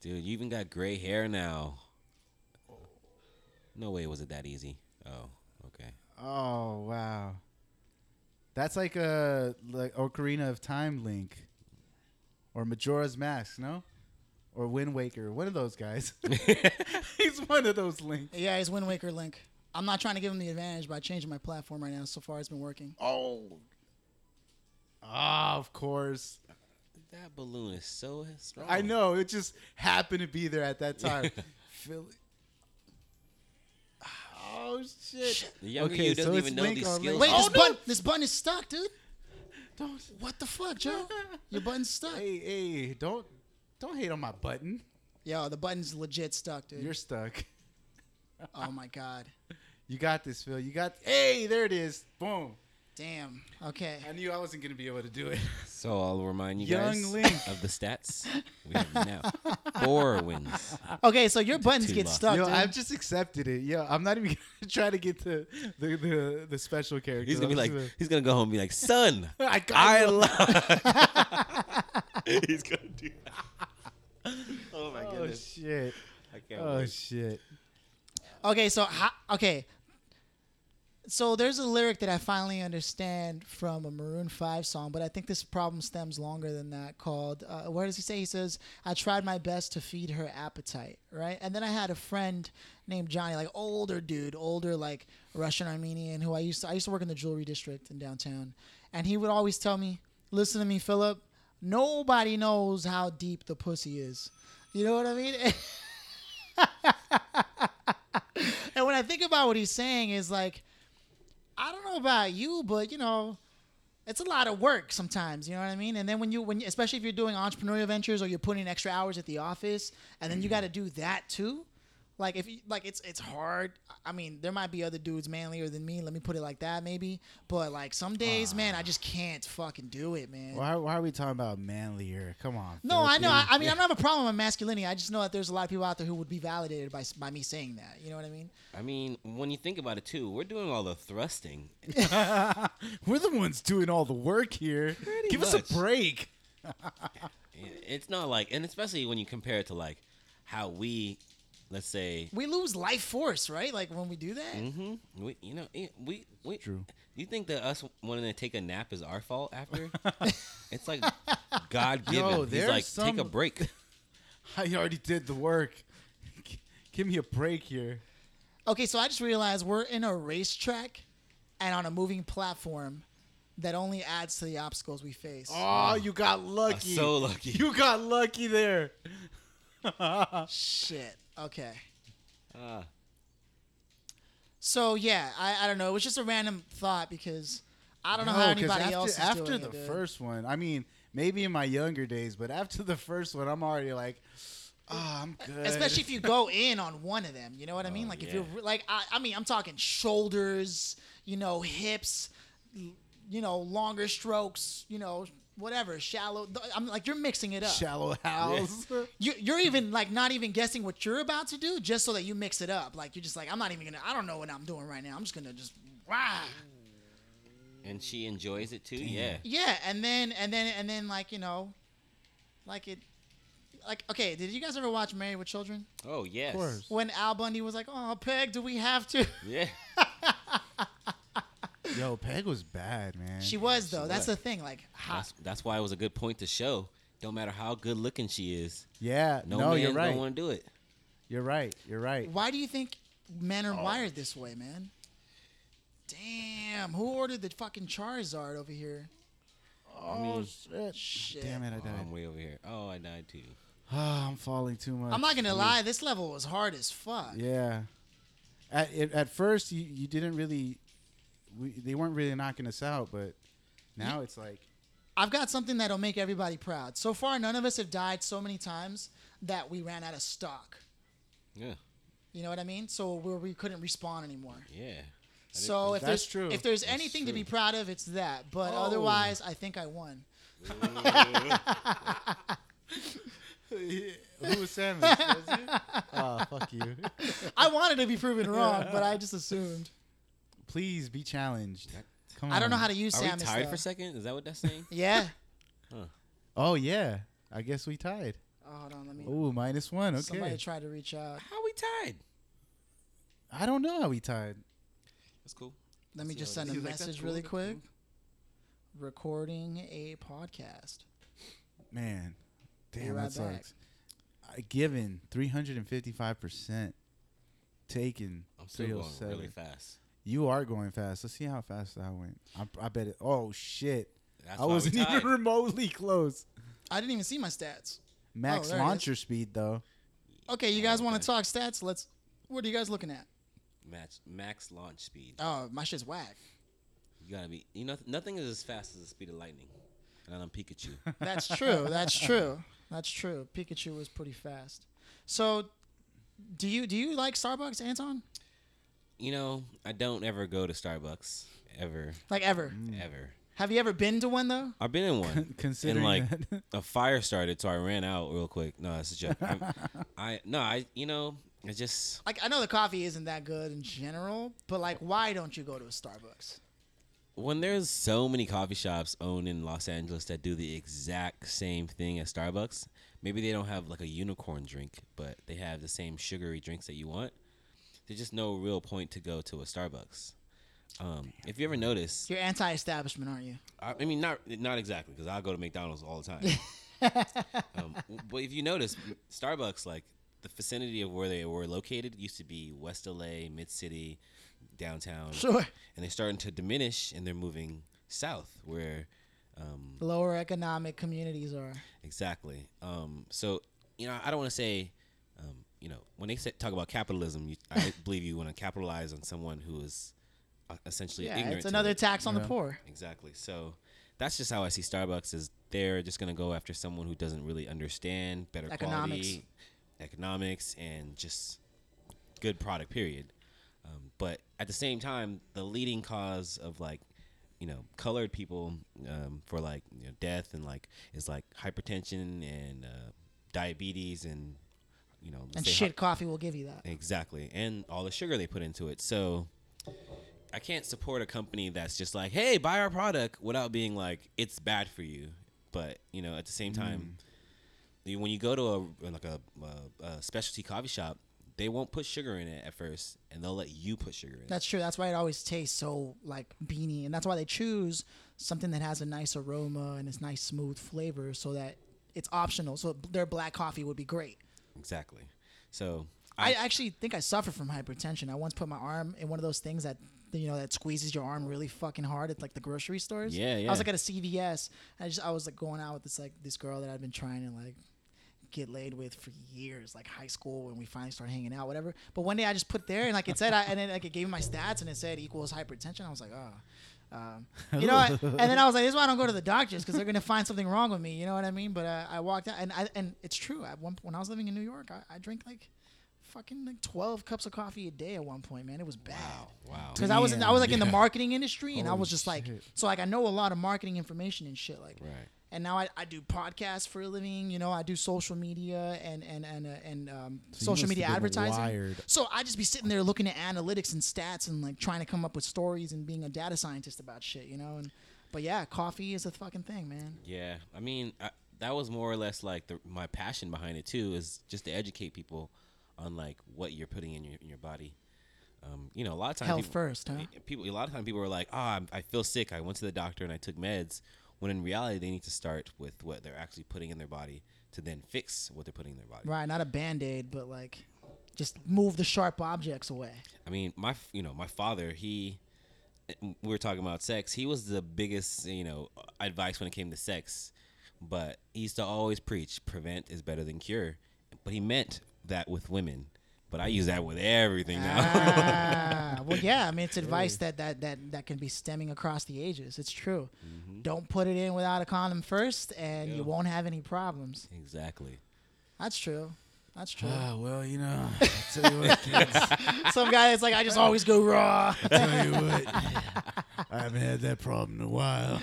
S3: Dude, you even got gray hair now. No way was it that easy. Oh, okay.
S2: Oh wow, that's like a like Ocarina of Time Link, or Majora's Mask, no, or Wind Waker. One of those guys. [laughs] He's one of those Link.
S1: Yeah, it's Wind Waker Link. I'm not trying to give him the advantage by changing my platform right now. So far, it's been working.
S2: Oh. Ah, of course.
S3: That balloon is so strong.
S2: I know. It just happened to be there at that time. Philly. [laughs] Oh shit!
S3: The younger you doesn't
S2: it's
S3: even know
S2: Link
S3: these
S2: on
S3: skills.
S1: Wait,
S2: Link. oh,
S1: this
S2: no!
S1: button, this button is stuck, dude.
S2: Don't,
S1: What the fuck, Joe?
S2: [laughs]
S1: Your button's stuck.
S2: hey, hey! Don't, don't hate on my button.
S1: Yo, the button's legit stuck, dude.
S2: You're stuck.
S1: oh my god.
S2: You got this, Phil. You got. Hey, there it is. Boom.
S1: Damn. Okay.
S2: I knew I wasn't gonna be able to do it.
S3: So I'll remind you
S2: Young
S3: guys
S2: Link.
S3: of the stats we
S2: [laughs]
S3: have now. Four wins.
S1: Okay, so your buttons
S3: too
S1: get
S3: long.
S1: stuck,
S2: [laughs] [laughs] Yo,
S1: dude.
S2: I've just accepted it. Yo, I'm not even [laughs] gonna try to get to the the, the special character.
S3: He's gonna be
S2: I'm
S3: like, "Ah,
S2: just gonna-
S3: he's gonna go home and be like, son,
S2: [laughs] I got
S3: I
S2: you." [laughs]
S3: lied. [laughs] he's gonna do. that. Oh my
S2: Oh
S3: goodness!
S2: shit!
S3: I can't
S2: Oh
S3: wait.
S2: shit!
S1: Okay, so how, okay. So there's a lyric that I finally understand from a Maroon 5 song, but I think this problem stems longer than that called uh, where does he say he says I tried my best to feed her appetite, right? And then I had a friend named Johnny, like older dude, older like Russian Armenian who I used to I used to work in the jewelry district in downtown, and he would always tell me, "Listen to me, Philip, nobody knows how deep the pussy is." You know what I mean? [laughs] And when I think about what he's saying is like, I don't know about you, but you know, it's a lot of work sometimes. You know what I mean? And then when you when especially if you're doing entrepreneurial ventures or you're putting in extra hours at the office, and then you got to do that too. Like if you, like it's it's hard. I mean, there might be other dudes manlier than me. Let me put it like that, maybe. But like some days, man, I just can't fucking do it, man.
S2: Why, why are we talking about manlier? Come on.
S1: No,
S2: Phil,
S1: I know. I,
S2: please.
S1: I mean, I don't have a problem with masculinity. I just know that there's a lot of people out there who would be validated by s- by me saying that. You know what I mean?
S3: I mean, when you think about it too, we're doing all
S2: [laughs]
S3: the thrusting.
S2: We're the ones doing all the work here. Give
S3: much.
S2: us a break. [laughs]
S3: It's not like, and especially when you compare it to like how we, let's say,
S1: we lose life force, right? Like when we do that.
S2: Mm-hmm.
S3: hmm we, you know, it- we, we.
S2: True.
S3: You think that us wanting to take a nap is our
S2: [laughs]
S3: fault after? it's like God given.
S2: Yo,
S3: He's
S2: there's
S3: like, take a
S2: some-
S3: break.
S2: I already did the work. G- Give me a break here.
S1: Okay, so I just realized we're in a racetrack and on a moving platform that only adds to the obstacles we face.
S2: Oh, you got lucky.
S3: so lucky.
S2: You got lucky there.
S1: Shit. Okay.
S3: Ah.
S1: So yeah, I, I don't know. It was just a random thought because I don't know
S2: No,
S1: how
S2: 'cause
S1: anybody
S2: after,
S1: else is
S2: after
S1: doing
S2: the
S1: it, dude.
S2: first one. I mean, maybe in my younger days, but after the first one, I'm already like, oh, I'm good.
S1: Especially if you go in on one of them, you know what I mean? like if
S3: yeah.
S1: you're re- like I, I mean, I'm talking shoulders, you know, hips, l- you know, longer strokes, you know, whatever, shallow. th- I'm like you're mixing it up.
S2: [laughs] shallow house. [laughs]
S1: you, you're even like not even guessing what you're about to do just so that you mix it up like you're just like i'm not even gonna i don't know what i'm doing right now i'm just gonna just rah.
S3: and she enjoys it too. Yeah.
S1: yeah and then and then and then like you know like it like okay did you guys ever watch married with children
S3: Oh yes.
S2: course.
S1: when al bundy was like oh peg do we have to [laughs]
S3: Yeah.
S2: Yo, Peg was bad, man.
S1: she was though that's the
S3: was.
S1: thing like how
S3: That's, that's why it was a good point to show. Don't matter how good looking she is,
S2: Yeah. No,
S3: no, man
S2: you're right.
S3: don't want to do it.
S2: You're right. You're right.
S1: Why do you think men are wired this way, man? Damn, who ordered the fucking Charizard over here?
S2: Oh
S3: mean-
S2: shit.
S1: Shit.
S2: Damn it, I
S3: Oh,
S2: died.
S3: I'm way over here. Oh, I died too.
S2: Ah, [sighs] I'm falling too much.
S1: I'm not gonna lie, this level was hard as fuck.
S2: Yeah. At it, at first, you, you didn't really. We, they weren't really knocking us out, but now it's like.
S1: I've got something that'll make everybody proud. So far, none of us have died so many times that we ran out of stock.
S3: Yeah,
S1: You know what I mean? So where we couldn't respawn anymore.
S3: yeah.
S1: So if
S2: That's
S1: there's
S2: true.
S1: if there's
S2: That's
S1: anything to
S2: true.
S1: be proud of, it's that. But
S2: Oh.
S1: otherwise, I think I won.
S2: Who was [laughs] Samus? Was it? oh, fuck you.
S1: I wanted to be proven wrong, but I just assumed.
S2: Please be challenged. Come on.
S1: I don't know how to use
S3: Are we
S1: Samus.
S3: tied
S1: though.
S3: for a second? Is that what that's saying?
S1: yeah.
S2: Oh, yeah. I guess we tied.
S1: Oh, hold on, let me.
S2: Oh, minus one. Okay.
S1: Somebody tried to reach out.
S3: how we tied?
S2: I don't know how we tied.
S3: That's cool.
S1: Let me
S3: see
S1: just
S3: how it
S1: send a
S2: is. He's like,
S1: message
S2: "That's
S1: really
S2: cool, that's
S1: quick. Recording a podcast.
S2: Man.
S1: Be
S2: Damn,
S1: right
S2: that
S1: back.
S2: sucks. I, given 355%. Taken.
S3: I'm still going
S2: 307.
S3: really fast.
S2: You are going fast. Let's see how fast I went. I, I bet it. Oh shit!
S3: That's
S2: I
S3: why we
S2: wasn't
S3: tied.
S2: even remotely close.
S1: I didn't even see my stats.
S2: Max
S3: Oh,
S1: there it is.
S2: launcher speed though.
S1: Okay, you guys want
S3: okay.
S1: to talk stats? Let's. What are you guys looking at?
S3: Match max launch speed.
S1: Oh, my shit's whack.
S3: You gotta be. You know, nothing is as fast as the speed of lightning. And
S2: [laughs]
S3: I'm Pikachu.
S1: That's true. That's true. That's true. Pikachu was pretty fast. So, do you do you like Starbucks, Anton?
S3: you know, I don't ever go to Starbucks ever,
S1: Like ever?
S2: Hmm.
S3: ever.
S1: Have you ever been to one though?
S3: I've been in one.
S2: [laughs] Considering
S3: like- [laughs]
S2: that. [laughs]
S3: a fire started, so I ran out real quick. No, that's a joke. I'm, I no, I you know, I just
S1: Like I know the coffee isn't that good in general, but like why don't you go to a Starbucks?
S3: when there's so many coffee shops owned in Los Angeles that do the exact same thing as Starbucks. Maybe they don't have like a unicorn drink, but they have the same sugary drinks that you want. There's just no real point to go to a Starbucks. Um, if you ever notice,
S1: You're anti-establishment, aren't you?
S3: I, I mean, not not exactly because I go to McDonald's all the time. um, w- but if you notice, Starbucks, like the vicinity of where they were located, used to be West LA, Mid City, downtown,
S1: Sure.
S3: and they're starting to diminish, and they're moving south, where um,
S1: Lower economic communities are.
S3: Exactly. Um, so, you know, I don't want to say, um, you know, when they say, talk about capitalism, you,
S1: [laughs]
S3: I believe you want to capitalize on someone who is uh, essentially
S1: Yeah,
S3: ignorant.
S1: it's
S3: to
S1: another
S3: it.
S1: tax on
S2: Yeah.
S1: the poor.
S3: Exactly. So that's just how I see Starbucks is they're just going to go after someone who doesn't really understand better
S1: Economics.
S3: quality, economics, and just good product, period. Um, but at the same time, the leading cause of like, you know, colored people um, for like you know, death and like is like hypertension and uh, diabetes and you know
S1: And
S3: say
S1: shit, coffee will give you that.
S3: Exactly. And all the sugar they put into it. So I can't support a company that's just like, hey, buy our product without being like, it's bad for you. But, you know, at the same time, you- when you go to a like a, a, a specialty coffee shop, they won't put sugar in it at first and they'll let you put sugar in it.
S1: That's true. That's why it always tastes so like beany, and that's why they choose something that has a nice aroma and it's nice smooth flavor, so that it's optional. So their black coffee would be great.
S3: Exactly. So
S1: I
S3: I,
S1: actually think I suffer from hypertension. I once put my arm in one of those things that you know that squeezes your arm really fucking hard at like the grocery stores.
S3: Yeah,
S1: I
S3: yeah.
S1: was like at a CVS. And I just I was like going out with this like this girl that I'd been trying to like get laid with for years, like high school when we finally started hanging out, whatever. But one day I just put there and like it said, I, and then like it gave me my stats and it said equals hypertension. I was like, oh. Um,
S2: [laughs]
S1: you know, what? and then I was like, "This is why I don't go to the doctors because they're gonna find something wrong with me." You know what I mean? But uh, I walked out, and I, and it's true. At one, when I was living in New York, I, I drank like fucking like 12 cups of coffee a day at one point, man. It was bad.
S3: wow.
S1: Cuz I was in, I was like in the
S3: Yeah.
S1: marketing industry and I
S2: Holy
S1: was just like
S2: shit.
S1: so like I know a lot of marketing information and shit like.
S3: Right.
S1: And now I, I do podcasts for a living, you know, I do social media and and and uh, and um,
S2: you
S1: social
S2: must
S1: media
S2: have been
S1: advertising.
S2: wired.
S1: So I just be sitting there looking at analytics and stats and like trying to come up with stories and being a data scientist about shit, you know. And but yeah, coffee is a fucking thing, man.
S3: Yeah, I mean, I, that was more or less like the, my passion behind it too is just to educate people on like what you're putting in your in your body. Um, you know, a lot of times
S1: Health
S3: people,
S1: first, huh?
S3: people, a lot of time people are like, ah, I'm I feel sick. I went to the doctor and I took meds. When in reality, they need to start with what they're actually putting in their body to then fix what they're putting in their body.
S1: Right, not a band aid, but like just move the sharp objects
S2: [laughs]
S1: away.
S3: I mean, my f- you know my father, he we were talking about sex. He was the biggest you know advice when it came to sex, but he used to always preach prevent is better than cure. But he meant that with women. But I use that with everything now.
S1: Ah, well, yeah. I mean, it's advice that, that that that can be stemming across the ages. It's true.
S2: Mm-hmm.
S1: Don't put it in without a condom first, and you
S3: Yeah.
S1: won't have any problems.
S3: [laughs] exactly.
S1: That's true. That's true.
S2: Ah, well, you
S3: [laughs]
S2: know, I tell you what, kids, Uh,
S1: [laughs] Some guy is like, I just always go
S2: [laughs]
S1: raw.
S2: tell you
S3: [laughs]
S2: what, I haven't had that problem in a while.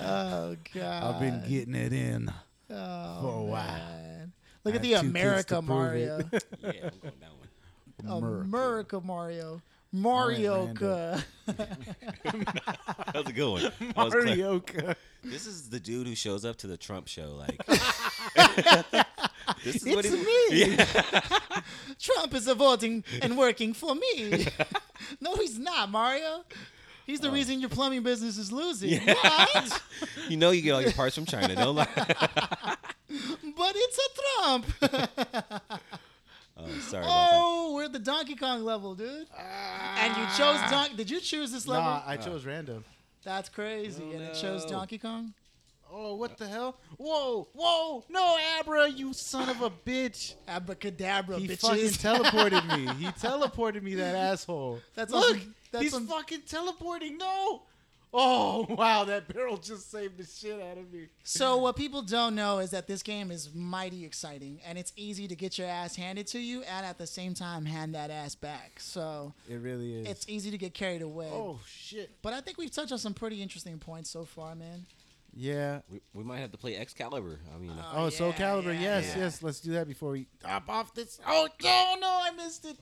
S1: oh God.
S2: I've been getting it in.
S1: oh,
S2: for a while.
S1: man. Look
S2: I
S1: at
S2: have
S1: the
S2: two kids to
S1: America
S2: prove [laughs]
S1: Mario.
S3: Yeah, I'm going down one.
S1: America Mario. Marioka.
S3: That was a
S1: [laughs]
S3: good one. That was clever.
S2: Marioka.
S3: This is the dude who shows up to the Trump show
S1: [laughs]
S3: like. this is what
S1: It's
S3: he,
S2: [laughs]
S1: me. [laughs] Trump is voting and working for
S2: [laughs]
S1: me. [laughs] no, he's not, Mario. He's the
S2: Oh.
S1: reason your plumbing business is losing.
S2: [laughs]
S1: What?
S3: You know you get all your parts from China.
S1: [laughs]
S3: Don't lie.
S1: but it's a Trump.
S3: Oh, sorry about
S1: oh, we're at the Donkey Kong level, dude. and you chose Donkey. Did you choose this level?
S2: Nah, I chose random.
S1: That's crazy. and it chose
S3: no.
S1: Donkey Kong.
S2: Oh, what the hell? Whoa, whoa, no, Abra, you son of a bitch.
S1: Abracadabra,
S2: He fucking
S1: bitches.
S2: [laughs] teleported me. He teleported me, that asshole.
S1: That's
S2: Look,
S1: awesome. That's
S2: he's
S1: awesome.
S2: fucking teleporting. No. Oh, [laughs] wow, that barrel just saved the shit out of me.
S1: So what people don't know is that this game is mighty exciting and it's easy to get your ass handed to you and at the same time hand that ass back. So
S2: It really is.
S1: it's easy to get carried away.
S2: oh, shit.
S1: But I think we've touched on some pretty interesting points so far, man.
S2: Yeah.
S3: that. We, we might have to play Excalibur. I mean,
S2: Oh,
S1: yeah,
S2: Soul Calibur.
S1: yeah,
S2: yes,
S1: yeah.
S2: yes. Let's do that before we hop off this. Oh, no, no, I missed it.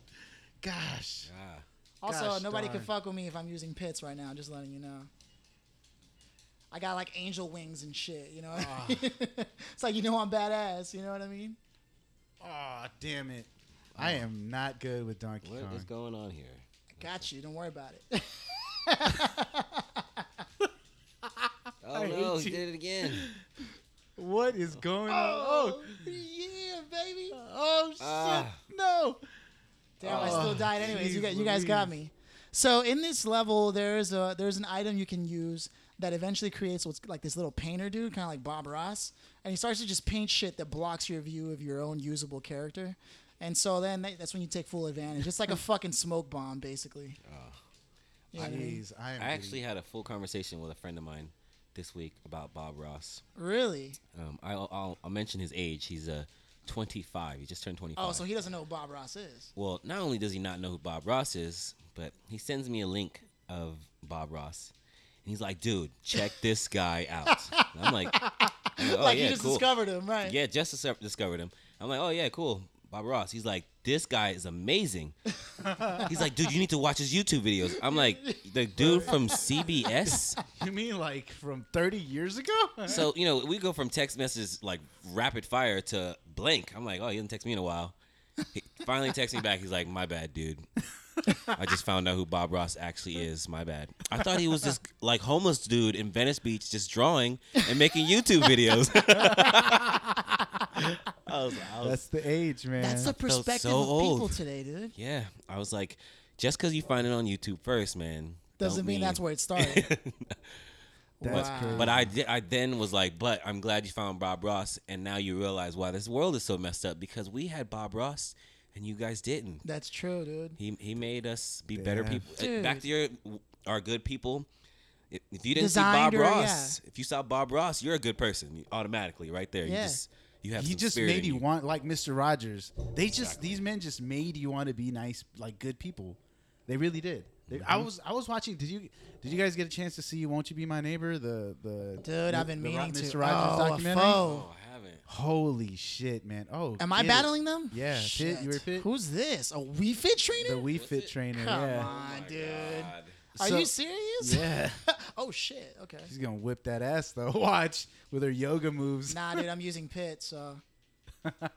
S2: Gosh.
S3: ah,
S1: Also,
S2: Gosh
S1: nobody can
S2: darn.
S1: fuck with me if I'm using pits right now, just letting you know. I got like angel wings and shit, you know. what
S2: Ah.
S1: I mean? [laughs] it's like you know I'm badass, you know what I mean?
S2: Oh, damn it. I am not good with Donkey
S3: what is
S2: Kong.
S3: going on here?
S1: I got you, don't worry about it.
S3: Oh
S2: I
S3: no,
S2: hate
S3: he
S2: you.
S3: did
S1: [laughs]
S3: it again.
S2: What is going on? Oh,
S1: yeah, baby.
S2: oh shit.
S3: Ah.
S2: no.
S1: Damn, I still
S2: Oh,
S1: died anyways. You
S2: jeez
S1: guys, you guys got me. So in this level, there's a there's an item you can use that eventually creates what's like this little painter dude, kind of like Bob Ross, and he starts to just paint shit that blocks your view of your own usable character. And so then that, that's when you take full advantage. It's
S2: [laughs]
S1: like a fucking smoke bomb, basically. You know what I mean?
S2: Jeez, I am
S3: I actually had a full conversation with a friend of mine this week about Bob Ross.
S1: Really?
S3: Um, I'll, I'll, I'll mention his age. He's uh, 25. He just turned 25.
S1: Oh, so he doesn't know who Bob Ross is.
S3: Well, not only does he not know who Bob Ross is, but he sends me a link of Bob Ross. And he's like, dude, check this guy out. And
S1: [laughs]
S3: I'm like, I'm oh,
S1: like
S3: yeah,
S1: you just
S3: cool.
S1: discovered him, right?
S3: Yeah, just dis- discovered him. I'm like, oh, yeah, cool. Bob Ross. He's like, this guy is amazing. he's like, dude, you need to watch his YouTube videos. I'm like, the dude from CBS?
S2: You mean like from 30 years ago?
S1: [laughs]
S3: So, you know, we go from text messages like rapid fire to blank. I'm like, oh, he didn't text me in a while. He finally texts me back. He's like, my bad, dude. I just found out who Bob Ross actually is. My bad. I thought he was this like homeless dude in Venice Beach just drawing and making YouTube videos. [laughs] I was, I was,
S2: That's the age, man.
S1: That's the perspective
S3: so
S1: of people
S3: old.
S1: today, dude.
S3: yeah, I was like, just because you find it on YouTube first, man,
S1: Doesn't
S3: don't
S1: mean that's
S3: [laughs]
S1: where it started.
S2: That's
S1: Wow.
S2: crazy.
S3: But I, di- I then was like, but I'm glad you found Bob Ross, and now you realize why this world is so messed up because we had Bob Ross, and you guys didn't.
S1: That's true, dude.
S3: He he made us be better
S2: Yeah.
S3: people. Uh,
S1: Dude.
S3: Back to your our good people. If if you didn't
S1: Designed
S3: see
S1: or-
S3: Bob Ross, if you saw Bob Ross, you're a good person you- automatically, right there.
S1: Yeah.
S3: You just you have
S2: he
S3: some
S2: just
S3: spirit
S2: made
S3: in
S2: you
S3: you.
S2: want like Mr. Rogers. They just these men just made you want to be nice, like good people. They really did. They,
S1: Mm-hmm.
S2: I was I was watching. Did you did you guys get a chance to see "Won't You Be My Neighbor"? The the
S1: Dude, I've been
S2: the
S1: meaning to.
S2: Ro- Mr. Rogers
S1: oh, a
S2: documentary.
S1: foe.
S3: Oh, I haven't.
S2: Holy shit, man! Oh,
S1: Am I
S2: get it.
S1: battling them?
S2: Yeah,
S1: Shit.
S2: Pit, you were Pit?
S1: Who's this? A Wii Fit trainer?
S2: the Wii Fit trainer?
S1: Come
S2: yeah,
S3: Oh
S1: on, dude.
S3: God.
S1: Are
S2: So-
S1: you serious?
S2: [laughs] yeah.
S1: [laughs] oh shit. Okay.
S2: She's gonna whip that ass though. [laughs] Watch with her yoga moves.
S1: Nah, dude, I'm using
S2: [laughs]
S1: Pit, so
S2: Uh,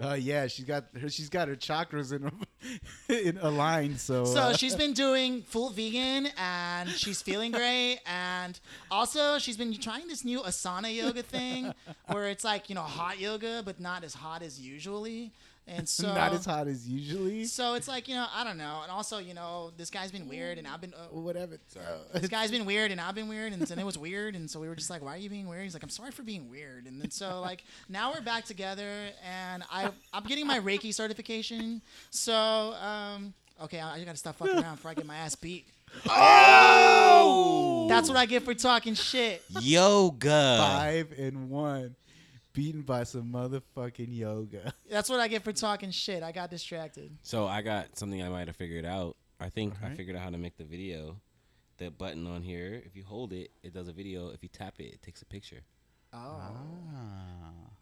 S2: Oh yeah, she's got her. She's got her chakras in her [laughs] in aligned. So,
S1: So
S2: uh,
S1: she's been doing full vegan and she's feeling great. And also, she's been trying this new asana yoga
S2: [laughs]
S1: thing where it's like, you know, hot yoga, but not as hot as usually. And so,
S2: [laughs] not as hot as usually.
S1: so it's like, you know, I don't know. And also, you know, this guy's been weird and I've been, uh,
S2: Whatever. [laughs]
S1: this guy's been weird and I've been weird and, and it was weird and so we were just like why are you being weird he's like I'm sorry for being weird and then so like now we're back together and I I'm getting my Reiki certification so um okay I, I gotta stop fucking around before I get my ass beat oh that's what I get for talking shit
S3: Yoga.
S2: Five and one, beaten by some motherfucking yoga.
S1: that's what I get for talking shit I got distracted
S3: So I got something I might have figured out. I think I
S2: Alright.
S3: figured out how to make the video. That button on here, if you hold it, it does a video. If you tap it, it takes a picture.
S1: oh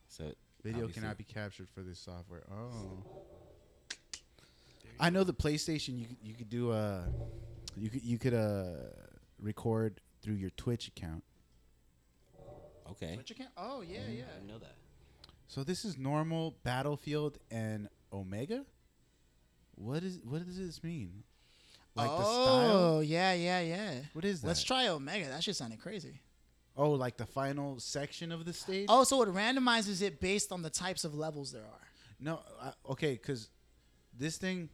S3: So
S2: Ah. Video
S3: obviously-
S2: cannot be captured for this software. Oh. I know the PlayStation. You could- you could do uh, you could you could uh, record through your Twitch account.
S3: Okay.
S1: Twitch account oh yeah yeah
S3: I didn't know that.
S2: So this is normal Battlefield and Omega. What is what does this mean? Like
S1: oh
S2: the style?
S1: yeah yeah yeah
S2: What is that?
S1: let's try Omega that shit sounded crazy.
S2: oh, like the final section of the stage?
S1: Oh, so it randomizes it based on the types of levels there are.
S2: No, I, okay, because this thing.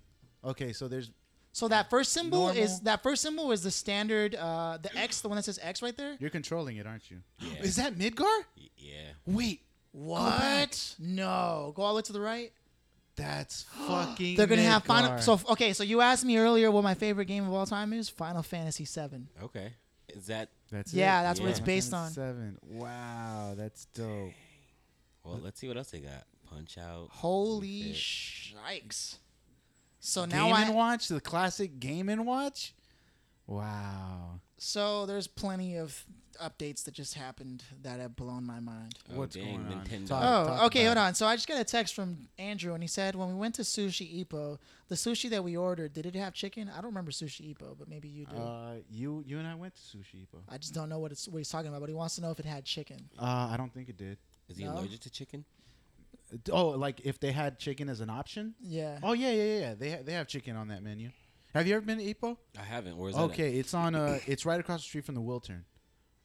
S2: Okay, so there's
S1: So that first symbol is
S2: Normal.
S1: that first symbol is the standard, uh, the X, the one that says X right there.
S2: you're controlling it, aren't you? [gasps]
S3: Yeah.
S2: Is that Midgar?
S3: Y- yeah.
S2: Wait,
S1: What? no, go all the way to the right.
S2: [gasps] that's fucking.
S1: They're gonna have final.
S2: Midgar.
S1: So okay, so you asked me earlier what my favorite game of all time is. Final Fantasy VII.
S3: Okay. Is that
S2: that's
S1: yeah, that's
S3: what it's
S2: Final
S1: based
S2: Fantasy
S1: on.
S2: Seven. Wow, that's dope.
S3: well? Let's see what else they got. Punch out.
S1: Holy
S3: Fit.
S1: shikes! So now
S2: Game
S1: I
S2: and Watch, the classic Game and Watch. Wow.
S1: so there's plenty of updates that just happened that have blown my mind.
S3: Oh, dang, Nintendo.
S2: Talk- talk
S1: Oh, okay,
S2: about
S1: hold
S2: it.
S1: on. So I just got a text from Andrew, and he said when we went to Sushi Ipo, the sushi that we ordered, did it have chicken? I don't remember Sushi Ipo, but maybe you do.
S2: Uh, you you and I went to Sushi Ipo.
S1: I just don't know what it's what he's talking about, but he wants to know if it had chicken.
S2: Uh, I don't think it did.
S3: Is he
S1: No.
S3: allergic to chicken?
S2: Oh, like if they had chicken as an option?
S1: Yeah.
S2: Oh yeah, yeah, yeah, yeah. They ha- they have chicken on that menu. Have you ever been to Ipo?
S3: I haven't. Where's that? at?
S2: Okay, it's on uh, it's right across the street from the Wiltern,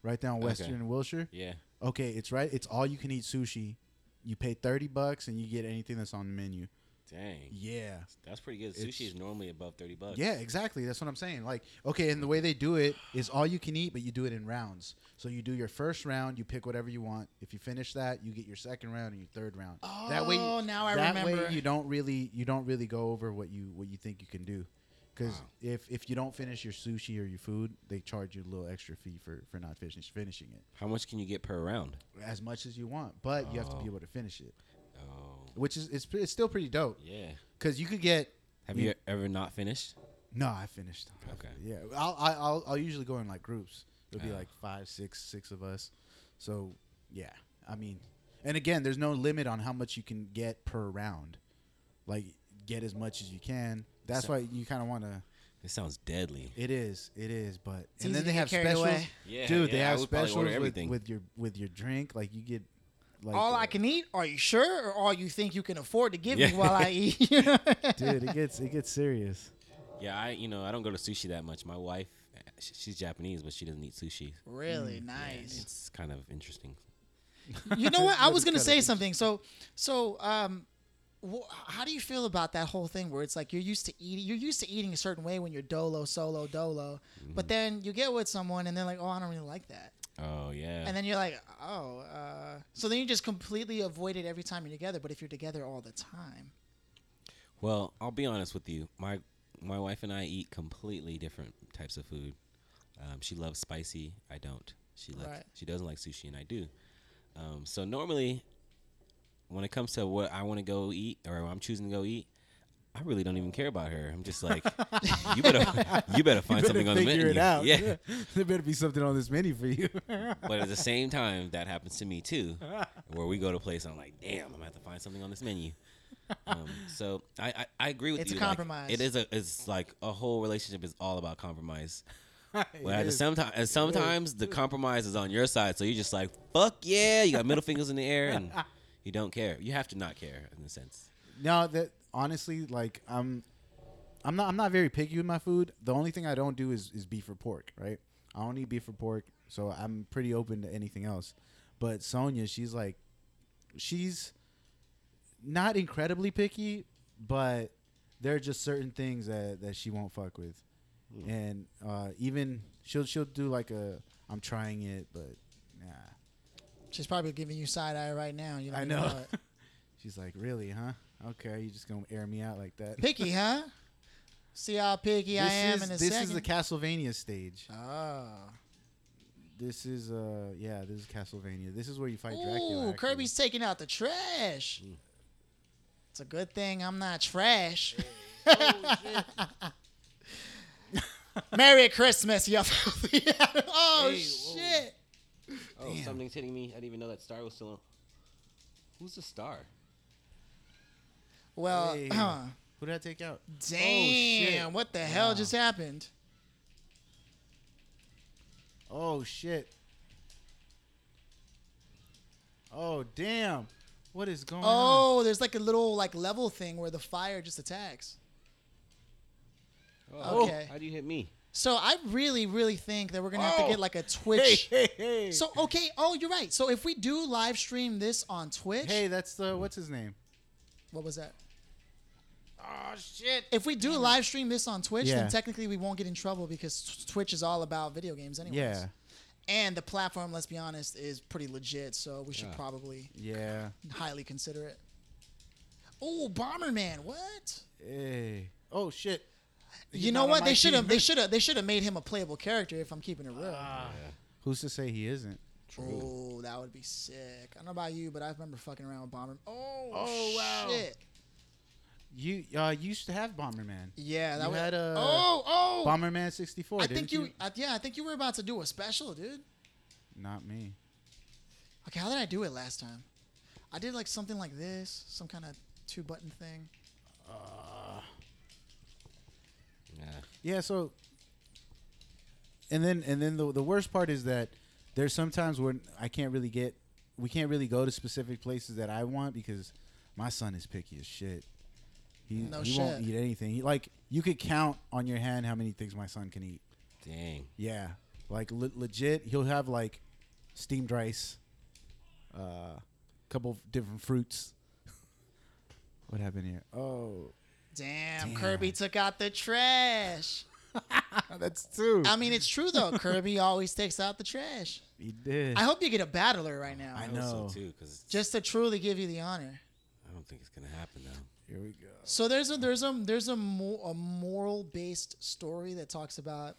S2: right down Western and Wilshire.
S3: Yeah.
S2: Okay, it's right. It's all you can eat sushi. You pay thirty bucks and you get anything that's on the menu.
S3: Dang.
S2: Yeah.
S3: That's pretty good.
S2: It's-
S3: Sushi is normally above thirty bucks.
S2: Yeah, exactly. That's what I'm saying. Like, okay, and the way they do it is all you can eat, but you do it in rounds. So you do your first round, you pick whatever you want. If you finish that, you get your second round and your third round. that way,
S1: Oh, now I
S2: that
S1: remember.
S2: way you don't really you don't really go over what you what you think you can do. Because if if you don't finish your sushi or your food, they charge you a little extra fee for for not finish, finishing it
S3: How much can you get per round?
S2: as much as you want, but you have to
S3: Oh.
S2: be able to finish it,
S3: Oh.
S2: which is it's, it's still pretty dope.
S3: Yeah.
S2: Because you could get
S3: Have
S2: Yeah.
S3: you ever not finished?
S2: No, I finished. I
S3: Okay.
S2: fin- Yeah, I'll I- I'll I'll usually go in like groups. It'll be
S3: Oh.
S2: like five, six, six of us. So yeah, I mean, and again, there's no limit on how much you can get per round. Like get as much as you can. That's
S3: So-
S2: why you kind of want to.
S3: This sounds deadly.
S2: It is, it is, but and
S1: easy
S2: then
S1: to
S2: they
S1: get
S2: have
S1: carried
S2: specials.
S1: away.
S3: Yeah,
S2: Dude, they
S3: yeah, I
S2: have
S3: would probably order
S2: specials with-
S3: everything.
S2: With, your with your drink. Like you get like
S1: all
S2: uh,
S1: I can eat? Are you sure? Or all you think you can afford to give
S3: Yeah.
S1: me while I
S2: [laughs]
S1: eat?
S2: [laughs]
S1: [laughs]
S2: Dude, it gets it gets serious.
S3: Yeah, I you know I don't go to sushi that much. My wife, eh, sh- she's Japanese, but she doesn't eat sushi.
S1: really
S2: Mm,
S3: Yeah,
S1: nice.
S3: It's kind of interesting.
S1: You know what? I
S2: What
S1: was
S2: is
S1: gonna
S2: that?
S1: say something. So, so um, wh- how do you feel about that whole thing where it's like you're used to eating, you're used to eating a certain way when you're dolo, solo, dolo,
S2: Mm-hmm.
S1: but then you get with someone and they're like, oh, I don't really like that,
S3: Oh yeah.
S1: and then you're like, oh, uh, so then you just completely avoid it every time you're together. But if you're together all the time,
S3: Well, I'll be honest with you. My my wife and I eat completely different types of food. Um, she loves spicy. I don't. She likes,
S1: Right.
S3: she doesn't like sushi, and I do. Um, so normally, when it comes to what I want to go eat or I'm choosing to go eat, I really don't even care about her. I'm just like, you better you better find
S2: better
S3: something on the
S2: figure it
S3: menu.
S2: out.
S3: [laughs] Yeah.
S2: [laughs] there better be something on this menu for you. [laughs]
S3: but at the same time, that happens to me too, where we go to a place and I'm like, damn, I'm gonna have to find something on this menu. Um, so I, I, I agree with
S1: It's a
S3: you. like,
S1: compromise.
S3: it is a it's like a whole relationship is all about compromise. Well,
S2: It
S3: at the
S2: is.
S3: same time, and sometimes the compromise is on your side, so you're just like, fuck yeah, you got middle fingers in the air and you don't care. You have to not care in a sense.
S2: No, that honestly, like I'm I'm not I'm not very picky with my food. The only thing I don't do is, is beef or pork, right? I don't eat beef or pork, so I'm pretty open to anything else. But Sonia, she's like she's not incredibly picky, but there are just certain things that, that she won't fuck with. And uh, even she'll she'll do like a I'm trying it, but nah.
S1: She's probably giving you side eye right now. You
S2: I
S1: even
S2: know.
S1: it.
S2: [laughs] She's like, really, huh? Okay, you just gonna air me out like
S1: [laughs]
S2: that.
S1: Picky, huh? See how picky I am
S2: is,
S1: in a
S2: this
S1: second.
S2: is the Castlevania stage.
S1: Ah.
S2: This is uh, yeah, this is Castlevania. This is where you fight Dracula.
S1: Ooh,
S2: actually. Mm.
S1: Kirby's taking out the trash. It's a good thing I'm not trash. [laughs]
S2: Oh,
S1: Merry Christmas, [laughs] you filthy animal. Oh,
S3: Hey, whoa.
S1: shit.
S3: Oh, something's hitting me. I didn't even know that star was still on. Who's the star?
S1: Well, [clears throat]
S2: Hey. Oh,
S1: huh.
S2: Who did I take out?
S1: damn. what the hell just happened?
S2: Oh shit. Oh damn. What is going on?
S1: Oh, there's like a little like level thing where the fire just attacks. Okay.
S3: How do Oh, you hit me?
S1: So I really, really think that we're gonna have to
S2: Oh.
S1: get like a Twitch.
S2: Hey, hey.
S1: So okay, oh, you're right. So if we do live stream this on Twitch,
S2: hey, that's the what's his name?
S1: what was that?
S3: Oh shit!
S1: If we do live stream this on Twitch,
S2: Yeah.
S1: then technically we won't get in trouble because t- Twitch is all about video games, anyways.
S2: Yeah.
S1: And the platform, let's be honest, is pretty legit, so we should probably
S2: Yeah.
S1: highly consider it. Oh, Bomberman! What?
S2: Hey. Oh shit. He's
S1: you know
S2: not on
S1: what?
S2: my
S1: They should have.
S2: team. Ah,
S1: They should have. They should have made him a playable character. If I'm keeping it real.
S2: Who's to say he isn't?
S1: oh, that would be sick. I don't know about you, but I remember fucking around with Bomberman. Oh,
S2: Oh, wow.
S1: shit.
S2: You uh, you used to have Bomberman.
S1: Yeah, that
S2: You
S1: was.
S2: had a-
S1: oh, oh.
S2: Bomberman 64.
S1: I
S2: didn't
S1: think you. I, yeah, I think you were about to do a special, dude.
S2: Not me.
S1: Okay, how did I do it last time? I did like something like this, some kind of two button thing.
S3: Yeah.
S2: Yeah, so and then and then the the worst part is that there's sometimes where I can't really get we can't really go to specific places that I want because my son is picky as shit. He,
S1: No
S2: he won't
S1: shit.
S2: eat anything. He, like you could count on your hand how many things my son can eat.
S3: Dang.
S2: Yeah, like le- legit, he'll have like steamed rice, a uh, couple of different fruits. [laughs] what happened here? Oh,
S1: Damn,
S2: Damn.
S1: Kirby took out the trash.
S2: that's two.
S1: I mean, it's true though. Kirby always takes out the trash.
S2: he did.
S1: I hope you get a battler right now,
S2: I
S3: I know
S2: know.
S3: so too, because
S1: just to truly give you the honor.
S3: I don't think it's gonna happen though.
S2: here we go.
S1: So there's a there's a mo- a moral based story that talks about,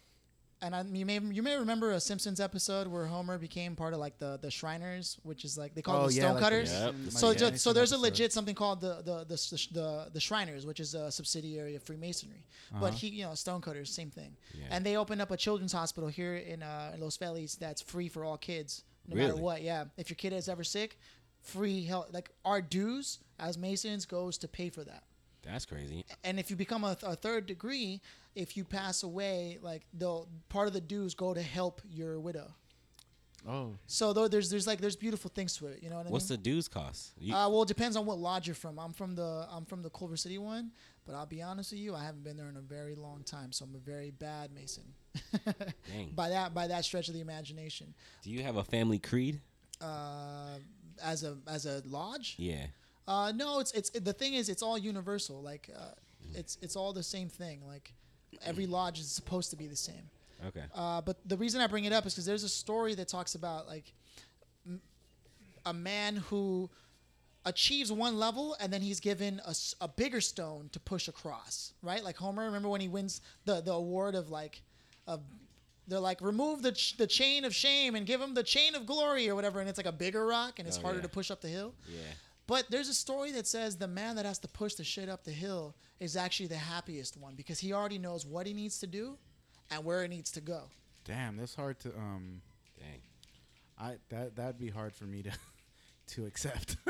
S1: and I, you may you may remember a Simpsons episode where Homer became part of like the the Shriners, which is Oh, like they
S2: Oh,
S1: call them the Stonecutters.
S3: Yep.
S1: So,
S3: Like
S1: ju- so there's a legit something called the the the the, the, the Shriners, which is a subsidiary of Freemasonry. But he, you know, Stonecutters, same thing.
S3: Uh-huh. Yeah.
S1: And they opened up a children's hospital here in uh, in Los Feliz that's free for all kids, no matter
S3: Really?
S1: what. Yeah, if your kid is ever sick, free help. Like our dues as Masons goes to pay for that.
S3: That's crazy.
S1: And if you become a, a third degree, if you pass away, like they'll part of the dues go to help your widow.
S2: Oh,
S1: So though there's there's like there's beautiful things to it. You know what I mean?
S3: What's the dues cost? You,
S1: Uh, well, it depends on what lodge you're from. I'm from the I'm from the Culver City one, but I'll be honest with you, I haven't been there in a very long time, so I'm a very bad Mason.
S3: dang.
S1: by that by that stretch of the imagination,
S3: Do you have a family creed?
S1: uh, as a as a lodge,
S3: Yeah.
S1: uh, no, it's it's the thing is it's all universal. Like uh, it's it's all the same thing. Like every lodge is supposed to be the same.
S3: Okay.
S1: Uh, but the reason I bring it up is because there's a story that talks about like m- a man who achieves one level and then he's given a, s- a bigger stone to push across, right? Like Homer, remember when he wins the, the award of like, of, they're like, remove the, ch- the chain of shame and give him the chain of glory or whatever. And it's like a bigger rock and it's
S3: Oh,
S1: harder
S3: yeah.
S1: to push up the hill.
S3: yeah.
S1: But there's a story that says the man that has to push the shit up the hill is actually the happiest one because he already knows what he needs to do and where it needs to go.
S2: damn, that's hard to um.
S3: Dang.
S2: I that that'd be hard for me to [laughs] to accept. [laughs]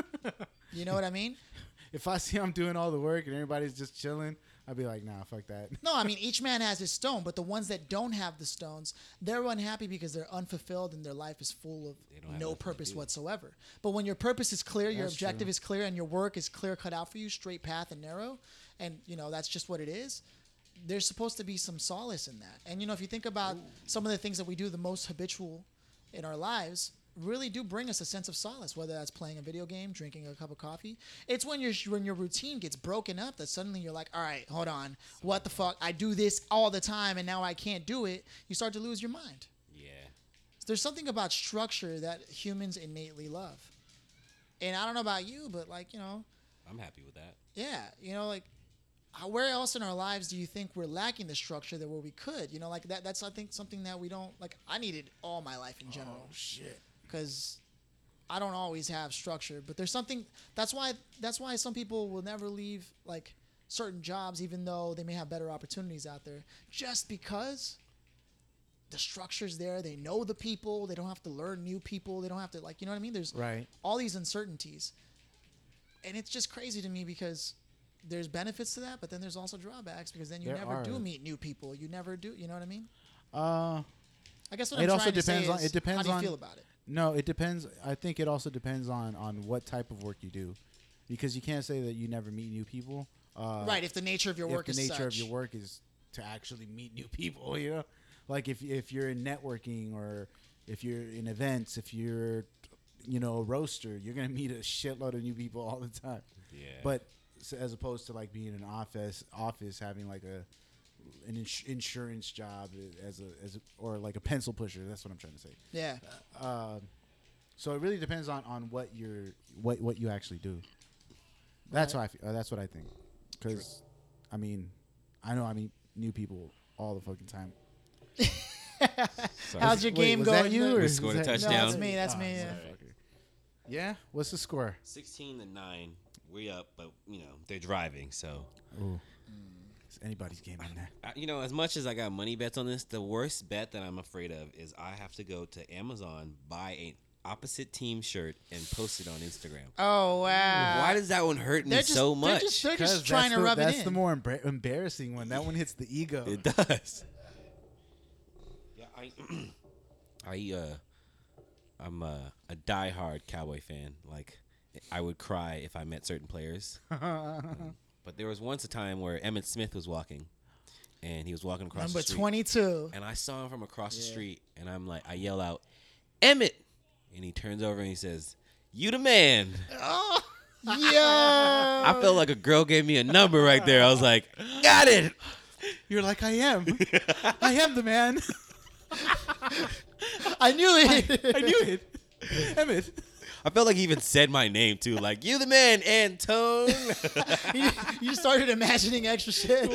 S1: You know what I mean?
S2: if I see I'm doing all the work and everybody's just chilling, I'd be like, nah, fuck that.
S1: No, I mean each man has his stone, but the ones that don't have the stones, they're unhappy because they're unfulfilled and their life is full
S3: They don't
S1: of
S3: have
S1: no
S3: nothing to
S1: purpose
S3: do.
S1: whatsoever. But when your purpose is clear, your
S2: That's
S1: objective
S2: true.
S1: is clear, and your work is clear cut out for you, straight path and narrow, and you know that's just what it is. there's supposed to be some solace in that. And you know, if you think about some of the things that we do the most habitual in our lives, really do bring us a sense of solace. Whether that's playing a video game, drinking a cup of coffee, it's when your when your routine gets broken up that suddenly you're like, all right, hold on, what the fuck? I do this all the time, and now I can't do it. You start to lose your mind.
S3: Yeah.
S1: There's something about structure that humans innately love. And I don't know about you, but like you know,
S3: I'm happy with that.
S1: yeah, you know, like how- where else in our lives do you think we're lacking the structure that where we could, you know, like that? That's I think something that we don't like. I needed all my life in general. shit. Because I don't always have structure, but there's something that's why that's why some people will never leave like certain jobs, even though they may have better opportunities out there, just because the structure's there. They know the people. They don't have to learn new people. They don't have to like you know what I mean. There's
S2: Right.
S1: all these uncertainties and it's just crazy to me because there's benefits to that, but then there's also drawbacks because then you
S2: There
S1: never do
S2: are.
S1: meet new people. You never do. You know what I mean?
S2: Uh,
S1: I guess what
S2: It
S1: I'm
S2: also
S1: trying to
S2: depends
S1: say
S2: on-
S1: is,
S2: it depends
S1: how do you
S2: on-
S1: feel about it?
S2: no, it depends. I think it also depends on on what type of work you do, because you can't say that you never meet new people. Uh,
S1: right. If the nature of your work
S2: if the
S1: is
S2: nature
S1: such.
S2: of your work is to actually meet new [laughs] people, you know, like if if you're in networking or if you're in events, if you're you know a roaster, you're gonna meet a shitload of new people all the time.
S3: Yeah.
S2: But s as opposed to like being in an office, office having like a an ins- insurance job as a as a, or like a pencil pusher. That's what I'm trying to say.
S1: yeah.
S2: So it really depends on on what you're what what you actually do. That's how I feel, uh, that's what I think. Because I mean, I know I meet new people all the fucking time.
S3: Sorry.
S1: How's your
S2: Wait,
S1: game
S2: was
S1: going?
S2: that you
S1: there?
S2: or
S3: We
S2: is
S3: scored a
S2: that-
S1: no, that's
S3: touchdown?
S1: me. That's me.
S2: Ah,
S1: Yeah.
S2: motherfucker. Yeah. What's the score?
S3: 16 to 9. We up, but you know, they're driving, so
S2: It's anybody's game in there.
S3: I, you know, as much as I got money bets on this, the worst bet that I'm afraid of is I have to go to Amazon, buy an opposite team shirt, and post it on Instagram.
S1: Oh wow.
S3: Why does that one hurt me
S1: They're just
S3: so
S1: They're
S3: much?
S1: just, they're
S2: 'Cause
S1: just
S2: that's
S1: trying to
S2: the-
S1: rub it
S2: That's
S1: in.
S2: the more embar- embarrassing one. That one hits the ego. [laughs]
S3: it does. Yeah, I, [clears throat] I, uh, I'm uh, a diehard Cowboy fan. Like, I would cry if I met certain [laughs] players. Um, but there was once a time where Emmett Smith was walking, and he was walking across
S1: Number
S3: the street.
S2: [laughs]
S1: 22.
S3: and I saw him from across the street, and I'm like, I yell out, Emmett, and he turns over and he says, "You the man."
S1: Yo.
S3: I felt like a girl gave me a number right there. I was like, "Got it."
S2: You're like, I
S3: [laughs]
S2: am. I am the man.
S1: I knew it.
S2: I knew it. [laughs] Emmett.
S3: I felt like he even said my name too, like, "You the man, Antone."
S1: [laughs] you, you started imagining extra shit.
S2: It,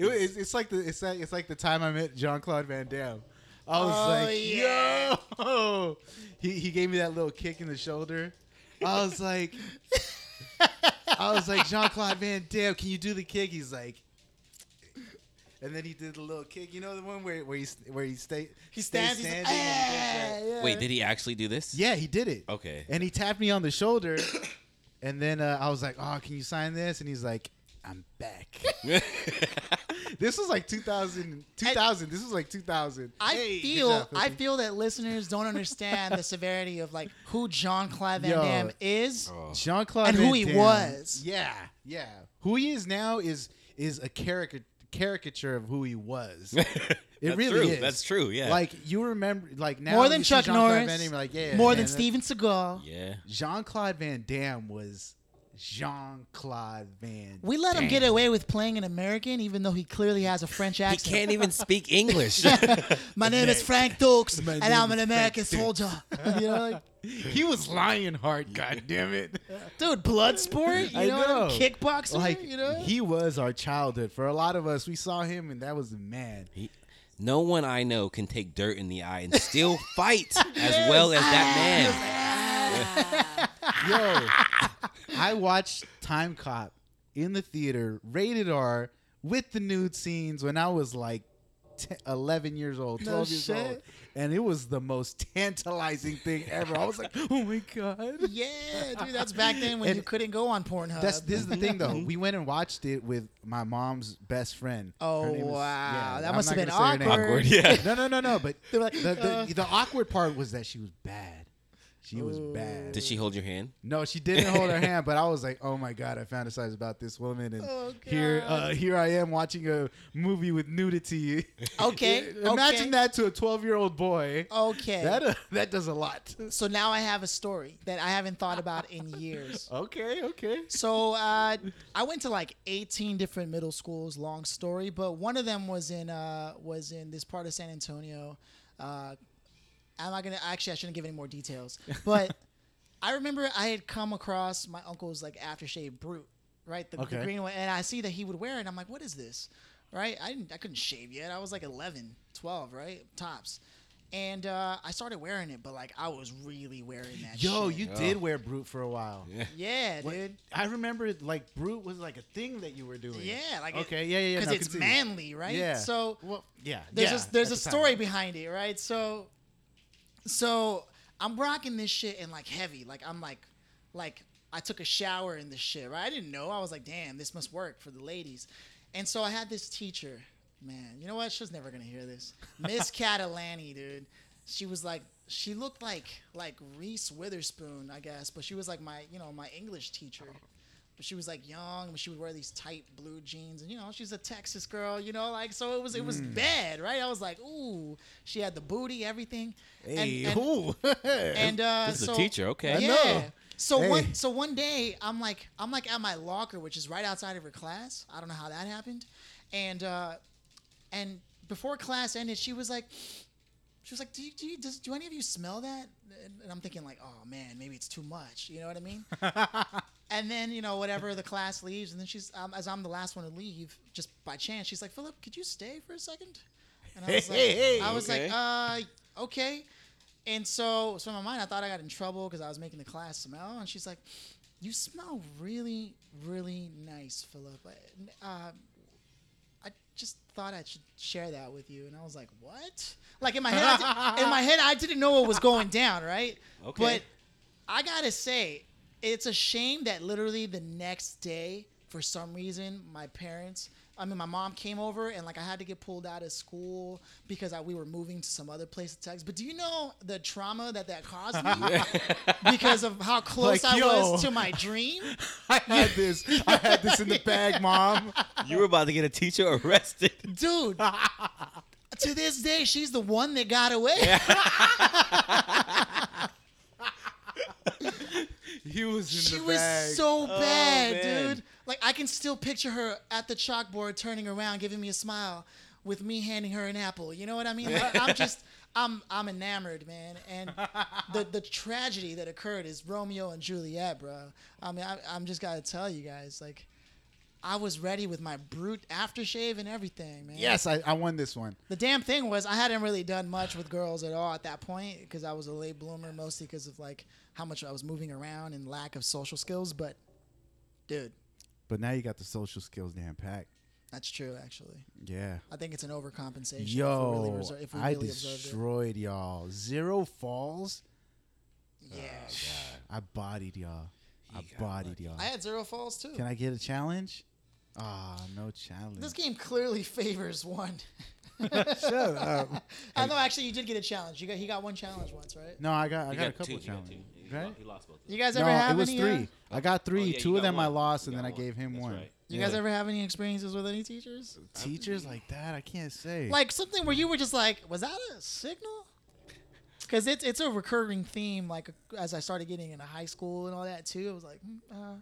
S2: wa- it's, it's like the it's like it's like the time I met Jean Claude Van Damme. I was
S1: Oh,
S2: like,
S1: yeah.
S2: yo, [laughs] he he gave me that little kick in the shoulder. I was like, I was like Jean Claude Van Damme, can you do the kick? He's like, and then he did the little kick. You know the one where where he st- where he stay
S1: he stands. He's like, "Ah," yeah.
S3: [laughs] Wait, did he actually do this?
S2: yeah, he did it.
S3: [laughs] Okay.
S2: And he tapped me on the shoulder, [coughs] and then uh, I was like, oh, can you sign this? And he's like, I'm back.
S3: Oh.
S2: This was like 2000. 2000. this was like 2000.
S1: I
S2: Hey, good
S1: feel
S2: job,
S1: I
S2: Filthy.
S1: feel that listeners don't understand the severity of like who John Clive Van
S2: Yo.
S1: Damme is.
S3: [laughs] Oh.
S2: Jean Claude
S1: and who he was.
S2: Yeah, yeah. Who he is now is is a caricature caricature of who he [laughs] was. It
S3: That's
S2: really
S3: true.
S2: is.
S3: That's true. Yeah.
S2: Like you remember, like now
S1: More than
S2: you see
S1: Chuck
S2: Jean-Claude
S1: Norris,
S2: Van Damme, you're like yeah,
S1: More
S2: man,
S1: than
S2: that-
S1: Steven Seagal.
S3: yeah.
S2: Jean Claude Van Damme was Jean Claude Van.
S1: We let him
S2: Damme.
S1: get away with playing an American, even though he clearly has a French
S3: He
S1: accent.
S3: can't even [laughs] speak English.
S1: My name is Frank Dukes,
S2: My
S1: and
S2: name
S1: I'm an
S2: is
S1: American
S2: Frank
S1: soldier. [laughs] you know, like,
S2: He was Lionheart. God damn it.
S1: dude, blood sport. You
S2: [laughs] I
S1: know,
S2: know.
S1: kickboxer.
S2: Like
S1: you know,
S2: he was our childhood. For a lot of us, we saw him and that was the man.
S3: He- no one I know can take dirt in the eye and still [laughs] fight as well as that man.
S2: Yo, I watched Time Cop in the theater, rated R, with the nude scenes when I was like 10, 11 years old,
S1: No
S2: 12 years
S1: shit.
S2: old. And it was the most tantalizing thing ever. I
S1: [laughs]
S2: was like, oh my God.
S1: [laughs] yeah, dude, that's back then when
S2: And-
S1: you couldn't go on Pornhub.
S2: That's this is the
S1: [laughs]
S2: thing though. We went and watched it with my mom's best friend. Her
S1: Oh,
S2: name is-
S1: wow. That
S2: I'm
S1: must
S2: not
S1: have been
S2: gonna say her name.
S1: awkward.
S3: Awkward, yeah.
S2: No, no, no, no. But
S1: They're like,
S2: the, the,
S1: uh.
S2: the awkward part was that she was bad. She was
S1: Oh.
S2: bad.
S3: Did she hold your hand?
S2: No, she didn't hold her hand, but I was like, "Oh my god, I fantasize about this woman, and
S1: Oh,
S2: here,
S1: God.
S2: uh, here I am watching a movie with nudity." [laughs]
S1: Okay.
S2: imagine
S1: okay.
S2: that to a twelve-year-old boy.
S1: Okay.
S2: That uh, that does a lot.
S1: so now I have a story that I haven't thought about in years.
S2: Okay, okay.
S1: So uh, I went to like 18 different middle schools. Long story, but one of them was in uh, was in this part of San Antonio. Uh, I'm not gonna actually. I shouldn't give any more details,
S2: [laughs]
S1: but I remember I had come across my uncle's like aftershave brute, right? The,
S2: Okay.
S1: the green one, and I see that he would wear it. And I'm like, what is this? Right? I didn't. I couldn't shave yet. I was like 11, 12, right? Tops. And uh, I started wearing it, but like I was really wearing that.
S2: Yo,
S1: shit.
S2: you did wear brute for a while.
S3: Yeah.
S1: Yeah,
S2: What-
S1: dude.
S2: I remember like brute was like a thing that you were doing.
S1: Yeah, like it-
S2: okay, yeah, yeah, yeah.
S1: because
S2: no,
S1: it's
S2: continue.
S1: manly, right?
S2: Yeah.
S1: So
S2: well, yeah.
S1: there's
S2: yeah,
S1: a, there's
S2: at
S1: a
S2: the time.
S1: story behind it, right? So so I'm rocking this shit and like heavy, like I'm like like I took a shower in this shit, right? I didn't know. I was like, damn, this must work for the ladies. And so I had this teacher, man. You know what? She's never gonna hear this.
S2: [laughs]
S1: Miss Catalani, dude. She was like, she looked like like Reese Witherspoon, I guess, but she was like my, you know, my English teacher but she was like young and she would wear these tight blue jeans and you know she's a texas girl you know like so it was it was
S2: Mm.
S1: bad right i was like ooh she had the booty everything
S2: Hey,
S1: and, and,
S2: [laughs] who?
S1: and, uh
S3: This is a
S1: so-
S3: teacher, okay.
S2: I
S1: yeah
S2: know.
S1: so
S2: Hey.
S1: one so one day i'm like i'm like at my locker which is right outside of her class i don't know how that happened and uh and before class ended she was like she was like, "Do you, do, you, does, do any of you smell that?" And, and I'm thinking like, "Oh man, maybe it's too much." You know what I mean? and then you know whatever the class leaves, and then she's um, as I'm the last one to leave, just by chance, she's like, "Philip, could you stay for a second? And I was like,
S2: Hey, hey,
S1: I was
S3: okay.
S1: like, "Uh, okay." And so, so in my mind, I thought I got in trouble because I was making the class smell, and she's like, "You smell really, really nice, Philip. I- Uh, I just thought I should share that with you. And I was like, what? Like in my head, I di- in my head, I didn't know what was going down, right?
S2: [laughs]
S3: Okay.
S1: But I gotta say, it's a shame that literally the next day, for some reason, my parents. I mean, my mom came over and like I had to get pulled out of school because I, we were moving to some other place in Texas. But do you know the trauma that that caused
S2: [laughs]
S1: me because of how close
S2: Like,
S1: I
S2: yo.
S1: was to my dream?
S2: [laughs] I had this. I had this in the
S1: [laughs]
S2: bag, mom.
S3: You were about to get a teacher [laughs] arrested.
S2: [laughs]
S1: dude. to this day, she's the one that got away.
S2: He was in
S1: she
S2: the
S1: was
S2: bag. Oh,
S1: so bad,
S3: man.
S1: dude. Like I can still picture her at the chalkboard, turning around, giving me a smile, with me handing her an apple. You know what I mean? Like,
S2: [laughs]
S1: I'm just, I'm, I'm enamored, man. And the the tragedy that occurred is Romeo and Juliet, bro. I mean, I, I'm just gotta tell you guys, like, I was ready with my brute aftershave and everything, man.
S2: yes, I, I won this one.
S1: The damn thing was I hadn't really done much with girls at all at that point because I was a late bloomer mostly because of like how much I was moving around and lack of social skills. But dude,
S2: But now you got the social skills down packed.
S1: that's true actually.
S2: Yeah.
S1: I think it's an overcompensation. if we
S2: Yo,
S1: really reser- if we
S2: I
S1: really observed it.
S2: destroyed y'all. Zero falls.
S1: Yeah,
S2: I bodied y'all. I
S3: got
S2: bodied y'all.
S1: I had zero falls too.
S2: Can I get a challenge? Ah, no challenge.
S1: This game clearly [laughs] favors one.
S2: [laughs] Shut
S1: [laughs]
S2: up.
S1: I know actually you did get a challenge. You got he got one challenge once, right?
S2: No, I got I
S3: You
S2: got, a
S3: two,
S2: couple
S3: you got
S2: challenges.
S3: two. He
S2: Right?
S3: lost- He lost both. of them.
S1: You guys
S2: No,
S1: ever have
S2: it was
S1: any? uh,
S2: three. I got three.
S3: Oh, yeah,
S2: Two
S3: you
S2: of
S3: got
S2: them I
S3: one.
S2: lost,
S3: You
S2: and then
S3: got
S2: I
S3: one.
S2: gave him
S3: That's
S2: one.
S3: right.
S1: you
S2: Yeah.
S1: guys ever have any experiences with any teachers?
S2: teachers like that? I can't say.
S1: [laughs] like something where you were just like, was that a signal? Because it's it's a recurring theme. Like as I started getting into high school and all that too, it was like, mm, uh,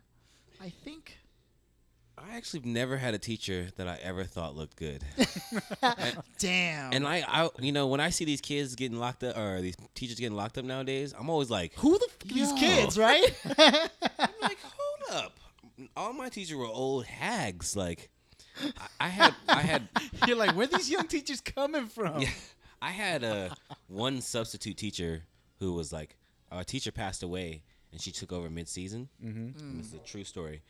S1: I think
S3: I actually never had a teacher that I ever thought looked good.
S1: damn.
S3: And I, I, you know, when I see these kids getting locked up or these teachers getting locked up nowadays, I'm always like,
S1: who the fuck are these
S3: Yo.
S1: kids,
S2: [laughs]
S1: right? [laughs]
S3: I'm like, hold up. All my teachers were old hags. Like, I, I had, I had,
S2: [laughs]
S3: [laughs]
S2: You're like, where these young teachers coming from?
S3: yeah, I had uh, one substitute teacher who was like, our teacher passed away, and she took over mid-season. Mm-hmm. This is a true story.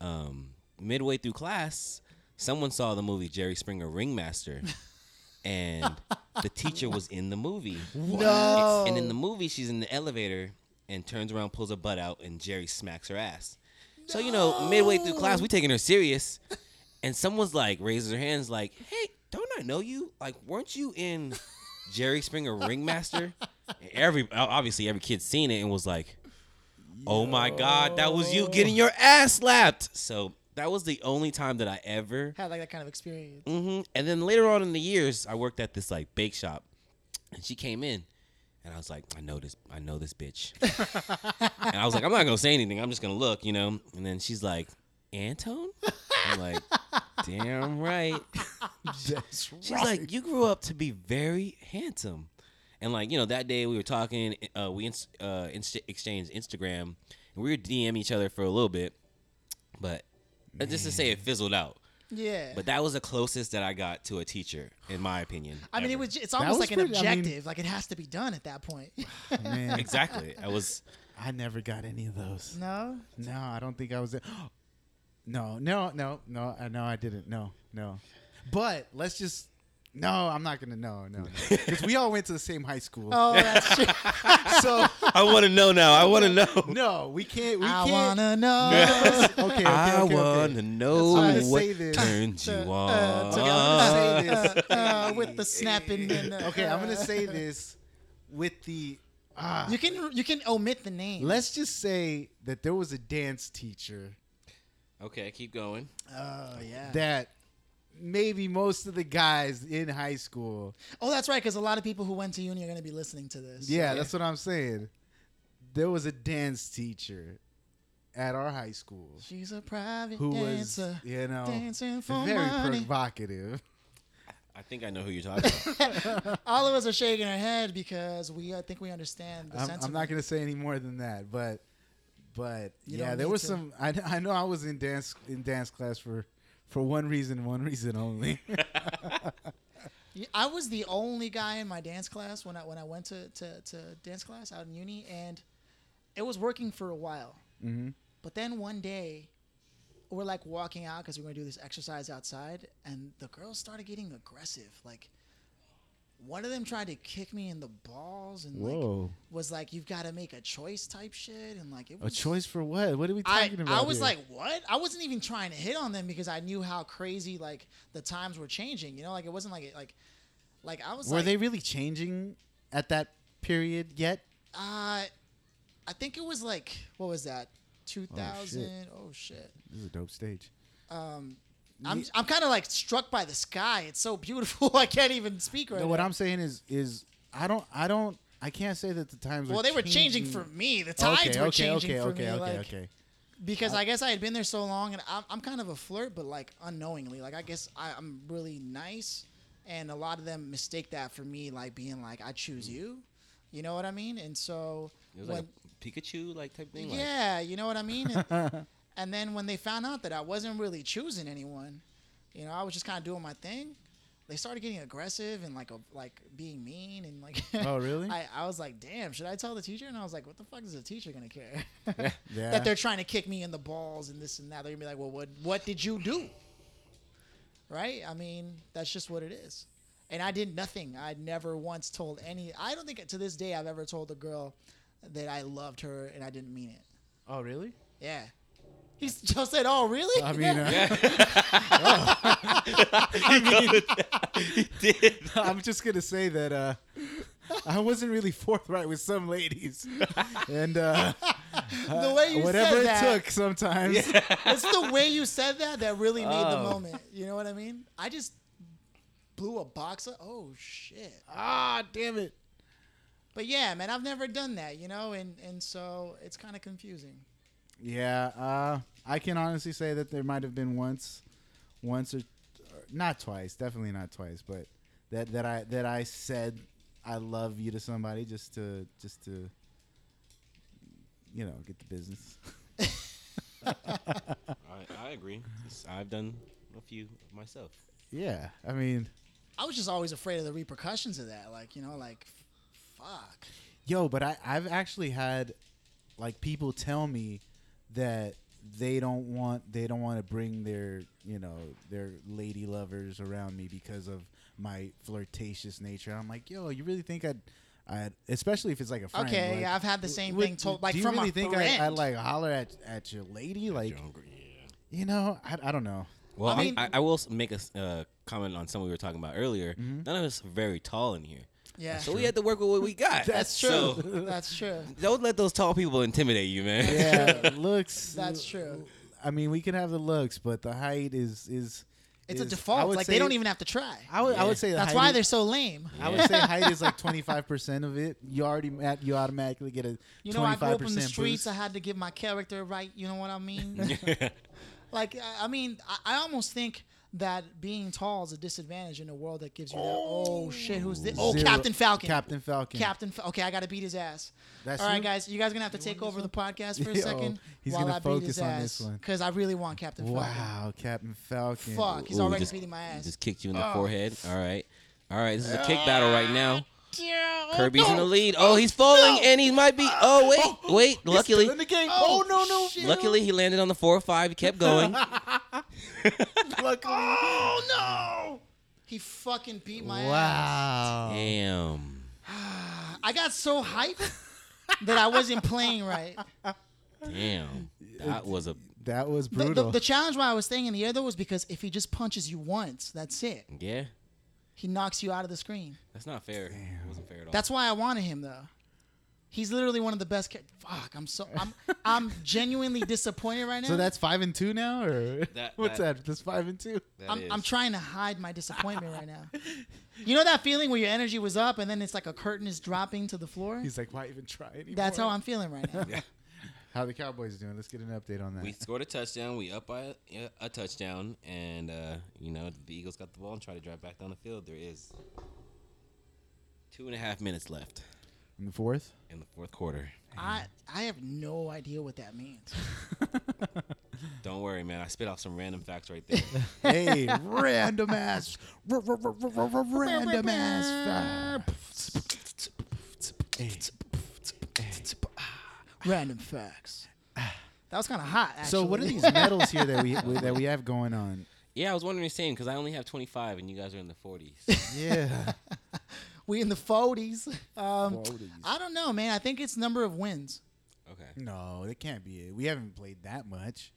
S3: Um, midway through class, someone saw the movie Jerry Springer Ringmaster, and the teacher was in the movie.
S2: No.
S3: And in the movie, she's in the elevator and turns around, pulls her butt out, and Jerry smacks her ass. So you know, midway through class, we taking her serious, and someone's like raises her hands, like, "Hey, don't I know you? Like, weren't you in Jerry Springer Ringmaster. Every obviously every kid seen it and was like, "Oh my god, that was you getting your ass slapped." So that was the only time that I ever.
S1: Had like that kind of experience.
S3: hmm And then later on in the years, I worked at this like bake shop, and she came in, and I was like, "I know this, I know this bitch." and I was like, "I'm not gonna say anything. I'm just gonna look," you know. And then she's like, "Antone?" I'm like, "Damn right."
S2: [laughs] That's
S3: She's like, you grew up to be very handsome, and like you know that day we were talking, uh, we ins- uh, inst- exchanged Instagram, and we were DM each other for a little bit, but uh, just to say it fizzled out.
S1: Yeah.
S3: But that was the closest that I got to a teacher, in my opinion.
S1: I mean, it
S3: ever.
S1: was. It's almost
S2: was
S1: like an
S2: pretty- I mean-
S1: objective. like it has to be done at that point.
S2: [laughs]
S3: [laughs]
S2: man.
S3: [laughs] exactly. I was
S2: I never got any of those.
S1: no.
S2: [laughs] No, I don't think I was. There. [gasps] No, no, no, no. I no, I didn't. No, no. But let's just. No, I'm not gonna. No, no,
S1: [laughs]
S2: because we all went to the same high school.
S1: Oh, that's true.
S2: [laughs] So
S1: [laughs]
S3: I want to know now. I want to know.
S2: no, we can't. We
S1: I
S2: can't. [laughs]
S1: wanna know. [laughs]
S2: Okay, okay, okay.
S3: I
S2: okay.
S3: want to know
S2: I'm gonna
S3: what
S2: say this.
S3: turns you
S1: Uh, [laughs]
S3: on.
S1: uh,
S2: Okay, I'm gonna say this.
S1: uh, [laughs]
S2: [laughs]
S1: uh, with the snapping. And, uh,
S2: Okay, I'm gonna
S1: uh,
S2: say this with the. Ah,
S1: You can you can omit the name.
S2: let's just say that there was a dance teacher
S3: okay, keep going.
S1: Oh yeah.
S2: that maybe most of the guys in high school.
S1: oh, that's right. Because a lot of people who went to uni are gonna be listening to this.
S2: Yeah, that's what I'm saying. There was a dance teacher at our high school
S1: She's a private
S2: who was,
S1: dancer.
S2: you know,
S1: Dancing for
S2: very
S1: money.
S2: provocative.
S3: I think I know who you're talking about.
S1: [laughs] All of us are shaking our head because we I think we understand the
S2: I'm,
S1: sentiment.
S2: I'm not going to say any more than that, but but
S1: You
S2: yeah,
S1: don't
S2: there
S1: need
S2: was
S1: to.
S2: some. I, I know I was in dance in dance class for for one reason, one reason only.
S1: Yeah, I was the only guy in my dance class when I when I went to, to, to dance class out in uni, and it was working for a while. Mm-hmm. But then one day, we're like walking out because we are gonna do this exercise outside, and the girls started getting aggressive. Like one of them tried to kick me in the balls, and like
S2: Whoa.
S1: was like, "You've got to make a choice" type shit, and like it
S2: [laughs] a
S1: was
S2: choice for what? What are we
S1: I,
S2: talking about?
S1: I was
S2: here?
S1: like, what? I wasn't even trying to hit on them because I knew how crazy like the times were changing. You know, like it wasn't like it like like I was.
S2: were
S1: like,
S2: they really changing at that period yet?
S1: Uh, I think it was like what was that? Two thousand. Oh shit.
S2: This is a dope stage.
S1: I'm I'm kind of like struck by the sky. It's so beautiful. [laughs] I can't even speak right
S2: No, what
S1: now.
S2: I'm saying is is I don't I don't I can't say that the times.
S1: well,
S2: are
S1: they were changing for me. The tides
S2: okay,
S1: were
S2: okay,
S1: changing
S2: okay,
S1: for
S2: okay,
S1: me,
S2: okay,
S1: like,
S2: okay.
S1: because I guess I had been there so long, and I'm, I'm kind of a flirt, but like unknowingly. Like I guess I, I'm really nice, and a lot of them mistake that for me, like being like I choose you. You know what I mean? And so
S3: Mm. It was
S1: when-
S3: like a Pikachu like type [laughs] thing. Like,
S1: Yeah, you know what I mean?
S3: [laughs]
S1: And, and then when they found out that I wasn't really choosing anyone, you know, I was just kind of doing my thing. They started getting aggressive and like a, like being mean and like.
S2: Oh,
S1: [laughs]
S2: really?
S1: I, I was like, damn, should I tell the teacher? And I was like, what the fuck is the teacher gonna care? [laughs]
S2: Yeah.
S1: That they're trying to kick me in the balls and this and that. They're gonna be like, well, what what did you do? Right? I mean, that's just what it is. And I did nothing. I never once told any. I don't think to this day I've ever told a girl that I loved her and I didn't mean it.
S2: Oh, really?
S1: Yeah. He [laughs] just said, "Oh, really?"
S2: I mean, uh, [laughs] I'm just gonna say that uh, I wasn't really forthright with
S1: [laughs]
S2: some ladies, and uh,
S1: [laughs] the way you said
S2: whatever it
S1: that,
S2: took, sometimes
S1: it's the way you said that that really made the
S3: Oh.
S1: moment. You know what I mean? I just blew a box of oh shit.
S2: ah, damn it.
S1: But yeah, man, I've never done that, you know, and and so it's kind of confusing.
S2: Yeah, uh, I can honestly say that there might have been once, once or, or not twice, definitely not twice, but that that I that I said I love you to somebody just to just to, you know, get the business. [laughs]
S3: I, I agree. It's- I've done a few myself.
S2: Yeah, I mean,
S1: I was just always afraid of the repercussions of that, like you know, like fuck.
S2: yo, but I I've actually had, like, people tell me that they don't want they don't want to bring their you know their lady lovers around me because of my flirtatious nature. And I'm like, yo, you really think I'd I'd especially if it's like a friend.
S1: Okay,
S2: like,
S1: yeah, I've had the same
S2: would-
S1: thing told, like
S2: do you
S1: from
S2: really
S1: a
S2: think
S1: friend.
S2: I, I'd like holler at at your lady? Like, you know, I, I don't know.
S3: Well, I,
S1: mean-
S3: I, I will s- make a s- uh, comment on something we were talking about earlier. None of us are very tall in here.
S1: Yeah.
S3: So we had to work with what we got.
S2: That's true.
S3: So,
S1: That's true.
S3: [laughs] don't let those tall people intimidate you, man. [laughs]
S2: [laughs] yeah, looks.
S1: That's true.
S2: I mean, we can have the looks, but the height is is.
S1: It's a
S2: is- I
S1: default.
S2: would
S1: Like
S2: say-
S1: they don't even have to try.
S2: I would, I
S3: Yeah.
S2: would say the
S1: That's
S2: height
S1: why
S2: is-
S1: they're so lame.
S2: I would say height
S1: [laughs]
S2: is like twenty five percent of it. You already ma- you automatically get a
S1: You know, I
S2: twenty
S1: grew
S2: five
S1: up in the
S2: percent
S1: streets.
S2: boost.
S1: I had to get my character right. You know what I
S3: [laughs]
S1: mean? like, I- I mean, I, I almost think that being tall is a disadvantage in a world that gives you that. Oh shit, who's this? Oh,
S2: Zero-
S1: Captain Falcon.
S2: Captain Falcon.
S1: Captain. Fa- Okay, I gotta beat his ass.
S2: That's
S1: All right,
S2: you?
S1: guys, you guys are gonna have to take over the podcast for a
S2: [laughs] Yo,
S1: second
S2: he's
S1: while
S2: gonna
S1: I beat his
S2: focus on this
S1: ass
S2: one.
S1: because I really want Captain Falcon.
S2: Wow, Captain Falcon.
S1: Fuck, he's
S3: Ooh,
S1: already
S3: just-
S1: beating my ass.
S3: Just kicked you in the forehead. All right. All right. This is a kick battle right now. Kirby's in the lead. Oh, he's falling, and he might be. Oh wait, wait. Luckily,
S2: in the game.
S1: Oh,
S2: Oh, no no!
S1: shit.
S3: luckily he landed on the four or five. He kept going.
S2: Luckily. Oh
S1: He fucking beat my ass.
S2: Wow.
S3: Damn.
S1: I got so hyped that I wasn't playing right.
S3: Damn. That was a
S2: That was
S1: The- The,
S2: brutal.
S1: the challenge why I was staying in the air though was because if he just punches you once, that's it.
S3: yeah.
S1: He knocks you out of the screen.
S3: That's not fair. It wasn't fair at all.
S1: That's why I wanted him though. He's literally one of the best. Ca- Fuck, I'm so
S2: [laughs]
S1: I'm I'm genuinely disappointed right now.
S2: so that's five and two now, or
S3: That-
S2: [laughs] what's
S3: that-
S2: that? That's five and two.
S3: That
S1: I'm, I'm
S3: is-
S1: trying to hide my disappointment right
S2: [laughs]
S1: now. You know that feeling where your energy was up and then it's like a curtain is dropping to the floor?
S2: He's like, why even try anymore?
S1: That's how I'm feeling right
S2: [laughs]
S1: now.
S2: How the Cowboys doing? Let's get an update on that.
S3: We scored a touchdown. We up by a, a touchdown, and uh, you know the Eagles got the ball and try to drive back down the field. There is two and a half minutes left
S2: In the
S1: [laughs]
S2: fourth.
S3: in the fourth quarter.
S1: I I have no idea what that means.
S3: Don't worry, man. I spit off some random facts right [laughs] there.
S2: hey, random ass, r- r- r- r- r- r- random ass facts. Hey.
S1: ah, Random
S2: [sighs]
S1: facts. That was kind of hot. Actually.
S2: So, what are these medals here
S1: [laughs]
S2: that we, we that we have going on?
S3: yeah, I was wondering the same because I only have 25 and you guys are in the 40s. [laughs]
S2: Yeah,
S1: We in the forties. Um,
S2: 40s.
S1: I don't know, man. I think it's number of wins.
S3: Okay.
S2: no, that can't be it. We haven't played that much.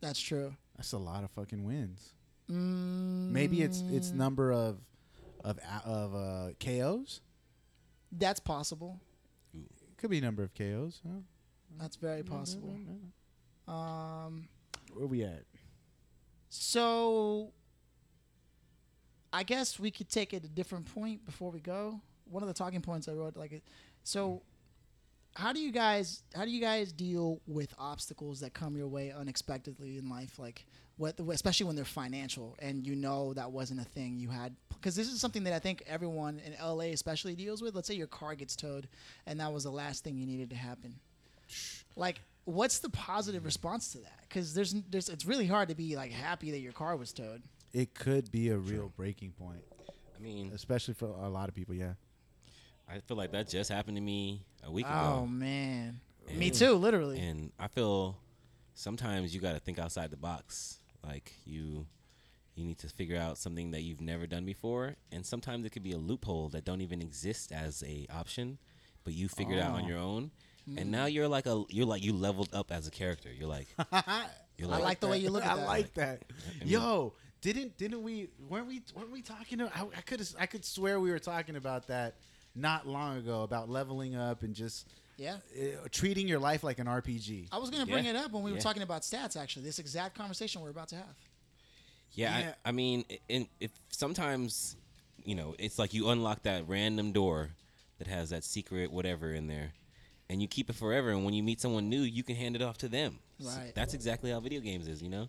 S1: That's true. Mm,
S2: That's a lot of fucking wins. Maybe it's it's number of of a- of uh, KOs.
S1: That's possible.
S2: Could be number of KOs. Huh?
S1: That's very possible. Um,
S2: Where we at?
S1: so I guess we could take it a different point before we go. One of the talking points I wrote, like, so how do you guys how do you guys deal with obstacles that come your way unexpectedly in life like what especially when they're financial and you know that wasn't a thing you had because this is something that i think everyone in la especially deals with let's say your car gets towed and that was the last thing you needed to happen like what's the positive response to that because there's there's it's really hard to be like happy that your car was towed
S2: It could be a real breaking point,
S3: I mean,
S2: especially for a lot of people. Yeah.
S3: I feel like that just happened to me a week
S1: oh
S3: ago.
S1: man me
S3: And-
S1: too literally
S3: and I feel sometimes you got to think outside the box. Like you, you need to figure out something that you've never done before, and sometimes it could be a loophole that don't even exist as a option, but you figured out on your own, and now you're like a you're like you leveled up as a character. You're like you're
S1: i like the way you look at
S2: [laughs] I
S1: that
S2: like that. Yo, didn't didn't we weren't we weren't we talking? To, I, I could I could swear we were talking about that not long ago about leveling up and just
S1: yeah
S2: uh, treating your life like an RPG.
S1: I was going to bring
S3: Yeah.
S1: it up when we were
S3: Yeah.
S1: talking about stats, actually. This exact conversation we're about to have.
S3: Yeah,
S2: Yeah.
S3: I, I mean, i- and if sometimes, you know, it's like you unlock that random door that has that secret whatever in there, and you keep it forever. And when you meet someone new, you can hand it off to them. So
S1: Right.
S3: that's exactly how video games is, you know.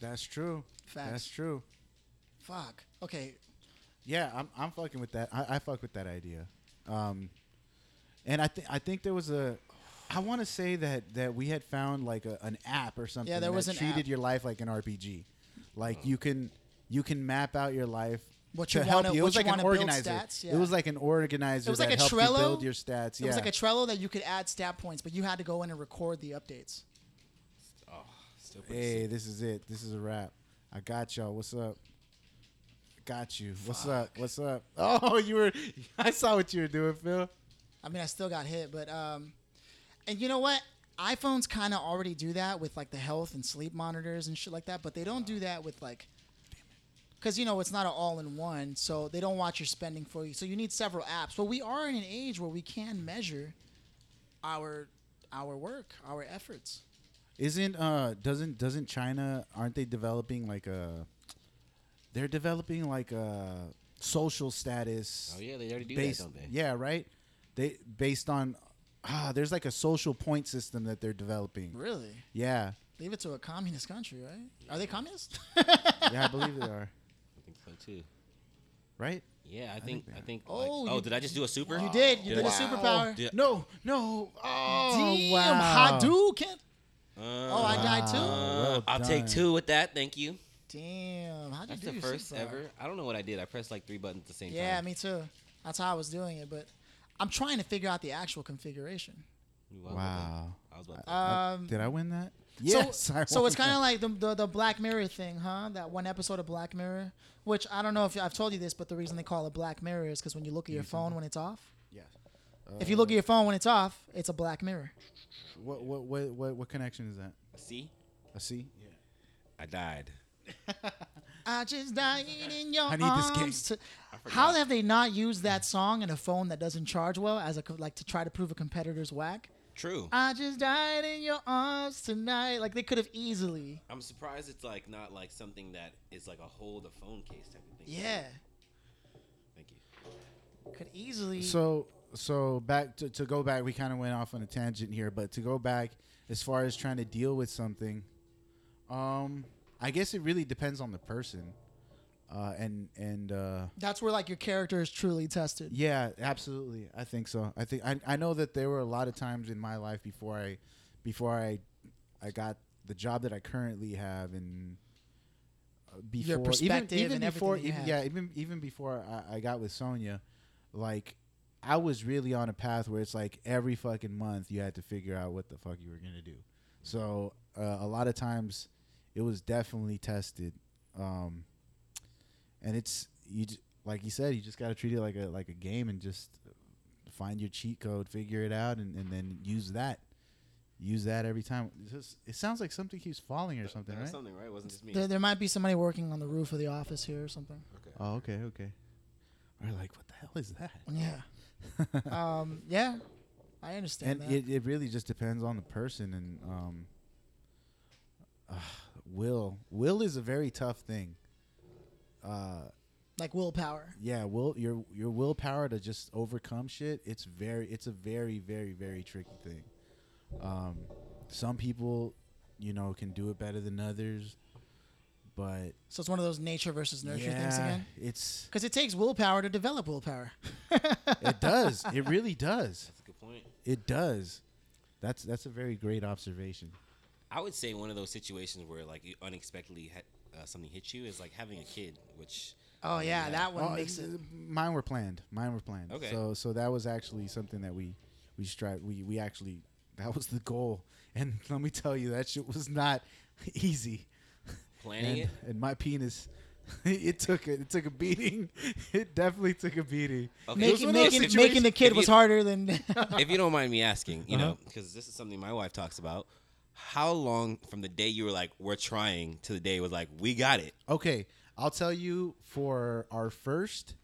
S2: That's true.
S1: Facts.
S2: That's true.
S1: Fuck. Okay.
S2: Yeah, I'm I'm fucking with that. I, I fuck with that idea. Um, and I think I think there was a. I want to say that that we had found like a, an app or something.
S1: there
S2: that
S1: was an
S2: treated
S1: app.
S2: your life like an RPG. Like you can you can map out your life.
S1: What
S2: to
S1: you
S2: help
S1: wanna-
S2: you. It
S1: what
S2: was
S1: you
S2: like an
S1: wanna build
S2: organizer.
S1: stats, yeah.
S2: It was like an organizer.
S1: It was like
S2: that
S1: a
S2: helped you
S1: Trello.
S2: build your stats.
S1: It was
S2: yeah.
S1: like a Trello that you could add stat points, but you had to go in and record the updates.
S3: Still pretty
S2: hey, this is it. This is a wrap. I got y'all. What's up? Got you. What's up? What's up? [laughs] Oh, you were. I saw what you were doing, Phil.
S1: I mean, I still got hit, but um, and you know what? iPhones kind of already do that with like the health and sleep monitors and shit like that, but they don't do that with like because you know it's not an all-in-one, so they don't watch your spending for you. So you need several apps. But we are in an age where we can measure our our work, our efforts.
S2: Isn't uh doesn't doesn't China aren't they developing like a they're developing like a social status
S3: Oh yeah, they already do
S2: based
S3: that, don't they?
S2: Yeah, right? They based on ah there's like a social point system that they're developing.
S1: Really,
S2: Yeah.
S1: leave it to a communist country, right? Are they communist?
S2: Yeah, I believe they [laughs] are.
S3: I think so too.
S2: Right?
S3: Yeah, I think I think.
S1: Oh,
S3: Oh,
S1: you-
S3: oh, did I just do a super?
S1: you did. You
S3: Did
S1: did
S3: I-
S1: a superpower.
S3: Did-
S2: No, no. Oh,
S1: [laughs] Damn,
S2: wow.
S1: Hadouken.
S3: Uh,
S1: Oh, I died too.
S2: Well
S3: I'll take
S2: done.
S3: two with that. Thank you.
S1: Damn, how'd you
S3: That's
S1: do
S3: the
S1: your
S3: first
S1: superpower?
S3: ever. I don't know what I did. I pressed like three buttons at the same
S1: Yeah,
S3: time.
S1: me too. That's how I was doing it, but I'm trying to figure out the actual configuration.
S3: Yeah,
S2: Wow. Uh,
S3: I was about to.
S1: Um,
S2: Did I win that? [laughs]
S1: so-
S2: Yes.
S1: So,
S2: I won
S1: it's kind
S2: that.
S1: of like the, the the Black Mirror thing, huh? That one episode of Black Mirror, which I don't know if I've told you this, but the reason they call it Black Mirror is because when you look at your phone when it's off, if you
S2: Oh.
S1: look at your phone when it's off, it's a black mirror.
S2: What what what what, what connection is that?
S3: See,
S2: A C? Yeah.
S3: I died.
S1: I just died in your
S2: I need this game.
S1: arms. to- How have they not used that song in a phone that doesn't charge well as a co- like to try to prove a competitor's whack?
S3: True.
S1: I just died in your arms tonight. Like they could have easily.
S3: I'm surprised it's like not like something that is like a hold a phone case type of thing.
S1: Yeah.
S3: Thank you.
S1: Could easily.
S2: So so back to, to go back, we kind of went off on a tangent here, but to go back as far as trying to deal with something, um, I guess it really depends on the person, uh, and and uh,
S1: that's where like your character is truly tested.
S2: yeah, absolutely, I think so. I think I I know that there were a lot of times in my life before I before I I got the job that I currently have and. uh, Before,
S1: Your perspective
S2: even, even
S1: and everything
S2: before,
S1: that you
S2: even,
S1: have.
S2: yeah, even even before I, I got with Sonya, like I was really on a path where it's like every fucking month you had to figure out what the fuck you were gonna do. So uh, a lot of times it was definitely tested, um, and it's you j- like you said you just gotta treat it like a like a game and just find your cheat code, figure it out, and, and then use that. Use that every time. It's just- it sounds like something keeps falling or something,
S3: That was
S2: right?
S3: something, right? It wasn't just me.
S1: There, there might be somebody working on the roof of the office here or something.
S3: Okay.
S2: Oh, okay, okay. We're like, what the hell is that?
S1: Yeah. [laughs]
S2: [laughs]
S1: um, yeah. I understand
S2: and
S1: that.
S2: it, it really just depends on the person and um ah, will will is a very tough thing uh
S1: like willpower.
S2: yeah will your your willpower to just overcome shit it's very it's a very very very tricky thing um some people you know can do it better than others but
S1: So it's one of those nature versus nurture
S2: yeah
S1: things again.
S2: it's
S1: Because it takes willpower to develop willpower.
S2: it does it really does
S3: That's a good point.
S2: it does that's that's a very great observation
S3: I would say one of those situations where like you unexpectedly ha- uh, something hits you is like having a kid, which
S1: Oh yeah, that one
S2: Oh,
S1: makes
S2: uh,
S1: it.
S2: Mine were planned. Mine were planned.
S3: Okay.
S2: So so that was actually something that we we strive we we actually that was the goal. And [laughs] let me tell you, that shit was not [laughs] easy.
S3: planning
S2: And, and my penis, [laughs] it took a, it took a beating. [laughs] It definitely took a beating.
S3: Okay. It
S1: [laughs]
S3: was
S1: Making
S3: one of those
S1: making, making
S3: situations-
S1: the kid
S3: if
S1: was
S3: you-
S1: harder than. [laughs]
S3: it, if you don't mind me asking, you know,
S2: Uh-huh.
S3: because this is something my wife talks about. How long from the day you were like we're trying to the day it was like we got it?
S2: Okay, I'll tell you for our first,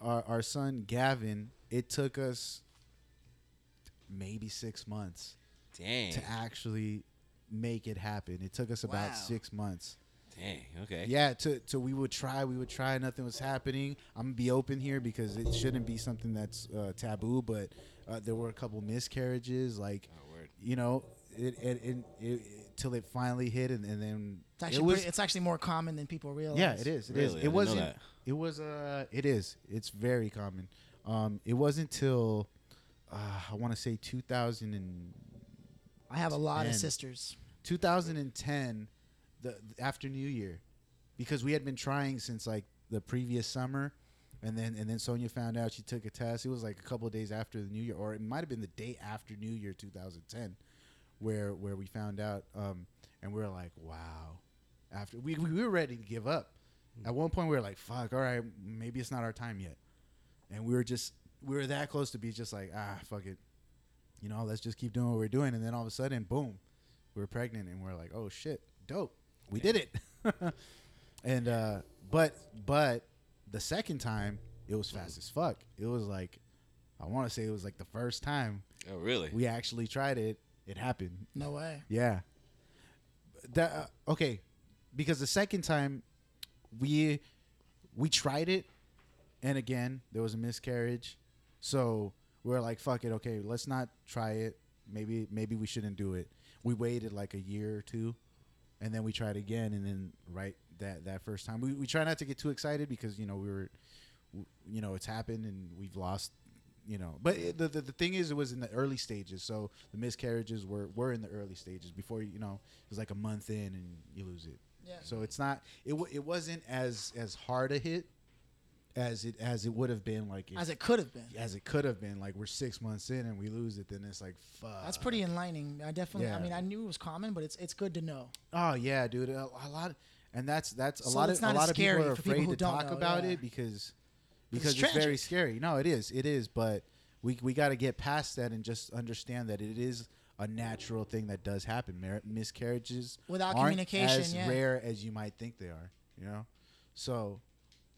S2: our, our son Gavin, it took us maybe six months.
S3: Dang,
S2: to actually make it happen. It took us about
S1: Wow.
S2: six months.
S3: dang, okay,
S2: Yeah, to to we would try, we would try, nothing was happening. I'm gonna be open here because it shouldn't be something that's uh, taboo, but uh, there were a couple miscarriages, like
S3: Oh, word.
S2: you know, it it, it, it, it till it finally hit, and, and then
S1: It's actually,
S2: it was.
S1: pretty- it's actually more common than people realize.
S2: yeah, it is. It is.
S3: Really? I
S2: It
S3: didn't know
S2: wasn't.
S3: that.
S2: It was. Uh, it is. It's very common. Um, it wasn't till uh, I want to say 2000 and
S1: I have a lot of
S2: Man.
S1: sisters.
S2: 2010 the, the- after new year because we had been trying since like the previous summer and then and then sonia found out she took a test it was like a couple of days after the new year or it might have been the day after new year 2010 where where we found out um and we were like wow after we, we were ready to give up at one point we were like fuck all right maybe it's not our time yet and we were just we were that close to be just like ah fuck it you know let's just keep doing what we're doing and then all of a sudden boom we were pregnant and we are like oh shit dope we did it [laughs] And uh but but the second time it was fast as fuck. It was like I want to say it was like the first time
S3: Oh, really?
S2: we actually tried it. It happened.
S1: No way.
S2: Yeah. That uh, okay, because the second time we we tried it, and again there was a miscarriage, so we were like, "Fuck it, okay, let's not try it. Maybe maybe we shouldn't do it." We waited like a year or two, and then we tried again, and then right that that first time we we try not to get too excited because you know we were, w- you know, it's happened and we've lost. You know, but it, the, the the thing is, it was in the early stages, so the miscarriages were were in the early stages before you know it was like a month in and you lose it.
S1: Yeah.
S2: So it's not it w- it wasn't as as hard a hit as it as it would have been like if-
S1: As it could have been.
S2: as it could have been like we're six months in and we lose it then it's like fuck
S1: That's pretty enlightening. I definitely. I
S2: Yeah.
S1: mean, I knew it was common, but it's it's good to know.
S2: oh yeah dude a, a lot and that's that's a
S1: So
S2: lot
S1: it's
S2: of
S1: not
S2: a
S1: as
S2: lot of people
S1: scary
S2: are
S1: for people
S2: afraid
S1: who
S2: to
S1: don't
S2: talk
S1: know,
S2: about
S1: yeah.
S2: it because because it's,
S1: tragic.
S2: very scary no it is it is but we we got to get past that and just understand that it is a natural thing that does happen Mar- miscarriages
S1: Without
S2: aren't
S1: communication,
S2: as
S1: yeah.
S2: rare as you might think they are you know so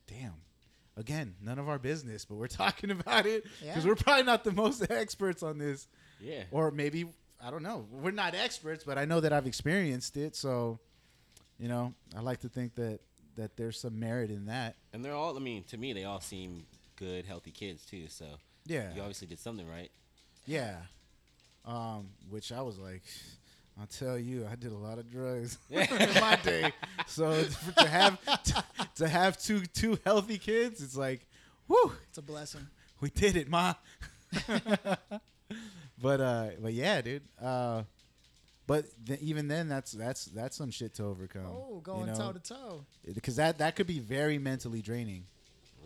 S2: damn again none of our business but we're [laughs] talking about it because
S1: Yeah.
S2: we're probably not the most [laughs] experts on this
S3: Yeah.
S2: or maybe I don't know. We're not experts, but I know that I've experienced it, so you know, I like to think that that there's some merit in that.
S3: And they're all, I mean, to me, they all seem good, healthy kids, too. So
S2: Yeah.
S3: you obviously did something right.
S2: Yeah. Um, which I was like, I'll tell you, I did a lot of drugs [laughs] in my day. So [laughs] to have to, to have two two healthy kids, it's like, whew,
S1: It's a blessing.
S2: we did it, ma. [laughs] but uh, but yeah, dude. Uh, but th- even then, that's that's that's some shit to overcome.
S1: Oh, going toe to toe.
S2: because that that could be very mentally draining.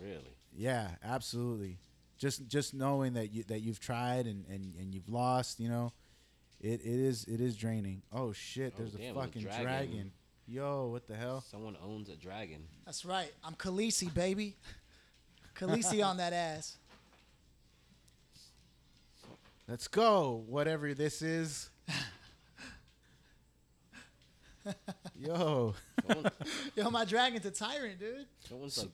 S3: Really?
S2: Yeah, absolutely. Just just knowing that you that you've tried and and and you've lost, you know, it it is it is draining. Oh shit,
S3: Oh,
S2: there's
S3: damn,
S2: a
S3: there's a
S2: fucking
S3: dragon.
S2: dragon. Yo, what the hell?
S3: Someone owns
S2: [laughs]
S3: a dragon.
S1: That's right. I'm Khaleesi, baby. Khaleesi on
S2: [laughs]
S1: that ass.
S2: Let's go. Whatever
S1: [laughs]
S2: this is. Yo,
S3: Someone,
S1: Yo, my dragon's a tyrant, dude.
S3: someone's like,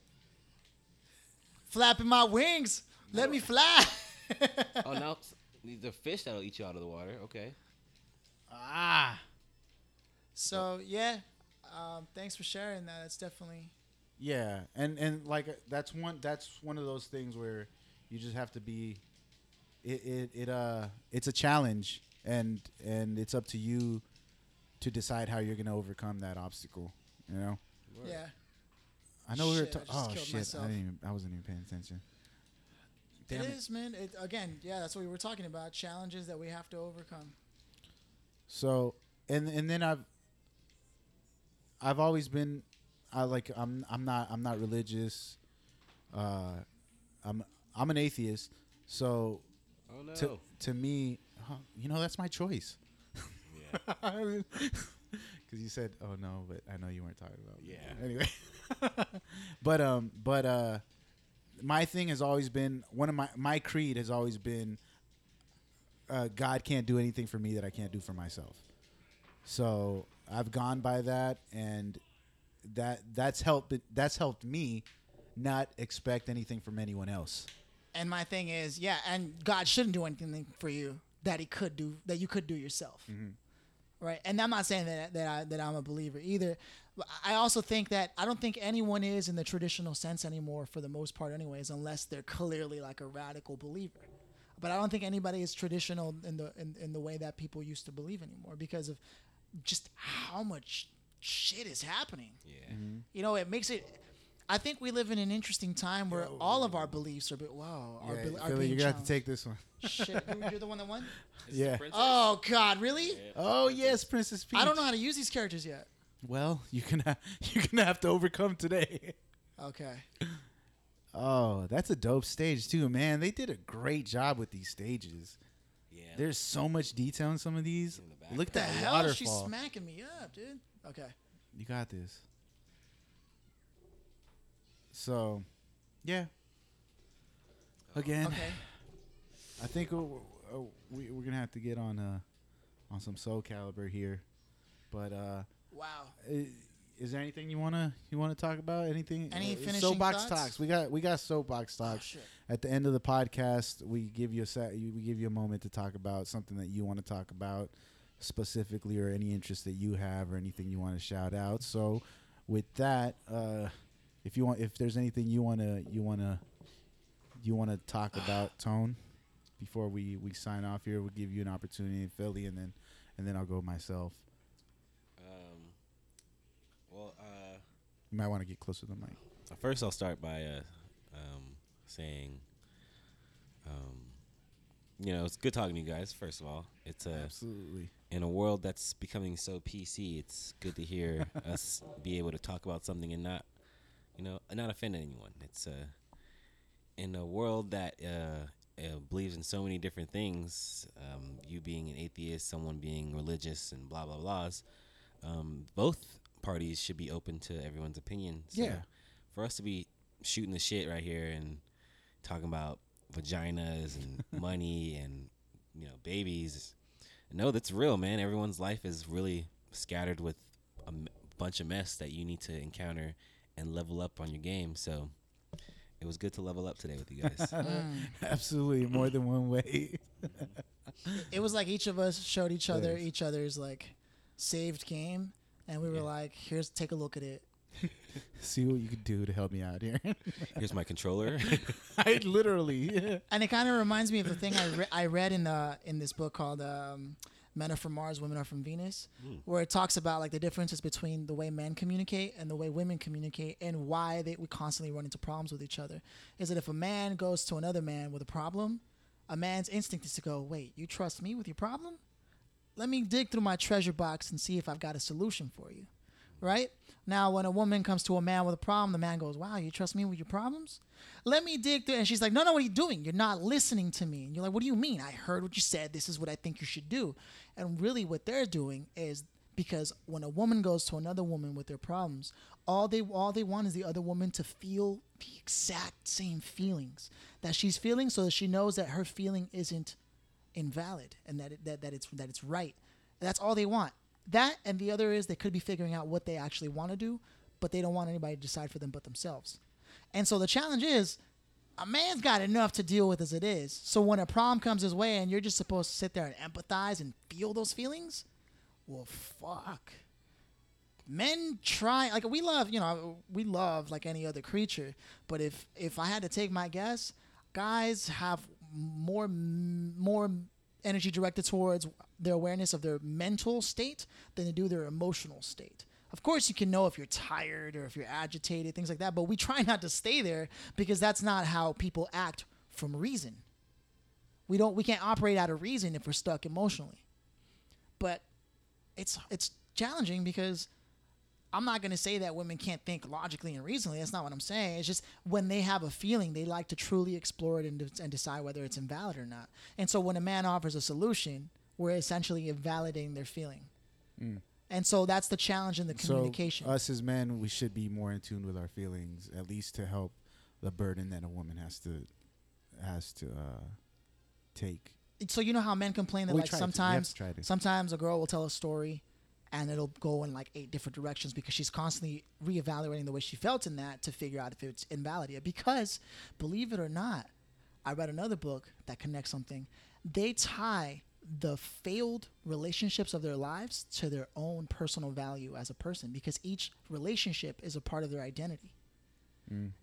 S1: Flapping my wings. Let me fly. [laughs]
S2: [laughs]
S3: oh, now it's- these are fish that'll eat you out of the water. Okay.
S2: ah,
S1: so yeah, um, thanks for sharing that. That's definitely
S2: yeah, and and like uh, that's one that's one of those things where you just have to be. It it, it uh it's a challenge, and and it's up to you to decide how you're gonna overcome that obstacle. You know,
S3: Word.
S1: yeah.
S2: I know we were
S1: Shit, I
S2: talking.
S1: just
S2: Oh
S1: killed
S2: shit,
S1: myself.
S2: I didn't even, I wasn't even paying attention.
S1: It
S2: Damn it.
S1: is, man. It, again, yeah, that's what we were talking about. Challenges that we have to overcome.
S2: So and and then I've I've always been I like I'm I'm not I'm not religious. Uh I'm I'm an atheist. So
S3: Oh, no.
S2: to to me, huh, you know that's my choice. [laughs]
S3: Yeah.
S2: Cuz you said, "Oh no," but I know you weren't talking about. me.
S3: Yeah.
S2: Anyway. [laughs] but um but uh my thing has always been one of my my creed has always been uh, God can't do anything for me that I can't do for myself. So I've gone by that, and that that's helped that's helped me not expect anything from anyone else.
S1: And my thing is, yeah, and God shouldn't do anything for you that He could do that you could do yourself, right? And I'm not saying that that I that I'm a believer either. But I also think that I don't think anyone is in the traditional sense anymore, for the most part, anyways, unless they're clearly like a radical believer. But I don't think anybody is traditional in the in, in the way that people used to believe anymore because of just how much shit is happening.
S3: Yeah.
S2: Mm-hmm.
S1: You know, it makes it. I think we live in an interesting time where all of our beliefs are. be- Wow, are, be- are
S2: Philly,
S1: being
S2: you're gonna have
S1: challenged.
S2: to take this one. [laughs]
S1: Shit, you- you're the one that won.
S3: Is this
S2: Yeah.
S3: princess?
S1: Oh God, really?
S2: Oh yes, Princess Peach.
S1: I don't know how to use these characters yet.
S2: Well, you're gonna you're gonna have to overcome today.
S1: Okay,
S2: Oh, that's a dope stage too, man. They did a great job with these stages.
S3: Yeah.
S2: There's so much detail in some of these.
S3: In the back.
S2: Look at
S1: the
S2: that
S1: hell
S2: waterfall.
S1: she's smacking me up, dude. Okay,
S2: You got this. So, yeah. Again,
S1: okay.
S2: I think we're, we're, we- we're gonna have to get on uh on some soul caliber here, but uh, [laughs]
S1: Wow,
S2: eh, Is there anything you wanna you wanna talk about? Anything?
S1: Any
S2: uh,
S1: finishing
S2: soapbox
S1: thoughts?
S2: talks? We got we got soapbox talks.
S1: shit.
S2: At the end of the podcast, we give you a set. We give you a moment to talk about something that you want to talk about specifically, or any interest that you have, or anything you want to shout out. So, with that, uh, if you want, if there's anything you wanna you wanna you wanna
S1: [sighs]
S2: talk about, tone before we we sign off here, we'll give you an opportunity in Philly, and then and then I'll go myself.
S3: Um, well, uh,
S2: You might want to get closer to the mic.
S3: first I'll start by uh, um, saying, um, you know, it's good talking to you guys. First of all, it's uh,
S2: Absolutely. [laughs]
S3: in a world that's becoming so PC. It's good to hear us be able to talk about something and not, you know, not offend anyone. It's uh, in a world that uh, uh, believes in so many different things, um, you being an atheist, someone being religious, and blah blah blahs, um, both parties should be open to everyone's opinion. So
S2: Yeah.
S3: For us to be shooting the shit right here and talking about vaginas and money and you know babies, no, that's real, man. Everyone's life is really scattered with a m- bunch of mess that you need to encounter and level up on your game. So it was good to level up today with you guys.
S2: Absolutely, more than one way. [laughs]
S1: It was like each of us showed each other
S2: Yes.
S1: each other's like saved game, and we were like, "Here's take a look at it."
S2: See what you can do to help me out here. [laughs]
S3: Here's my controller. [laughs]
S2: I literally. [laughs]
S1: And it kind of reminds me of the thing I, re- I read in the in this book called um, "Men Are From Mars, Women Are From Venus," where it talks about like the differences between the way men communicate and the way women communicate, and why they we constantly run into problems with each other. Is that if a man goes to another man with a problem, a man's instinct is to go, "Wait, you trust me with your problem? Let me dig through my treasure box and see if I've got a solution for you." right? Now, when a woman comes to a man with a problem, the man goes, Wow, you trust me with your problems? Let me dig through. And she's like, No, no, what are you doing? You're not listening to me. And you're like, What do you mean? I heard what you said. This is what I think you should do. And really, what they're doing is because when a woman goes to another woman with their problems, all they all they want is the other woman to feel the exact same feelings that she's feeling, so that she knows that her feeling isn't invalid and that it, that that it's that it's right. That's all they want. That and the other is they could be figuring out what they actually want to do, but they don't want anybody to decide for them but themselves. And so the challenge is a man's got enough to deal with as it is. So when a problem comes his way and you're just supposed to sit there and empathize and feel those feelings, well fuck men try like we love you know we love like any other creature but if if i had to take my guess guys have more more energy directed towards their awareness of their mental state than they do their emotional state of course you can know if you're tired or if you're agitated things like that but we try [laughs] not to stay there because that's not how people act from reason we don't we can't operate out of reason if we're stuck emotionally but it's it's challenging because I'm not going to say that women can't think logically and reasonably. That's not what I'm saying. It's just when they have a feeling, they like to truly explore it and, de- and decide whether it's invalid or not. And so when a man offers a solution, we're essentially invalidating their feeling. And so that's the challenge in the communication.
S2: Mm. So uh, us as men, we should be more in tune with our feelings, at least to help the burden that a woman has to has to uh, take.
S1: so you know how men complain that
S2: We
S1: like
S2: try to. We have to
S1: sometimes
S2: try to.
S1: sometimes a girl will tell a story and it'll go in like eight different directions because she's constantly reevaluating the way she felt in that to figure out if it's invalid yet. because believe it or not i read another book that connects something they tie the failed relationships of their lives to their own personal value as a person because each relationship is a part of their identity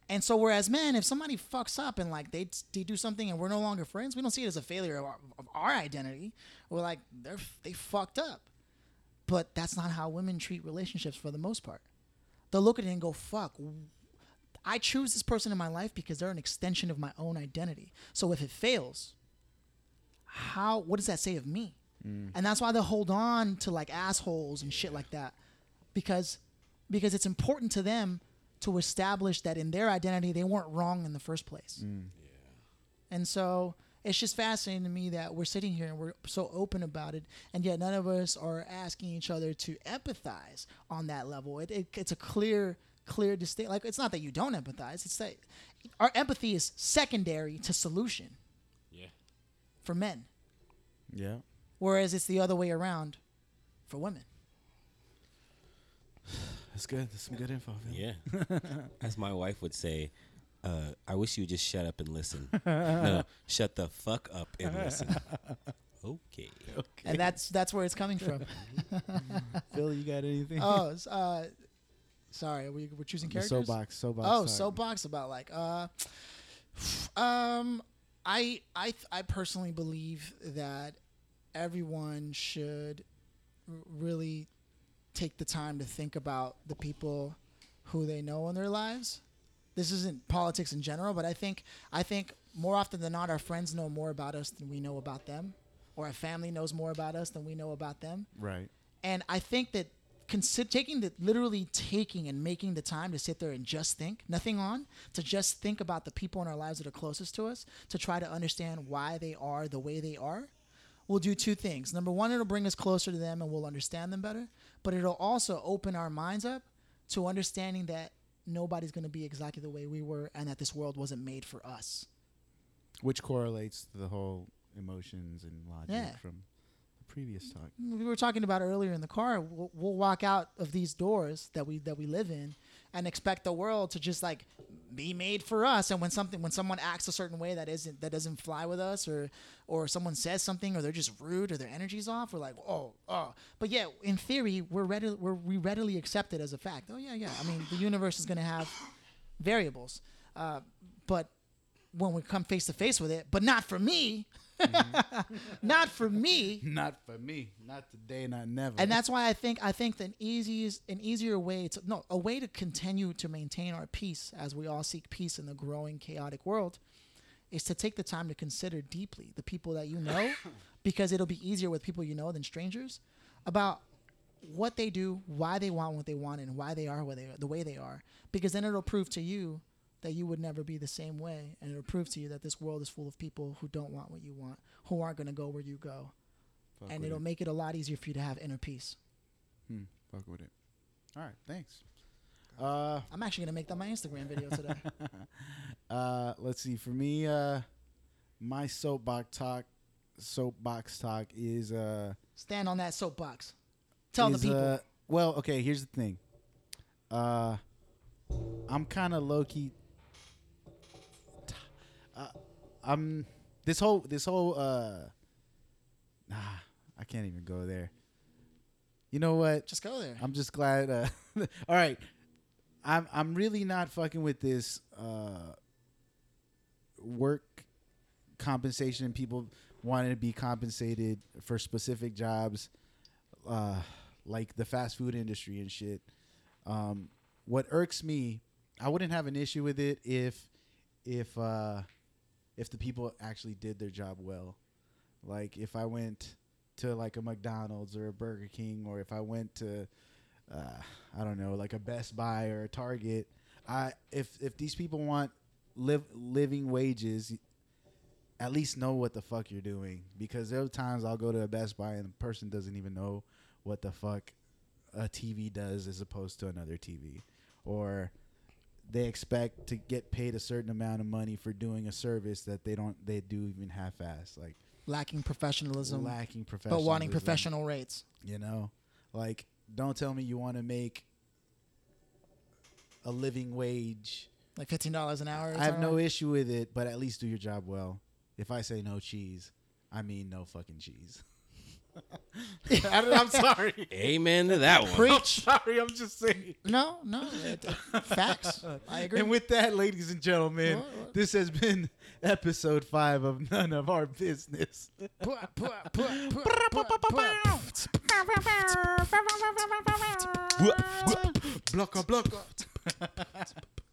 S1: and so, whereas men, if somebody fucks up and like they, they do something and we're no longer friends, we don't see it as a failure of our, of our identity. We're like they're they fucked up, but that's not how women treat relationships for the most part. They'll look at it and go, "Fuck, I choose this person in my life because they're an extension of my own identity. So if it fails, how what does that say of me? And that's why they hold on to like assholes and shit like that because because it's important to them to establish that in their identity they weren't wrong in the first place. And so it's just fascinating to me that we're sitting here and we're so open about it, and yet none of us are asking each other to empathize on that level. It, it, it's a clear, clear distinct. Like it's not that you don't empathize; it's that our empathy is secondary to solution
S3: yeah.
S1: for men,
S2: Yeah.
S1: whereas it's the other way around for women.
S2: That's good. That's some good info. Phil.
S3: Yeah. As my wife would say, uh, I wish you would just shut up and listen. no, shut the fuck up and listen. Okay.
S1: and that's that's where it's coming from.
S2: Phil, you got anything? [laughs]
S1: oh, s- uh, sorry, we we're choosing
S2: The
S1: characters.
S2: soapbox. Soapbox.
S1: Oh,
S2: talk.
S1: soapbox about like uh, um, I I th- I personally believe that everyone should r- really take the time to think about the people who they know in their lives. This isn't politics in general, but I think I think more often than not, our friends know more about us than we know about them, or our family knows more about us than we know about them.
S2: Right.
S1: And I think that consider taking the literally taking and making the time to sit there and just think, nothing on, to just think about the people in our lives that are closest to us, to try to understand why they are the way they are, will do two things. Number one, it'll bring us closer to them and we'll understand them better, but it'll also open our minds up to understanding that nobody's going to be exactly the way we were and that this world wasn't made for us.
S2: Which correlates to the whole emotions and logic
S1: Yeah. Mm-hmm.
S2: from the previous talk.
S1: Mm, we were talking about earlier in the car we'll, we'll walk out of these doors that we that we live in and expect the world to just like be made for us and when something when someone acts a certain way that isn't that doesn't fly with us or or someone says something or they're just rude or their energy's off we're like oh oh but yeah in theory we're ready we're we readily accept it as a fact oh yeah yeah i mean the universe is going to have variables uh, but when we come face to face with it but not for me [laughs] not for me
S2: Not for me. Not today. Not never.
S1: and that's why I think I think that an easiest an easier way to no a way to continue to maintain our peace as we all seek peace in the growing chaotic world is to take the time to consider deeply the people that you
S2: [laughs]
S1: know because it'll be easier with people you know than strangers about what they do, why they want what they want and why they are what they are, the way they are because then it'll prove to you that you would never be the same way and it'll prove to you that this world is full of people who don't want what you want, who aren't going to go where you go
S2: Fuck
S1: and
S2: with
S1: it'll
S2: it.
S1: make it a lot easier for you to have inner peace.
S2: Hmm, fuck with it. All right. Thanks. Uh,
S1: I'm actually gonna make that my Instagram video today.
S2: uh, let's see. For me, uh, my soapbox talk, soapbox talk is uh,
S1: Stand on that soapbox. Tell the
S2: is,
S1: people.
S2: uh, well, okay. Here's the thing. Uh, I'm kind of low key. Uh, I'm this whole this whole uh, nah. I can't even go there. You know what?
S1: Just go there.
S2: I'm just glad. Uh, [laughs] all right, I'm I'm really not fucking with this uh, work compensation and people wanting to be compensated for specific jobs, uh, like the fast food industry and shit. Um, what irks me, I wouldn't have an issue with it if if uh, if the people actually did their job well. Like if I went to like a McDonald's or a Burger King, or if I went to uh, I don't know, like a Best Buy or a Target. I if if these people want live living wages, at least know what the fuck you're doing. Because there are times I'll go to a Best Buy and the person doesn't even know what the fuck a TV does as opposed to another TV, or they expect to get paid a certain amount of money for doing a service that they don't they do even half-ass like
S1: Lacking professionalism,
S2: lacking professionalism
S1: but wanting professional rates.
S2: you know, like don't tell me you want to make a living wage.
S1: Like fifteen dollars an hour.
S2: I have no issue with it, but at least do your job well. If I say no cheese, I mean no fucking cheese. [laughs] I don't- I'm sorry. [laughs]
S3: Amen to that one.
S1: preach.
S2: Sorry, I'm just saying.
S1: No, no. it- it-
S2: [laughs]
S1: facts. I agree.
S2: And with that, ladies and gentlemen,
S1: What, what?
S2: this has been [laughs] episode five of None of Our Business.
S1: Puh, puh, puh, puh, puh, puh.
S2: Blocka, blocka.